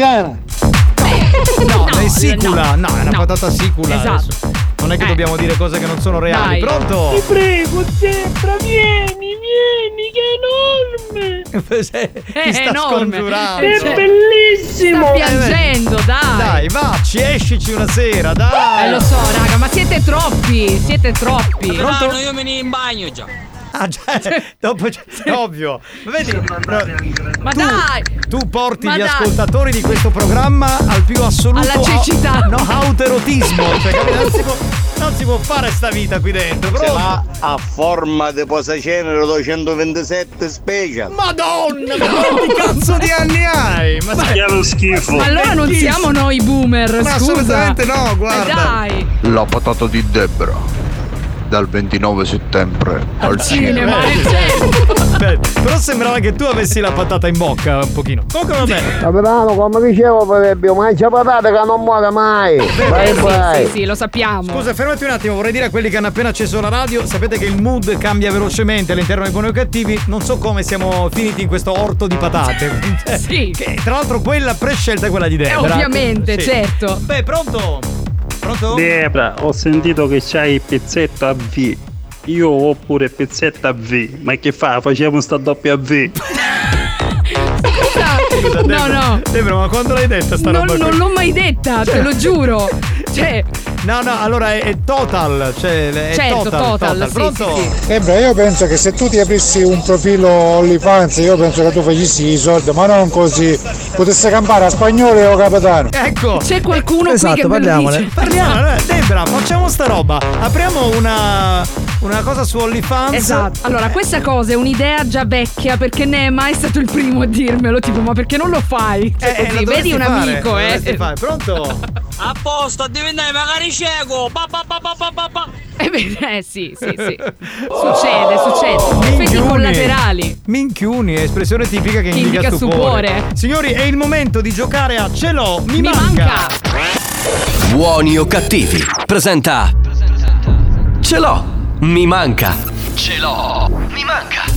S8: No, è sicula, no, Eh. è una patata sicula.
S31: Esatto.
S8: adesso. Non è che dobbiamo dire cose che non sono reali. Pronto?
S31: Ti prego, zebra, vieni, vieni, che enorme!
S8: Mi sta
S31: enorme.
S8: scongiurando. Cioè,
S31: È bellissimo!
S9: Sta piangendo, dai.
S8: eh. Dai, vaci, escici una sera, dai.
S9: Eh, lo so, raga, ma siete troppi. Siete troppi.
S8: Pronto?
S9: io me ne in bagno già.
S8: Ah, già, dopo c'è- ovvio. Ma Vedi,
S9: Ma
S8: tu,
S9: dai!
S8: tu porti
S9: Ma
S8: gli
S9: dai!
S8: ascoltatori di questo programma al più assoluto
S9: Alla
S8: au-
S9: cecità.
S8: no, autoerotismo. Cioè, capito? non, si può, non si può fare sta vita qui dentro. Pronto?
S11: va a forma di posacenere 227 special.
S8: Madonna, ma quanti cazzo di anni hai?
S11: Ma
S8: sei-
S11: che lo schifo.
S9: Ma allora non
S8: Vecchissimo.
S9: siamo noi boomer,
S8: Ma
S9: scusa.
S8: assolutamente no, guarda.
S9: Eh, dai.
S55: La patata di Debra dal 29 settembre
S16: Ah,
S55: al
S31: Eh,
S55: cinema.
S8: Beh, Però sembrava che tu avessi la patata in bocca un pochino. Comunque vabbè.
S31: Capitano, come dicevo, Fabio, mangia patate che non muore mai! Vai,
S8: sì,
S31: vai!
S9: Sì, lo sappiamo.
S8: Scusa, fermati un attimo, vorrei dire a quelli che hanno appena acceso la radio, sapete che il mood cambia velocemente all'interno dei buoni o cattivi, non so come siamo finiti in questo orto di patate.
S9: sì.
S8: Che tra l'altro quella prescelta è quella di
S9: Eh,
S8: Debra.
S9: ovviamente,
S8: Sì.
S9: certo.
S8: Beh, pronto? Pronto?
S11: Debra, ho sentito che c'hai il pezzetto a V. Io ho pure il pezzetto a V. Ma che fa? Facciamo sta doppia V.
S8: Scusa,
S9: No,
S8: Debra.
S9: no.
S8: Debra, ma quando l'hai detta sta
S9: Non,
S8: roba? qui?
S9: non l'ho mai detta, te lo giuro. Cioè,
S8: No, no, allora è, è total, cioè è
S9: Certo,
S8: total,
S9: total, sì,
S8: Pronto?
S9: sì,
S31: Eh beh, io penso che se tu ti aprissi un profilo OnlyFans, io penso che tu facessi i soldi, ma non così. Potesse campare a spagnolo o capitano.
S8: Ecco.
S9: C'è qualcuno qui
S31: Esatto,
S8: che me lo
S31: parliamone.
S8: dice. Parliamo, allora, Debra, eh, facciamo sta roba. Apriamo una, una cosa su OnlyFans.
S9: Esatto. Allora, questa cosa è un'idea già vecchia perché Nema è stato il primo a dirmelo. Tipo, ma perché non lo fai? Cioè,
S8: Eh, eh,
S9: così,
S8: lo dovresti
S9: vedi un
S8: fare,
S9: amico,
S8: lo dovresti
S9: eh.
S8: fare. Pronto?
S7: A posto, diventai magari cieco! Pa, pa, pa, pa, pa, pa, pa.
S9: Eh, beh, eh, sì, sì, sì. Succede,
S31: Oh,
S9: succede. Effetti collaterali.
S8: Minchiuni, Oh, espressione tipica che
S9: Che
S8: indica,
S9: indica
S8: stupore.
S9: stupore.
S8: Signori, è il momento di giocare a Ce l'ho, mi, manca.
S1: Buoni o cattivi? Presenta. Ce l'ho, mi manca. Ce l'ho, mi manca.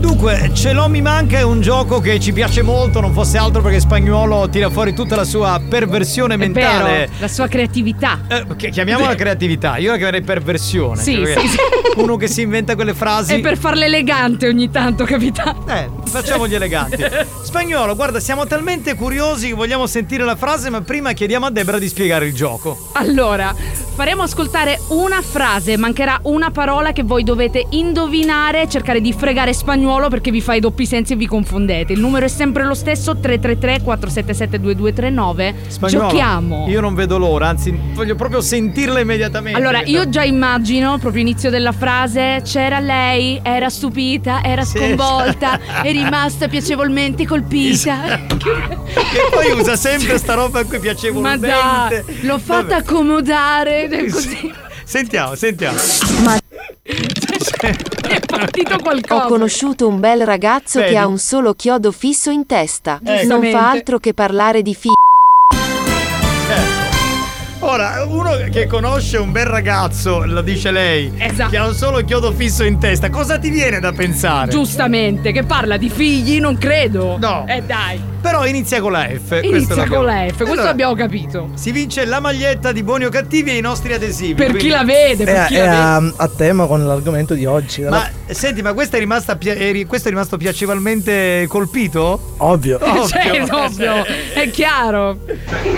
S8: Dunque, Ce l'ho, mi manca è un gioco che ci piace molto, non fosse altro perché Spagnuolo tira fuori tutta la sua perversione mentale.
S9: Vero, la sua creatività.
S8: Che Eh, chiamiamola creatività, io la chiamerei perversione.
S9: Sì,
S8: cioè,
S9: sì,
S8: perché
S9: sì.
S8: Uno che si inventa quelle frasi.
S9: E per farle elegante ogni tanto, capita?
S8: Eh, Facciamo gli eleganti. Spagnolo, guarda, siamo talmente curiosi che vogliamo sentire la frase, ma prima chiediamo a Debra di spiegare il gioco.
S9: Allora, faremo ascoltare una frase, mancherà una parola che voi dovete indovinare, cercare di fregare spagnolo perché vi fa i doppi sensi e vi confondete. Il numero è sempre lo stesso, 333 477 2239.
S8: Spagnolo,
S9: Giochiamo.
S8: Io non vedo l'ora, anzi, voglio proprio sentirla immediatamente.
S9: Allora, io già immagino, proprio inizio della frase, c'era lei, era stupita, era
S8: Sì,
S9: sconvolta,
S8: esatto.
S9: è rimasta piacevolmente colpita.
S8: Che poi usa sempre sta roba qui
S9: Ma
S8: piacevolmente.
S9: dai, l'ho fatta
S8: Vabbè.
S9: accomodare, così.
S8: Sentiamo, sentiamo.
S47: Ho conosciuto un bel ragazzo
S8: Vedi?
S47: che ha un solo chiodo fisso in testa.
S8: Ecco.
S47: Non
S8: Giustamente.
S47: fa altro che parlare di fi.
S8: Ora, uno che conosce un bel ragazzo, lo dice lei,
S9: Esatto.
S8: che ha un solo chiodo fisso in testa, cosa ti viene da pensare?
S9: Giustamente, che parla di figli, non credo.
S8: No.
S9: Eh dai.
S8: Però eh, inizia con la F. questo
S9: Inizia
S8: l'abbiamo-
S9: con la F, Eh, questo
S8: Allora,
S9: abbiamo capito.
S8: Si vince la maglietta di buoni o cattivi e i nostri adesivi.
S9: Per
S8: quindi-
S9: chi la vede,
S16: È, è Eh, a, a tema con l'argomento di oggi.
S8: Ma senti, ma questa è rimasta pia- è ri- questo è rimasto piacevolmente colpito?
S16: Ovvio.
S9: Certo, ovvio, è chiaro.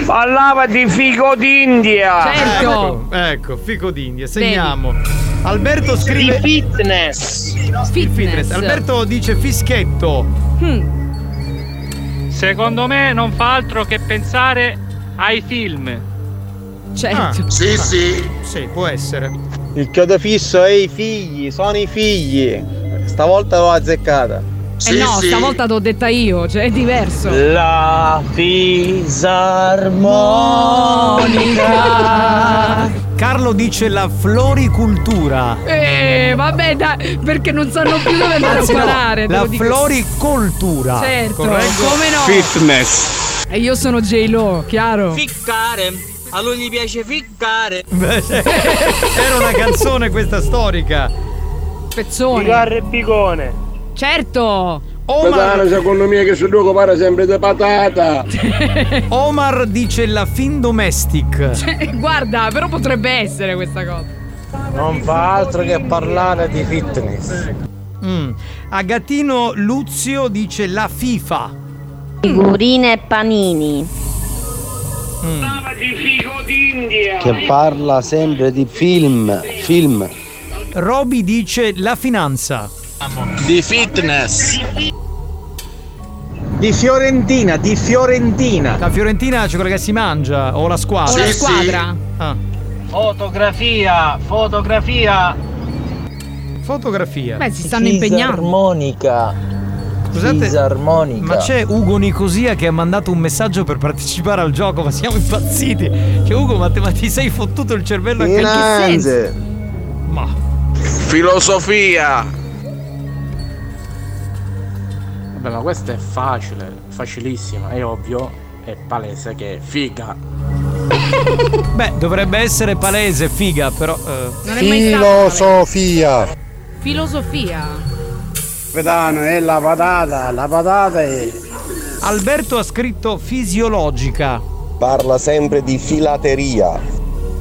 S56: Parlava di figo d'India.
S9: Certo.
S8: Ecco, ecco, fico d'India, segniamo. Alberto
S56: Di
S8: scrive
S56: fitness.
S8: Fitness.
S56: Fitness.
S8: Alberto dice fischetto.
S9: Hm,
S57: Secondo me non fa altro che pensare ai film.
S9: Certo.
S57: Sì,
S8: sì. Ah. Sì, può essere.
S11: Il chiodo fisso è i figli, sono i figli. Stavolta l'ho azzeccata.
S9: eh no, stavolta t'ho detta io, cioè è diverso.
S58: La fisarmonica.
S8: Carlo dice la floricultura.
S9: Eh, vabbè, dai, perché non sanno più dove andare a
S8: Anzi, no,
S9: parare. te
S8: la
S9: lo dico.
S8: floricoltura.
S9: Certo,
S8: Corretto?
S9: come no?
S8: Fitness.
S9: E Eh, io sono J-Lo, chiaro?
S7: Ficcare. A lui gli piace ficcare.
S8: Era una canzone questa storica.
S9: Pezzone.
S7: Ficcare e picone.
S9: Certo.
S4: Oh,
S59: Patano, secondo me che su gioco pare sempre di patata.
S8: Omar dice la fin domestic.
S9: Cioè, guarda, però potrebbe essere questa cosa.
S8: Non fa altro che parlare di fitness. Mm. Agatino Luzio dice la FIFA.
S60: Figurine e panini.
S8: Mm.
S16: Che parla sempre di film, film.
S8: Roby dice la finanza.
S16: Di fitness.
S8: Di Fiorentina, di Fiorentina. La Fiorentina c'è quella che si mangia, o la squadra.
S7: O la Sì, squadra.
S8: Ah,
S7: Fotografia, fotografia.
S8: fotografia.
S7: Beh, si stanno impegnando.
S8: Fisarmonica. Scusate,
S16: Fisarmonica.
S8: ma c'è Ugo Nicosia che ha mandato un messaggio per partecipare al gioco, ma siamo impazziti. Cioè, Ugo, ma, te- ma ti sei fottuto il cervello anche
S16: Finanze.
S61: Filosofia.
S4: Vabbè, ma questa è facile, facilissima, è ovvio, è palese che è figa.
S8: Beh, dovrebbe essere palese, figa, però. eh.
S9: Non è mai stato.
S25: Filosofia.
S9: Filosofia.
S16: Vedano è la patata, la patata è.
S8: Alberto ha scritto fisiologica.
S16: Parla sempre di filateria.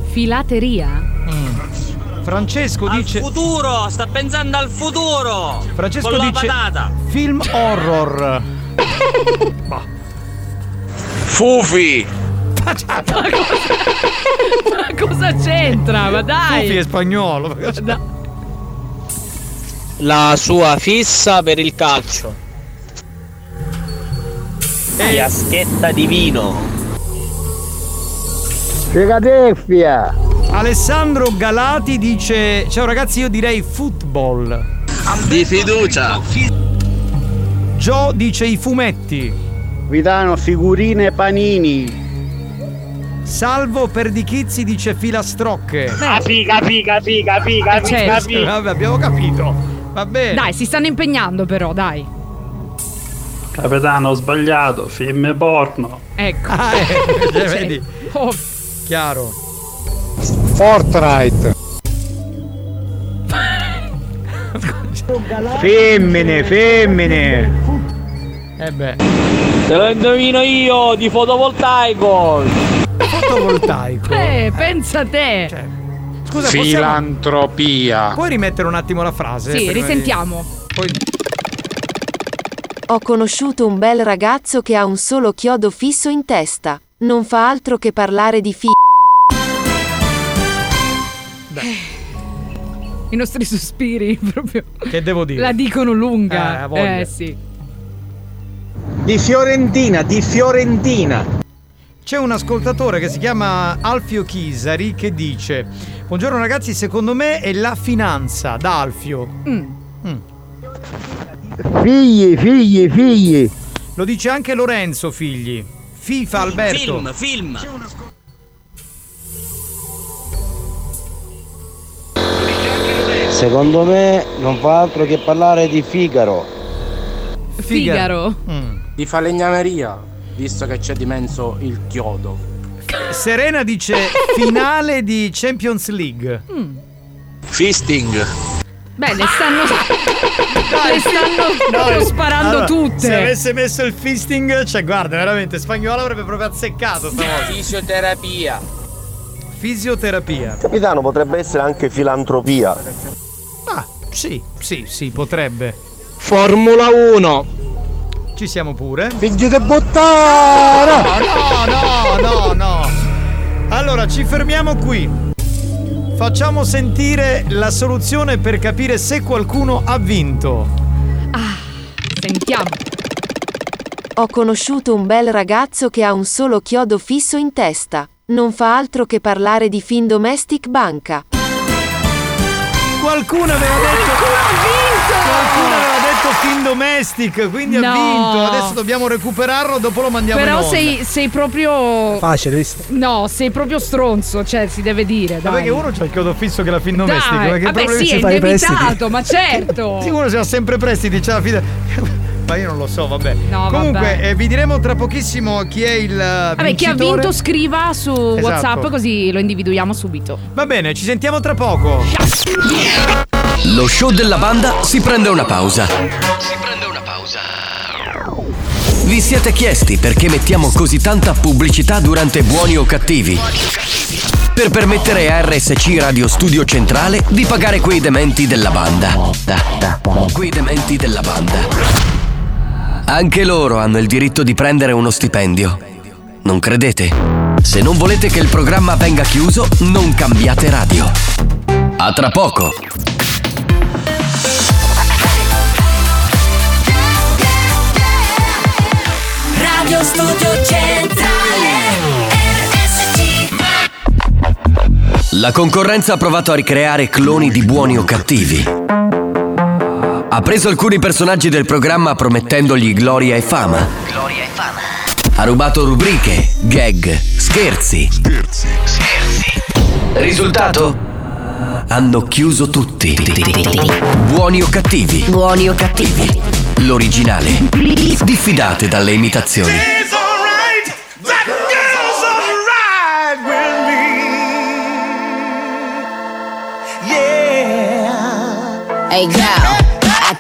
S9: Filateria.
S8: Francesco dice.
S7: Futuro, sta pensando al futuro.
S8: Francesco
S7: con la
S8: dice.
S7: patata.
S8: Film horror.
S61: Fufi.
S9: Ma cosa c'entra? Ma dai.
S8: Ah, Fufi è spagnolo.
S7: La sua fissa per il calcio.
S8: Eh.
S7: Fiaschetta di vino.
S16: Filadelfia.
S8: Alessandro Galati dice: Ciao ragazzi, io direi football.
S16: Di fiducia.
S8: Joe dice i fumetti.
S16: Vidano figurine panini.
S8: Salvo per di Chizzi dice filastrocche.
S9: eh,
S7: Ah, figa, figa, figa, figa, figa,
S8: Certo.
S7: figa.
S8: Vabbè, abbiamo capito. Va bene.
S9: Dai, si stanno impegnando però, dai.
S11: Capitano, ho sbagliato, film porno.
S9: Ecco.
S8: Cioè,
S9: Cioè,
S8: vedi?
S9: oh,
S8: Chiaro.
S25: Fortnite.
S16: Femmine, femmine.
S8: Eh beh.
S7: Te lo indovino io di fotovoltaico.
S8: Fotovoltaico.
S9: eh, pensa te.
S8: Cioè, Scusa, possiamo...
S4: Filantropia.
S8: Puoi rimettere un attimo la frase?
S47: Sì,
S8: Prima di-
S47: risentiamo.
S8: Poi...
S47: Ho conosciuto un bel ragazzo che ha un solo chiodo fisso in testa. Non fa altro che parlare di fi.
S9: I nostri sospiri proprio
S8: Che devo dire?
S9: la dicono lunga.
S8: Eh, voglia.
S9: eh sì.
S8: Di Fiorentina, di Fiorentina. C'è un ascoltatore che si chiama Alfio Chisari che dice: Buongiorno ragazzi, secondo me è la finanza da Alfio.
S16: Figli, figli, figli.
S8: Lo dice anche Lorenzo, figli. FIFA Alberto.
S7: Film, film.
S16: Secondo me non fa altro che parlare di Figaro.
S9: Figaro.
S4: Di falegnameria, visto che c'è di mezzo il chiodo.
S8: Serena dice finale di Champions League.
S4: Fisting.
S9: Beh, le stanno. le stanno proprio sparando
S8: Allora,
S9: tutte.
S8: Se avesse messo il fisting, cioè guarda, veramente spagnolo avrebbe proprio azzeccato stavolta.
S7: Fisioterapia.
S8: Fisioterapia.
S16: Capitano potrebbe essere anche filantropia.
S8: Ah, sì, sì, sì, potrebbe.
S16: Formula 1.
S8: Ci siamo pure.
S25: Figlio di bottara!
S8: No, no, no, no. Allora, ci fermiamo qui. Facciamo sentire la soluzione per capire se qualcuno ha vinto.
S9: Sentiamo.
S47: Ho conosciuto un bel ragazzo che ha un solo chiodo fisso in testa. Non fa altro che parlare di fin domestic banca.
S8: Qualcuno aveva detto. Qualcuno aveva detto Ah, detto Fin Domestic, quindi ha
S9: No.
S8: vinto. Adesso dobbiamo recuperarlo, dopo lo mandiamo in
S9: Però
S8: onda.
S9: sei, sei proprio.
S62: Facile, visto?
S9: No, sei proprio stronzo, cioè si deve dire.
S8: Ma
S9: dai.
S8: perché uno c'ha il chiodo fisso che è la Fin Domestic?
S9: Dai,
S8: ma che
S9: vabbè,
S8: problemi
S9: sì, è
S8: ci fa i prestiti?
S9: indebitato, ma certo.
S8: Sì, uno c'ha sempre prestiti, c'ha la fine. Ma io non lo so, vabbè.
S9: No,
S8: Comunque,
S9: vabbè.
S8: eh, vi diremo tra pochissimo chi è il.
S9: Vabbè, chi ha vinto scriva su
S8: Esatto.
S9: WhatsApp così lo individuiamo subito.
S8: Va bene, ci sentiamo tra poco.
S1: Lo show della banda si prende una pausa.
S7: Si prende una pausa.
S1: Vi siete chiesti perché mettiamo così tanta pubblicità durante buoni o cattivi? Per permettere a RSC Radio Studio Centrale di pagare quei dementi della banda. Da, da, Quei dementi della banda. Anche loro hanno il diritto di prendere uno stipendio. Non credete? Se non volete che il programma venga chiuso, non cambiate radio. A tra poco!
S7: Radio Studio Centrale. RSC.
S1: La concorrenza ha provato a ricreare cloni di buoni o cattivi. Ha preso alcuni personaggi del programma promettendogli gloria e fama.
S7: Gloria e fama.
S1: Ha rubato rubriche, gag, scherzi. Scherzi, scherzi. Risultato? Hanno chiuso tutti. Buoni o cattivi? Buoni o cattivi? L'originale. Diffidate dalle imitazioni.
S7: It's alright. That girl's alright with me. Yeah.
S46: Hey girl, I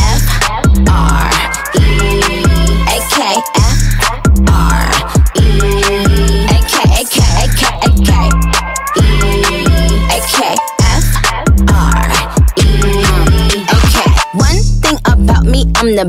S46: F R E A K F R E A K A K A K A K E A K F R E A K. One thing about me, I'm the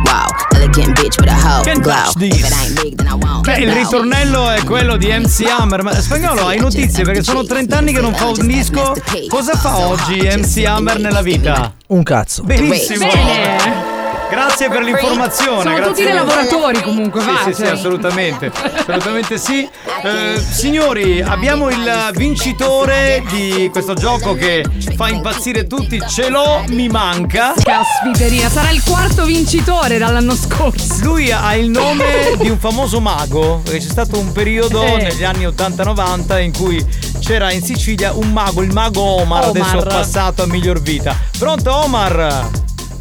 S46: wow, elegant bitch with a hoe glow. If it ain't big, then I won't.
S8: Beh, il
S46: blow.
S8: ritornello è quello di MC Hammer. Ma spagnolo, hai notizie? Perché sono 30 anni che non fa un disco. Cosa fa oggi MC Hammer nella vita?
S62: Un cazzo.
S8: Benissimo.
S9: Bene.
S8: Eh? Grazie per l'informazione.
S9: Sono
S8: grazie
S9: tutti dei
S8: mille.
S9: lavoratori comunque,
S8: Sì,
S9: va,
S8: sì, sì,
S9: cioè.
S8: assolutamente. Assolutamente sì. Eh, signori, abbiamo il vincitore di questo gioco che fa impazzire tutti. Ce l'ho, mi manca.
S9: Caspiterina, sarà il quarto vincitore dall'anno scorso.
S8: Lui ha il nome di un famoso mago, perché c'è stato un periodo
S9: Eh.
S8: negli anni 80-90 in cui c'era in Sicilia un mago, il mago
S20: Omar.
S8: Omar, adesso è passato a miglior vita. Pronto Omar?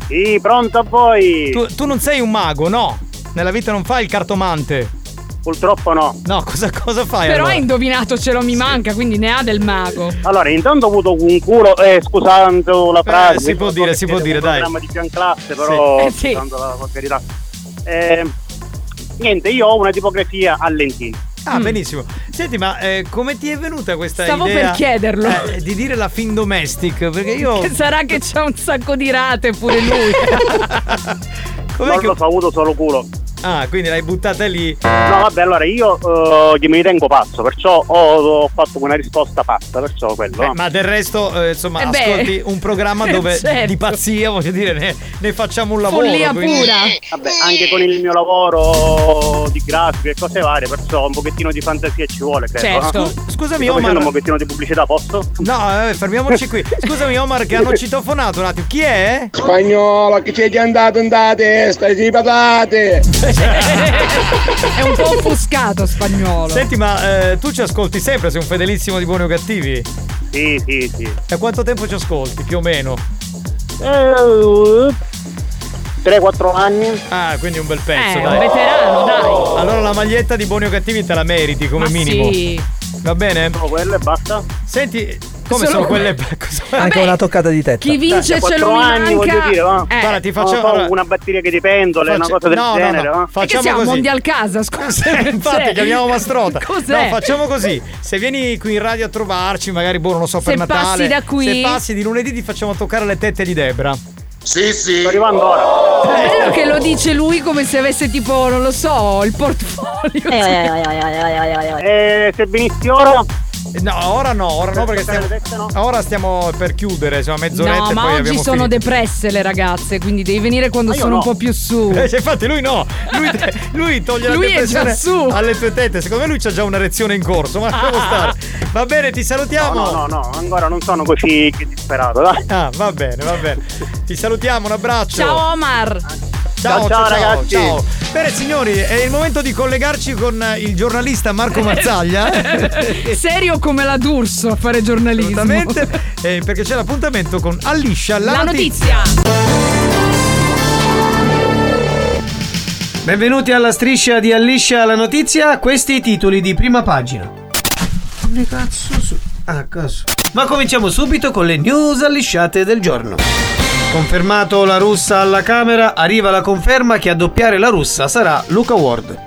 S20: Sì, pronto a voi.
S8: Tu, tu non sei un mago, no? Nella vita non fai il cartomante.
S20: Purtroppo no.
S8: No, cosa, cosa fai
S9: Però hai
S8: allora?
S9: indovinato, ce lo mi manca, quindi ne ha del mago.
S20: Allora, intanto ho avuto un culo, eh, scusando la frase.
S8: Eh, si può
S20: so
S8: dire,
S20: che
S8: si può
S20: siete
S8: dire,
S20: un
S8: dai.
S20: programma di pian classe, però,
S8: Eh, sì.
S20: scusando la volgarità. Eh, niente, io ho una tipografia a lentini.
S8: Ah,
S13: Mm.
S8: benissimo. Senti, ma eh, come ti è venuta questa
S9: Mm. Stavo
S8: idea?
S9: per chiederlo.
S8: eh, di dire la fin domestic, perché io
S9: Che sarà che c'ha un sacco di rate pure lui.
S8: Com'è
S20: che ho avuto solo culo?
S7: Ah, quindi l'hai buttata lì.
S20: No, vabbè, allora io eh, che mi ritengo pazzo, perciò ho, ho fatto una risposta pazza, perciò quello.
S7: Eh,
S20: no?
S7: ma del resto, eh, insomma,
S20: Eh beh.
S7: ascolti un programma dove
S20: Certo.
S7: di pazzia, voglio dire, ne, ne facciamo un lavoro. quindi-
S20: Eh, Vabbè, anche con il mio lavoro di grafico e cose varie, perciò un pochettino di fantasia ci vuole, credo.
S7: Certo.
S20: no?
S7: Scu- scusami,
S20: Mi sto
S7: Omar.
S20: facendo un pochettino di pubblicità, posso?
S7: No, eh, fermiamoci qui. Scusami, Omar, che hanno citofonato un attimo. Chi è?
S16: Spagnolo, che c'è di andato andate, stai di patate!
S9: È un po' offuscato spagnolo.
S7: Senti, ma eh, tu ci ascolti sempre, sei un fedelissimo di buoni o cattivi?
S20: Sì, sì, sì.
S7: Da quanto tempo ci ascolti, più o meno?
S20: 3-4 Eh, anni.
S7: Ah, quindi un bel pezzo,
S20: Eh, un
S7: dai.
S20: veterano, dai.
S7: Allora la maglietta di buoni o cattivi te la meriti come
S20: Ma
S7: minimo.
S20: sì.
S7: Va bene?
S20: Sono quelle e basta.
S7: Senti, come
S20: Solo
S7: sono
S20: quelle.
S7: quelle?
S11: Anche una toccata di testa.
S9: Chi vince
S20: Da
S9: ce
S20: quattro
S9: lo
S20: anni,
S9: manca.
S20: voglio dire, va.
S9: Eh.
S7: Guarda, ti
S20: Non
S7: faccio-
S20: so,
S7: allora-
S20: una batteria che ti pendole, una
S7: Faccio-
S20: cosa del
S7: no, no, no.
S20: genere, va.
S9: E che
S7: Facciamo
S9: siamo
S7: così.
S9: mondial casa, scusa.
S7: Eh, Infatti,
S9: Cioè,
S7: chiamiamo Mastrota.
S9: Cos'è?
S7: No, facciamo così. Se vieni qui in radio a trovarci, magari, boh, non lo so,
S9: Se
S7: per Natale.
S9: passi da qui.
S7: Se passi di lunedì ti facciamo toccare le tette di Debra.
S20: Sì, sì. Sto arrivando ora.
S9: È bello che lo dice lui come se avesse tipo, non lo so, il portfolio.
S20: Eh, se venissi ora.
S7: Eh, No, ora no, ora no, perché stiamo. Ora stiamo per chiudere, insomma, mezz'oretta
S9: No,
S7: e poi
S9: ma oggi
S7: abbiamo
S9: sono
S7: finito.
S9: depresse le ragazze, quindi devi venire quando
S7: Ma io
S9: sono un
S7: no.
S9: po' più su.
S7: Eh, cioè, infatti lui no, lui, lui toglie
S9: Lui è
S7: la depressione
S9: già su. Ah.
S7: alle tue tette, secondo me lui c'ha già una reazione in corso, ma lasciamo stare. Va bene, ti salutiamo.
S20: No, no, no, no, ancora non sono così che disperato, dai.
S7: Ah, va bene, va bene. Ti salutiamo, un abbraccio.
S9: Ciao Omar!
S7: Ciao,
S20: Ciao, ciao,
S7: ciao, ciao,
S20: ragazzi.
S7: ciao. Bene signori, è il momento di collegarci con eh, il giornalista Marco Mazzaglia.
S9: Serio come la D'Urso a fare giornalismo.
S7: Esattamente, eh, perché c'è l'appuntamento con Alliscia la,
S9: La notizia.
S8: Benvenuti alla striscia di Alliscia la notizia, questi i titoli di prima pagina. Che cazzo su? Ah, cazzo. Ma cominciamo subito con le news allisciate del giorno. Confermato la russa alla Camera, arriva la conferma che a doppiare la russa sarà Luca Ward.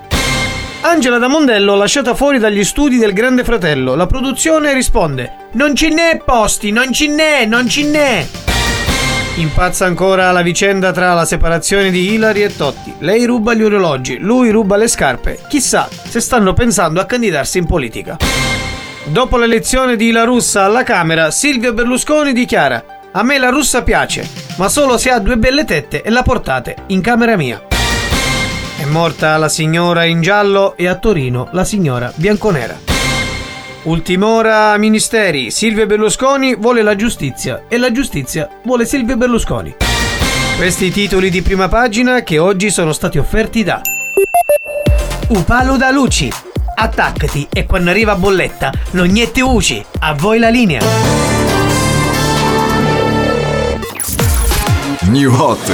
S8: Angela da Mondello lasciata fuori dagli studi del Grande Fratello. La produzione risponde: Non ce n'è posti, non ce n'è, non ce n'è. Impazza ancora la vicenda tra la separazione di Hilary e Totti. Lei ruba gli orologi, lui ruba le scarpe. Chissà se stanno pensando a candidarsi in politica. Dopo l'elezione di La Russa alla Camera, Silvio Berlusconi dichiara: A me la russa piace, ma solo se ha due belle tette e la portate in camera mia. È morta la signora in giallo e a Torino la signora bianconera. Ultim'ora ministeri, Silvio Berlusconi vuole la giustizia e la giustizia vuole Silvio Berlusconi. Questi i titoli di prima pagina che oggi sono stati offerti da Upalo da Luci. Attaccati e quando arriva bolletta, non niente uci. A voi la linea.
S33: New Hot.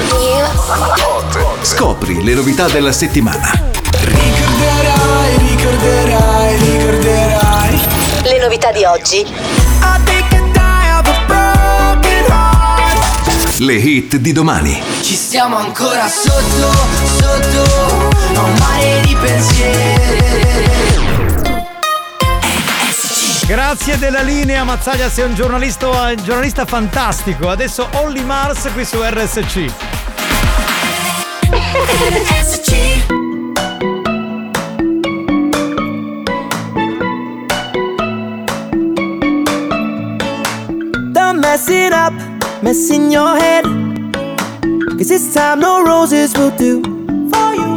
S33: Scopri le novità della settimana.
S35: Ricorderai, ricorderai, ricorderai Le novità di oggi
S33: Le hit di domani.
S35: Ci stiamo ancora sotto, sotto A un mare di pensieri
S7: Grazie della linea Mazzaglia, sei un giornalista,
S8: eh,
S7: un giornalista fantastico. Adesso Only Mars qui su RSC.
S21: Don't mess it up, mess in your head. Cause this time no roses will do for you.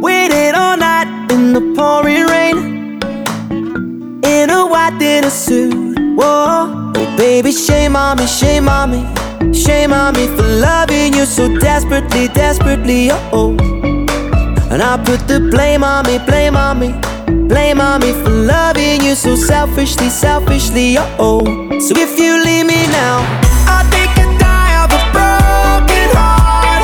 S21: Waited all night in the pouring rain. In a white dinner suit. Whoa, oh, baby, shame on me, shame on me. Shame on me for loving you so desperately, desperately, oh oh. And I put the blame on me, blame on me. Blame on me for loving you so selfishly, selfishly, oh oh. So if you leave me now, I think I die of a broken heart.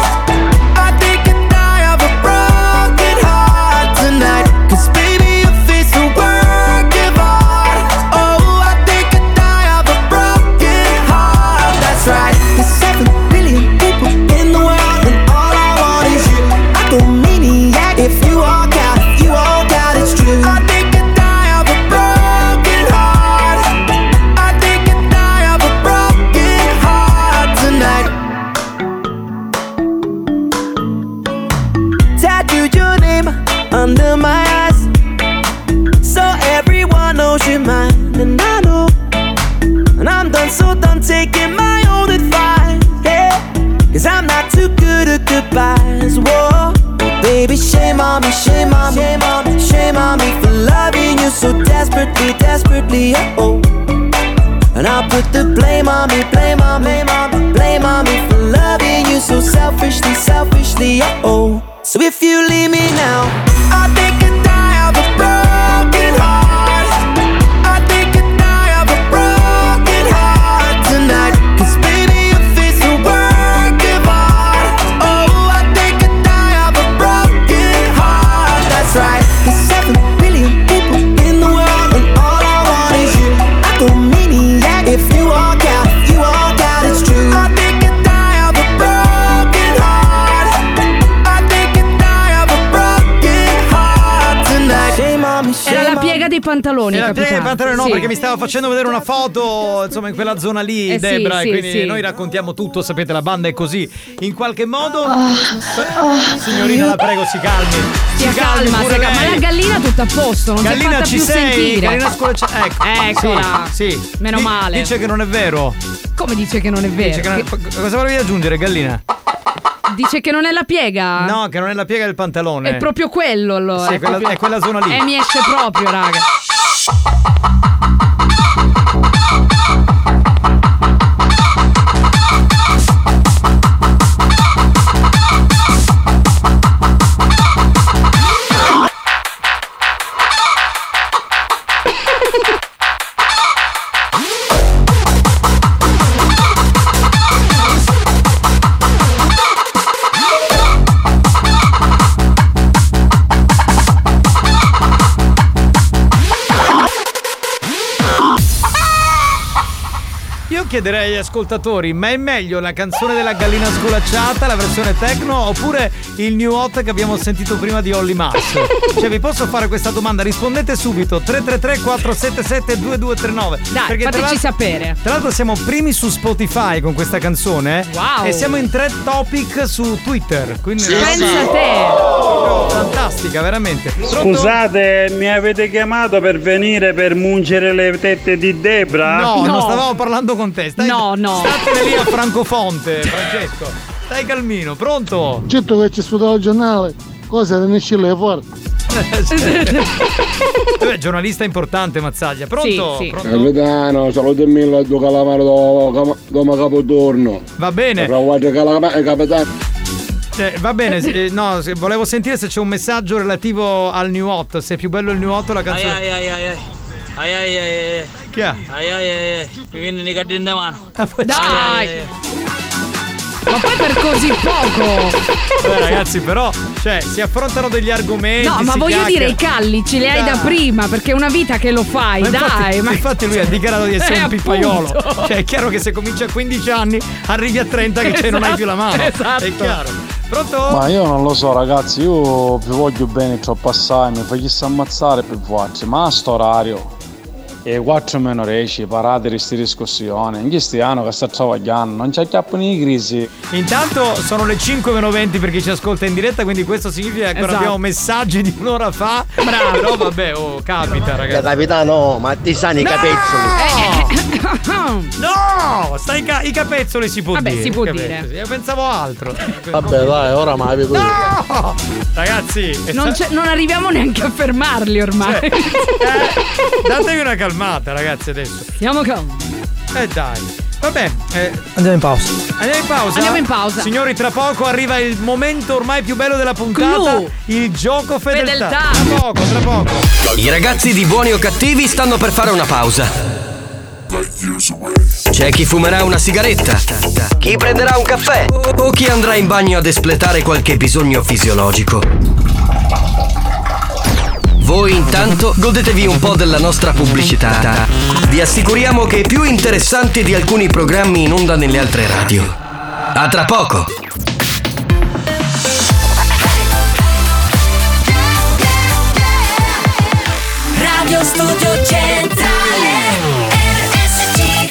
S21: I think I die of a broken heart tonight. Cause baby, your face a work of art. Oh, I think I die of a broken heart. That's right. There's seven billion people in the world, and all I want is you. I go maniac if you walk out, if you walk out, it's true. I think I die of a broken heart. I think I die of a broken heart. taking my own advice. Hey, cause I'm not too good at goodbyes. Whoa. Baby, shame on me, shame on me, shame on me, shame on me for loving you so desperately, desperately. Oh, and I put the blame on me, blame on me, blame on me, blame on me for loving you so selfishly, selfishly. Oh, so if you leave me now, I think I die of a broken heart. I think I die of a broken heart tonight. 'Cause baby, your face a work of art. Oh, I think I die of a broken heart. That's right. There's seven billion people in the world, and all I want is you. I go maniac if you walk out. You walk out, it's true. I think I die of a broken heart. I think I die of a broken heart
S7: Ah,
S21: tonight. Shame on me, shame
S9: Era
S21: on
S9: la
S21: me.
S9: piega dei pantaloni.
S8: Era te,
S9: capitano.
S8: Patero, Eh, no,
S9: Sì.
S8: perché mi stava facendo vedere una foto, insomma, in quella zona lì,
S9: Eh sì,
S8: Debra.
S9: sì,
S8: e quindi
S9: sì.
S8: noi raccontiamo tutto, sapete, la banda è così. In qualche modo.
S9: Ah,
S8: eh, Signorina, la prego, si calmi.
S9: Stia calma,
S8: pure
S9: stia calma. Ma
S8: lei.
S9: la gallina è tutta a posto, non si è
S8: Gallina
S9: fatta
S8: ci
S9: più
S8: sei?
S9: sentire.
S8: Gallina scuola c'è- ecco.
S9: Eccola.
S8: Sì, sì.
S9: Meno
S8: Di-
S9: male.
S8: Dice che non è vero.
S9: Come dice che non è vero?
S8: Dice che non-
S9: Che-
S8: Cosa volevi aggiungere, Gallina?
S9: dice che non è la piega?
S8: No, che non è la piega del pantalone.
S9: Ah. È proprio quello allora.
S8: Sì, è quella- è
S9: proprio-
S8: quella zona lì.
S9: Eh, mi esce proprio, raga.
S8: Io chiederei agli ascoltatori, ma è meglio la canzone della gallina sculacciata, la versione techno, oppure il new hot che abbiamo sentito prima di Holly Mars? cioè, vi posso fare questa domanda? Rispondete subito, 333-477-2239.
S9: Dai,
S8: Perché tra
S9: fateci
S8: l'al-
S9: sapere.
S8: Tra l'altro siamo primi su Spotify con questa canzone. eh?
S9: Wow.
S8: E siamo in tre topic su Twitter. Quindi
S9: Sì, Pensa sì. te.
S8: Proprio Fantastica, veramente. Pronto?
S11: Scusate, mi avete chiamato per venire per mungere le tette di Debra?
S8: No, non stavamo parlando con te. Stai, no, no. Statene lì a Francofonte, Francesco. Stai calmino, pronto?
S25: Certo che ci studiavo il giornale, cosa ne esci lì fuori?
S8: Tu è giornalista importante, Mazzaglia. Pronto? Pronto?
S63: Eh, Capitano, salutami il tuo calamaro do- cam- come capotorno.
S8: Va bene.
S63: Provate calamaro, capitano.
S8: Eh, va bene, se- eh, no, se- volevo sentire se c'è un messaggio relativo al New Hot. Se è più bello il New Hot o la
S7: Ai
S8: canzone.
S7: ai ai ai ai. Ai ai ai ai.
S8: Chi è? Ah,
S7: Ai ai ai ai. Mi viene di cadere in mano.
S9: Dai. Ma poi per così poco.
S8: Eh, ragazzi, però, cioè, si affrontano degli argomenti.
S9: No, ma
S8: Eh, si
S9: voglio dire,
S8: chiacchiera.
S9: i callici le hai da prima, perché è una vita che lo fai,
S8: Ma infatti,
S9: dai. Ma
S8: infatti lui ha dichiarato di essere
S9: Eh,
S8: un pippaiolo.
S9: appunto.
S8: Cioè, è chiaro che se cominci a 15 anni, arrivi a 30 che cioè, non hai più la mano.
S9: Esatto.
S8: È chiaro. Pronto?
S16: Ma io non lo so ragazzi, io vi voglio bene troppo assai, mi facessi ammazzare per voi, ma a sto orario e 4 meno 10 parate di queste discussioni, in stiano che sta travagliando, non c'è chiappo né crisi.
S8: Intanto sono le 5 meno 20 per chi ci ascolta in diretta, quindi questo significa che ancora
S64: Esatto.
S8: abbiamo messaggi di un'ora fa. Bravo. Però vabbè, oh, capita,
S64: Eh,
S8: ragazzi.
S64: capitano, ma ti sanno i capezzoli.
S8: No! Stai ca- i capezzoli si può
S64: Vabbè,
S8: dire.
S64: si può
S8: i
S64: dire.
S8: capezzoli. Io pensavo altro.
S64: Vabbè dai, ora mi avevo
S8: No! Ragazzi,
S9: non, c'è- non arriviamo neanche a fermarli ormai.
S8: Cioè. datevi una calmata, ragazzi, adesso.
S9: Siamo calmi.
S8: Eh dai. Vabbè, eh,
S65: Andiamo in pausa.
S8: andiamo in pausa.
S65: Andiamo in pausa.
S8: Signori, tra poco arriva il momento ormai più bello della puntata. Il gioco fedeltà. Tra poco, tra poco.
S1: I ragazzi di buoni o cattivi stanno per fare una pausa. C'è chi fumerà una sigaretta, chi prenderà un caffè o chi andrà in bagno ad espletare qualche bisogno fisiologico. Voi intanto godetevi un po' della nostra pubblicità. Vi assicuriamo che è più interessante di alcuni programmi in onda nelle altre radio. A tra poco!
S66: Radio Studio Centrale RSC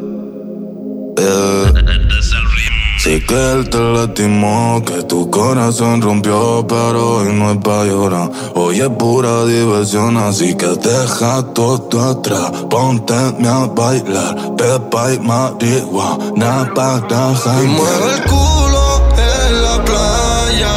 S48: Sí que él te lastimó, que tu corazón rompió, pero hoy no es pa' llorar. Hoy es pura diversión, así que deja todo atrás. Ponte a bailar, pepa y marihuana para janguear.
S37: Mueve el culo en la playa,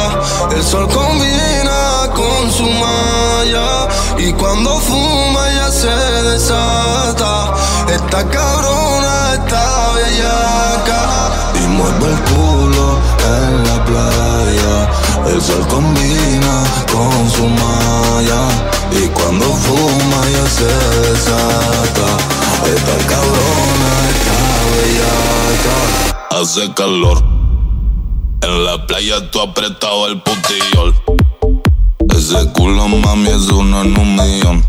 S37: el sol combina con su malla y cuando fuma ya se desata. Esta cabrona está bellaca.
S48: Y mueve el culo en la playa. El sol combina con su malla. Y cuando fuma ya se desata. Esta cabrona está bellaca. Hace calor. En la playa tú apretado el putillol. Ese culo mami es uno en un millón.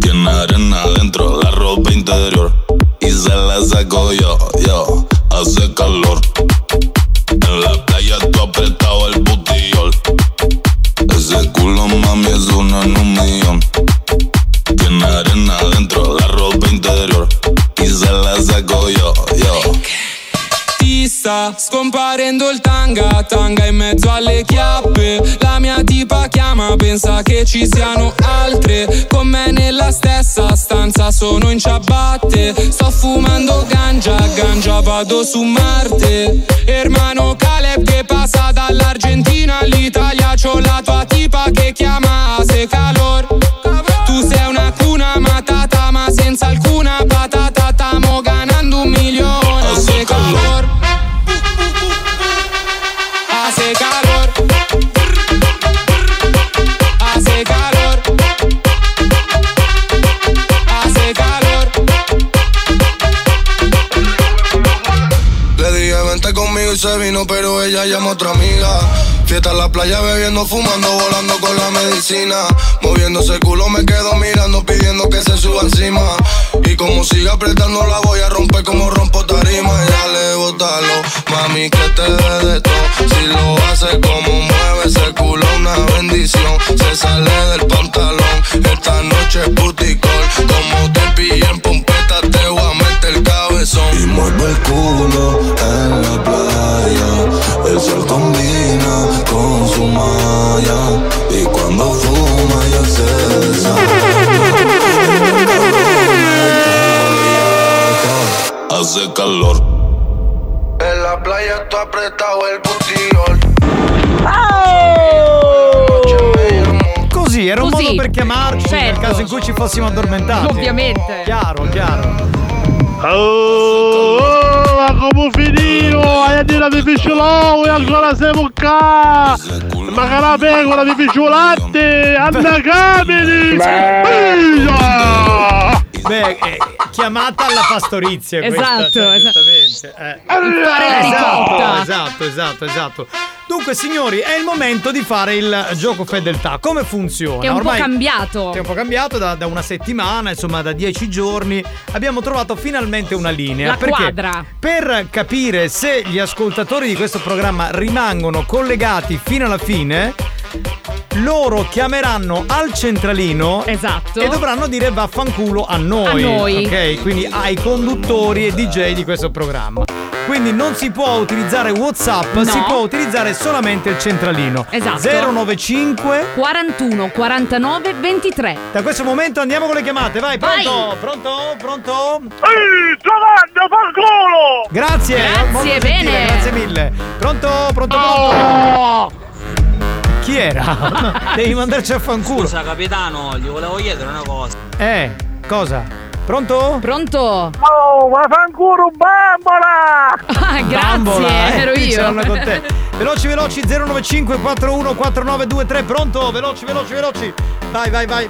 S48: Tiene arena dentro la ropa interior. Y se la saco yo, yo. Hace calor. En la playa tú apretado el putillol. Ese culo mami es uno en un millón. Tiene arena dentro la ropa interior. Y se la saco yo, yo.
S4: ti sta scomparendo il tanga, tanga in mezzo alle chiappe. La mia tipa chiama, pensa che ci siano altre. Con me nella stessa stanza sono in ciabatte. Sto fumando ganja, ganja vado su Marte. Ermano Caleb che passa dall'Argentina all'Italia. C'ho la tua tipa che chiama se calor. Tu sei una cuna matata, ma senza alcuna patata. Tamo ganando un milione. Hace calor. Hace calor. Hace calor. Hace calor.
S37: Le dije vente conmigo y se vino, pero ella llama a otra amiga. Fiesta en la playa bebiendo, fumando, volando con la medicina. Moviéndose el culo me quedo mirando, pidiendo que se suba encima. Y como siga apretando la voy a romper como rompo tarima. Ya le botalo, mami que te dé de todo. Si lo hace como mueve ese culo, una bendición. Se sale del pantalón, esta noche es buticol. Como te pillé en pompeta, te voy a meter el cabezón.
S48: Y mueve el culo en la playa. El sol combina con su malla. Y cuando fuma ya se desata. Hace calor.
S37: En la playa tú apretado el butirol.
S8: Così, era un
S9: Così.
S8: modo per chiamarci nel
S9: Certo.
S8: caso in cui ci fossimo addormentati.
S9: Ovviamente.
S8: Chiaro, chiaro.
S16: Oh, ma come finito? Hai a dire di pisciolò e ancora sei mucca! Ma che la pecora di pisciolante! Anna Camini!
S8: Beh, eh, chiamata alla pastorizia
S16: Esatto,
S8: questa, cioè.
S16: esatto.
S8: esattamente. eh.
S16: Fare
S8: Esatto,
S16: ricotta.
S8: esatto, esatto, esatto. Dunque, signori, è il momento di fare il gioco fedeltà. Come funziona?
S9: Che è un
S8: Ormai
S9: po' cambiato.
S8: È un po' cambiato da, da una settimana, insomma, da dieci giorni. Abbiamo trovato finalmente una linea.
S9: La
S8: perché
S9: quadra.
S8: Per capire se gli ascoltatori di questo programma rimangono collegati fino alla fine, loro chiameranno al centralino
S9: Esatto.
S8: e dovranno dire vaffanculo a noi.
S16: Esatto. A noi.
S8: Ok, quindi ai conduttori e DJ di questo programma. Quindi non si può utilizzare WhatsApp,
S9: No.
S8: si può utilizzare solamente il centralino.
S9: Esatto.
S8: 095
S9: 41 49 23.
S8: Da questo momento andiamo con le chiamate, vai, pronto? Pronto? Pronto?
S16: Ehi, Giovanni, fa culo!
S8: Grazie!
S16: Grazie,
S8: molto gentile,
S16: bene.
S8: Grazie mille! Pronto? Pronto?
S16: Oh!
S8: Chi era? Devi mandarci a fanculo!
S7: Scusa capitano, gli volevo chiedere una cosa.
S8: Eh, cosa? Pronto?
S9: Pronto?
S16: Oh, ma fa culo, bambola!
S9: Ah,
S8: Bambola, eh, qui ce l'hanno con te. Veloci, veloci, 095 41 4923, pronto? Veloci, veloci, veloci. Vai, vai, vai.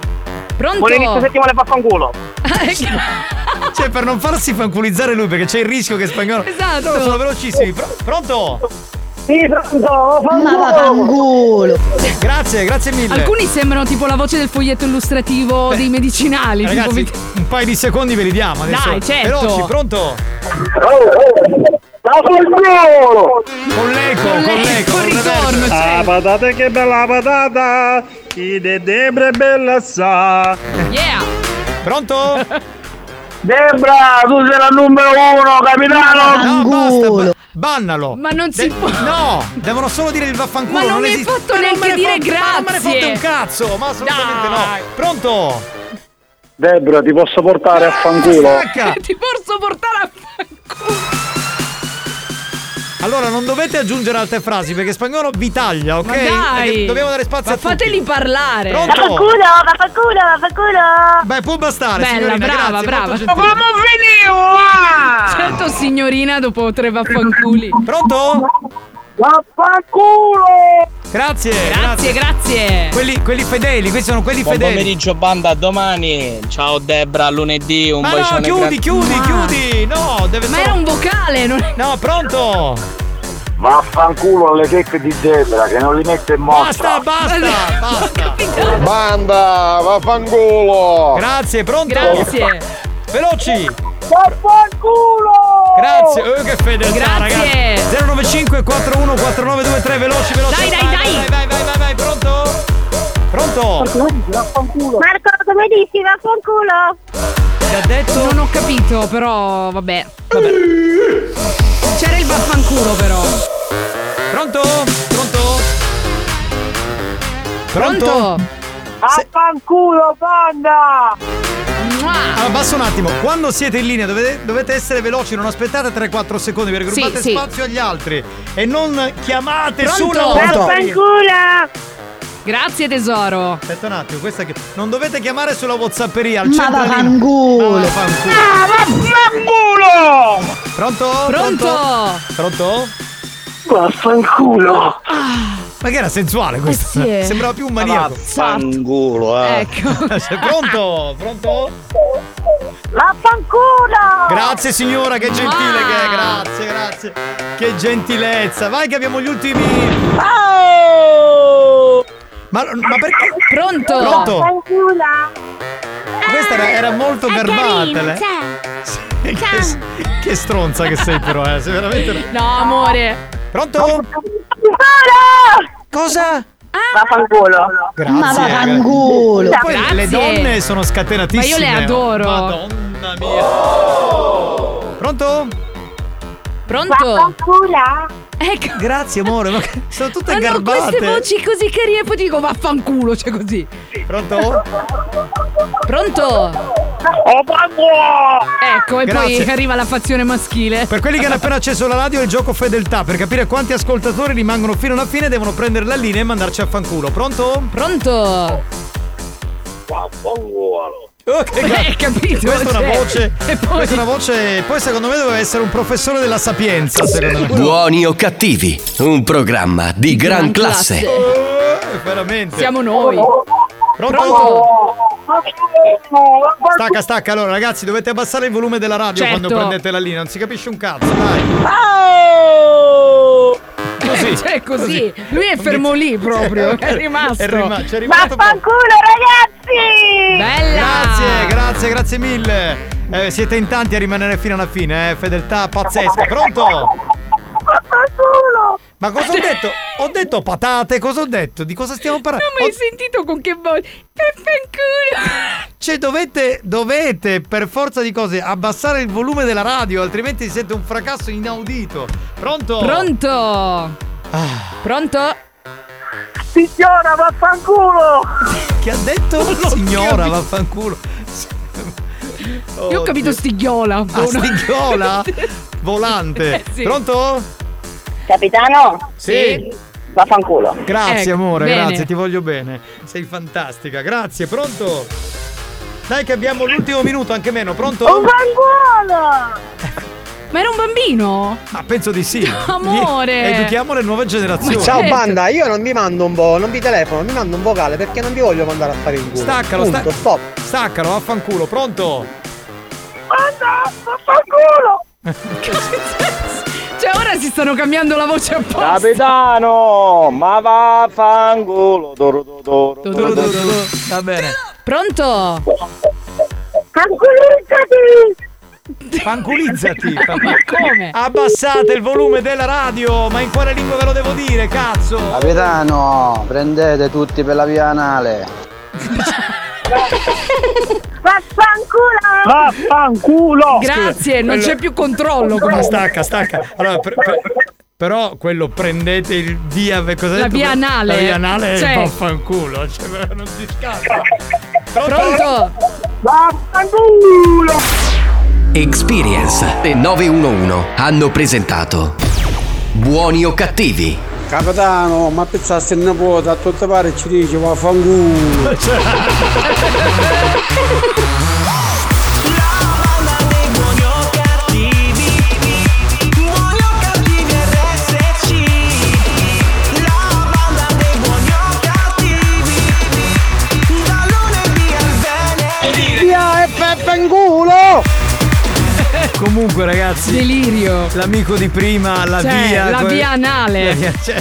S9: Pronto? Ah, ecco.
S8: Buon inizio settimana,
S16: vaffanculo.
S8: Cioè, per non farsi fanculizzare lui, perché c'è il rischio che spagnolo.
S16: Esatto.
S8: Loro sono velocissimi. Pro- pronto?
S7: Sì, pronto,
S9: Ma vaffanculo.
S8: Grazie, grazie mille.
S9: Alcuni sembrano tipo la voce del foglietto illustrativo dei medicinali. tipo
S8: Ragazzi,
S9: mi-
S8: un paio di secondi ve li diamo adesso.
S9: Dai, certo.
S8: Veloci, pronto?
S7: Con l'eco,
S8: con l'eco, con
S7: ritorno.
S11: Ah, patate che bella patata! Chi de Debra è bella sa!
S9: Yeah!
S8: Pronto?
S7: Debra, tu sei la numero uno, capitano!
S8: No, basta, ba- bannalo.
S9: Ma non si può.
S8: No, devono solo dire il vaffanculo.
S9: Ma non mi hai
S8: esiste- Ma
S9: fatto
S8: non
S9: neanche
S8: me ne
S9: dire
S8: fo- ma Non me ne
S9: Eh, grazie.
S8: fate un cazzo, ma assolutamente no. Pronto?
S67: Debra, ti posso portare a fanculo?
S8: Stacca.
S9: Ti posso portare a
S8: Allora, non dovete aggiungere altre frasi perché spagnolo vi taglia, ok?
S9: Ma dai!
S8: Perché dobbiamo dare spazio
S9: Ma
S8: a tutti.
S9: fateli parlare.
S8: Pronto?
S9: Vaffanculo,
S7: vaffanculo, vaffanculo!
S8: Beh, può bastare,
S9: Bella,
S8: signorina,
S9: brava,
S8: grazie,
S9: brava.
S8: molto gentile.
S9: Come Certo, signorina, dopo tre vaffanculi.
S8: Pronto?
S9: Vaffanculo!
S8: Grazie,
S9: Grazie, grazie.
S8: Quelli, quelli fedeli, questi sono quelli
S16: Buon
S8: fedeli.
S16: pomeriggio banda, a domani. Ciao Debra, a lunedì, un
S8: Ma no,
S16: bacione.
S8: chiudi, chiudi, chiudi. No, deve
S9: Ah. Ma era un vocale, non è.
S8: No, pronto?
S68: Vaffanculo alle secche di Debra che non li mette in mostra.
S8: basta, basta.
S68: Banda, vaffanculo.
S8: Grazie, pronto?
S68: Grazie.
S8: Veloci. Grazie, eh, che fedeltà,
S7: Oh. Grazie.
S8: ragazzi. 095 41 4923 veloci, veloci.
S7: Dai, dai, dai!
S8: Vai, vai, vai, vai, vai, pronto? Pronto?
S7: Marco, come dici, vaffanculo?
S8: Ti ha detto?
S9: Non ho capito, però vabbè. C'era il vaffanculo, però.
S8: Pronto? Pronto? Pronto?
S7: Vaffanculo, banda!
S8: Allora, basta un attimo, quando siete in linea dovete, dovete essere veloci, non aspettate 3-4 secondi perché
S7: Sì,
S8: rubate
S7: sì.
S8: spazio agli altri e non chiamate
S7: Pronto?
S8: sulla
S7: Pronto.
S9: Grazie tesoro.
S8: Aspetta un attimo, questa che. Non dovete chiamare sulla Whatsapperia al
S7: Ma
S8: centralino.
S7: vaffanculo.
S8: Ma vaffanculo.
S7: Ah, vaffanculo!
S8: Pronto?
S7: Pronto?
S8: Pronto? Ah,
S7: Vaffanculo!
S8: Ma che era sensuale questo?
S7: Eh sì.
S8: Sembrava più un maniaco.
S16: Fanculo, eh.
S8: Ecco. Sei pronto? Pronto?
S7: Vaffanculo!
S8: Grazie signora, che gentile che è,
S7: Ah.
S8: grazie, grazie. Che gentilezza. Vai che abbiamo gli ultimi.
S7: Oh!
S8: Ma, ma perché?
S9: Pronto?
S8: Pronto? Questa era, era molto eh. garbata.
S7: cioè,
S8: lei. Che, che stronza che sei però, eh. Sei veramente.
S9: No, amore.
S8: Pronto?
S7: Cosa? Vaffanculo!
S8: Grazie.
S7: Ma
S8: vaffanculo.
S7: vaffanculo!
S8: Poi le donne sono scatenatissime.
S9: Ma io le adoro.
S8: Madonna mia. Pronto?
S9: Pronto? Ecco.
S8: Grazie amore, ma che- sono tutte
S9: Ma no,
S8: garbate.
S9: queste voci così carine, poi ti dico vaffanculo, cioè così.
S8: Pronto?
S38: Então,
S9: Pronto?
S7: Oh,
S9: Ecco, e
S8: Grazie.
S9: poi arriva la fazione maschile.
S8: Per quelli che hanno appena acceso la radio è il gioco fedeltà per capire quanti ascoltatori rimangono fino alla fine devono prendere la linea e mandarci a fanculo. Pronto?
S9: Pronto?
S8: Oh, che
S9: Eh, capito,
S8: Questa è una
S9: cioè.
S8: voce.
S9: E poi-
S8: Questa è una voce. Poi secondo me doveva essere un professore della sapienza, secondo me.
S1: Buoni o cattivi, un programma di gran classe.
S8: Eh, veramente.
S9: Siamo noi.
S8: Pronto? Stacca, stacca. Allora, ragazzi, dovete abbassare il volume della radio
S7: Certo.
S8: quando prendete la linea, non si capisce un cazzo, dai.
S9: Oh!
S8: Così.
S9: Eh, cioè così. Lui è fermo lì proprio, è rimasto.
S8: È rimasto, c'è rimasto
S7: Vaffanculo, ragazzi!
S9: Bella!
S8: Grazie, grazie, grazie mille. Eh, siete in tanti a rimanere fino alla fine, eh? fedeltà pazzesca. Pronto? Ma cosa ho detto? Ho detto patate, cosa ho detto? Di cosa stiamo parlando?
S9: Non mi hai sentito con che voce? Vaffanculo.
S8: Cioè, dovete, dovete per forza di cose abbassare il volume della radio, altrimenti siete un fracasso inaudito. Pronto?
S9: Pronto? Pronto?
S7: Signora, vaffanculo!
S8: Chi ha detto? Signora, vaffanculo.
S9: Io ho capito stighiola.
S8: Ah, stighiola? Volante.
S7: Eh, sì.
S8: Pronto?
S7: Capitano?
S8: Sì.
S7: Vaffanculo.
S8: Grazie
S7: Ecco,
S8: amore,
S7: bene.
S8: grazie, ti voglio bene. Sei fantastica, grazie, pronto? Dai che abbiamo l'ultimo minuto, anche meno, pronto?
S9: fanculo! Ma era un bambino?
S8: Ah, penso di sì.
S9: Amore. certo.
S8: Educhiamo le nuove generazioni.
S16: Ciao banda, io non vi mando un vo, non vi telefono, vi mando un vocale perché non vi voglio mandare a fare il culo.
S8: Staccalo,
S16: Punto,
S8: sta-
S16: stop.
S8: staccalo, vaffanculo, pronto?
S7: Banda, vaffanculo!
S9: Cioè, ora si stanno cambiando la voce apposta.
S69: Capitano, ma vaffanculo. Doro, doro, doro, doro, doro.
S8: Va bene.
S9: Pronto?
S8: Fanculizzati.
S9: Ma come?
S8: Abbassate il volume della radio, ma in quale lingua ve lo devo dire, cazzo?
S16: Capitano, prendete tutti per la via anale.
S7: Vaffanculo!
S8: Vaffanculo!
S9: Grazie, non c'è più controllo.
S8: Ma
S9: comunque.
S8: stacca, stacca. Allora, per- per- però quello prendete il via. Cosa
S9: La via anale.
S8: La via anale
S9: Cioè.
S8: è vaffanculo. Cioè, non si scappa.
S9: Pronto?
S7: Vaffanculo!
S1: Experience e 911 hanno presentato Buoni o cattivi?
S16: Capitano, ma pensaste il nipote, a tutte pare ci dice vaffanculo.
S8: Cioè. Via e vaffanculo! Comunque, ragazzi.
S9: Delirio.
S8: L'amico di prima, la
S9: Cioè,
S8: via.
S9: la via anale. Cioè,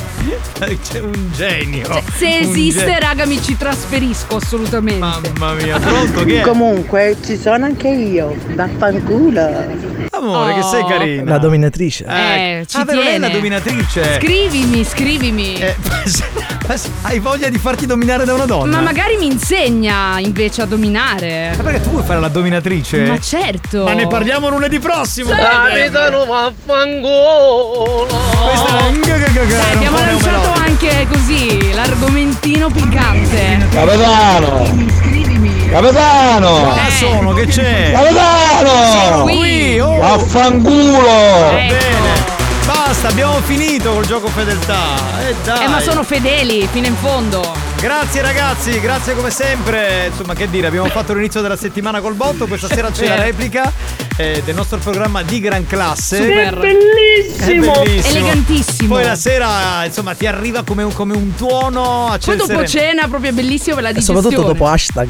S8: La via- C'è, c'è un genio.
S9: Se
S8: Un
S9: esiste,
S8: genio.
S9: raga, mi ci trasferisco assolutamente.
S8: Mamma mia, pronto che è?
S7: Comunque ci sono anche io, vaffanculo.
S8: Amore, Oh, che sei carina.
S70: La dominatrice.
S8: Eh,
S9: ci
S8: ah, vero, lei è la
S9: tiene.
S8: dominatrice.
S9: Scrivimi, scrivimi.
S8: Eh, Hai voglia di farti dominare da una donna?
S9: Ma magari mi insegna invece a dominare.
S8: Ma perché tu vuoi fare la dominatrice?
S9: Ma certo.
S8: Ma ne parliamo lunedì prossimo.
S9: Sì.
S8: Capitano,
S7: vaffanculo!
S9: Dai, eh, abbiamo lanciato anche così l'argomentino piccante.
S71: Capitano! Capitano!
S9: Eh.
S8: Ah, sono, che c'è?
S71: Capitano!
S8: Qui, oh. Va
S9: Eh,
S71: Vaffanculo!
S8: bene. Basta, abbiamo finito col gioco fedeltà. Eh, dai.
S9: Eh, ma sono fedeli fino in fondo.
S8: Grazie ragazzi, grazie come sempre. Insomma, che dire, abbiamo fatto l'inizio della settimana col botto, questa sera c'è la
S9: Vero.
S8: replica eh, del nostro programma di gran classe.
S9: Super. È
S7: bellissimo.
S8: È bellissimo.
S9: Elegantissimo.
S8: Poi la sera, insomma, ti arriva come un, come un tuono a
S9: Poi
S8: ciel sereno.
S9: dopo cena, proprio bellissimo per la
S70: E
S9: digestione.
S70: Eh, soprattutto dopo hashtag.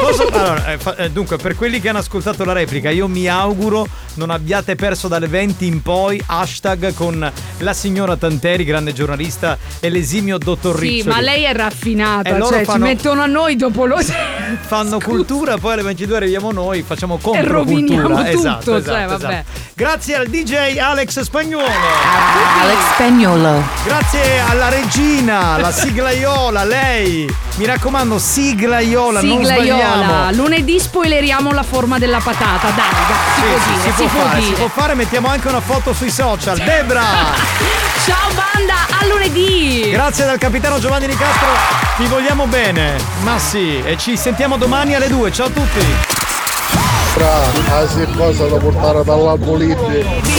S8: Posso- allora, eh, fa- eh, dunque, per quelli che hanno ascoltato la replica, io mi auguro non abbiate perso dalle 20 in poi hashtag con la signora Tanteri, grande giornalista, e l'esimio dottor
S9: Sì,
S8: Riccioli.
S9: ma lei è raffinata.
S8: E Eh, loro
S9: cioè,
S8: fanno-
S9: ci mettono a noi dopo lo.
S8: fanno cultura, poi alle 22 arriviamo noi, facciamo contro
S9: roviniamo
S8: cultura.
S9: tutto,
S8: esatto,
S9: cioè,
S8: esatto,
S9: vabbè.
S8: esatto. Grazie al DJ Alex Spagnuolo.
S7: Alex Spagnolo.
S8: Grazie alla regina, la siglaiola, lei. Mi raccomando, siglaiola, non
S9: Siglaiola,
S8: sbagliamo.
S9: lunedì spoileriamo la forma della patata. Dai, ragazzi, si
S8: Sì,
S9: può
S8: sì,
S9: dire,
S8: si, può fare, si
S9: dire.
S8: può fare, mettiamo anche una foto sui social. Debra!
S9: Ciao banda, a lunedì!
S8: Grazie dal capitano Giovanni Nicastro, ti vogliamo bene. Ma sì, e ci sentiamo domani alle 2. Ciao a tutti.
S25: Fra, a se cosa da portare dalla politica.
S8: eh.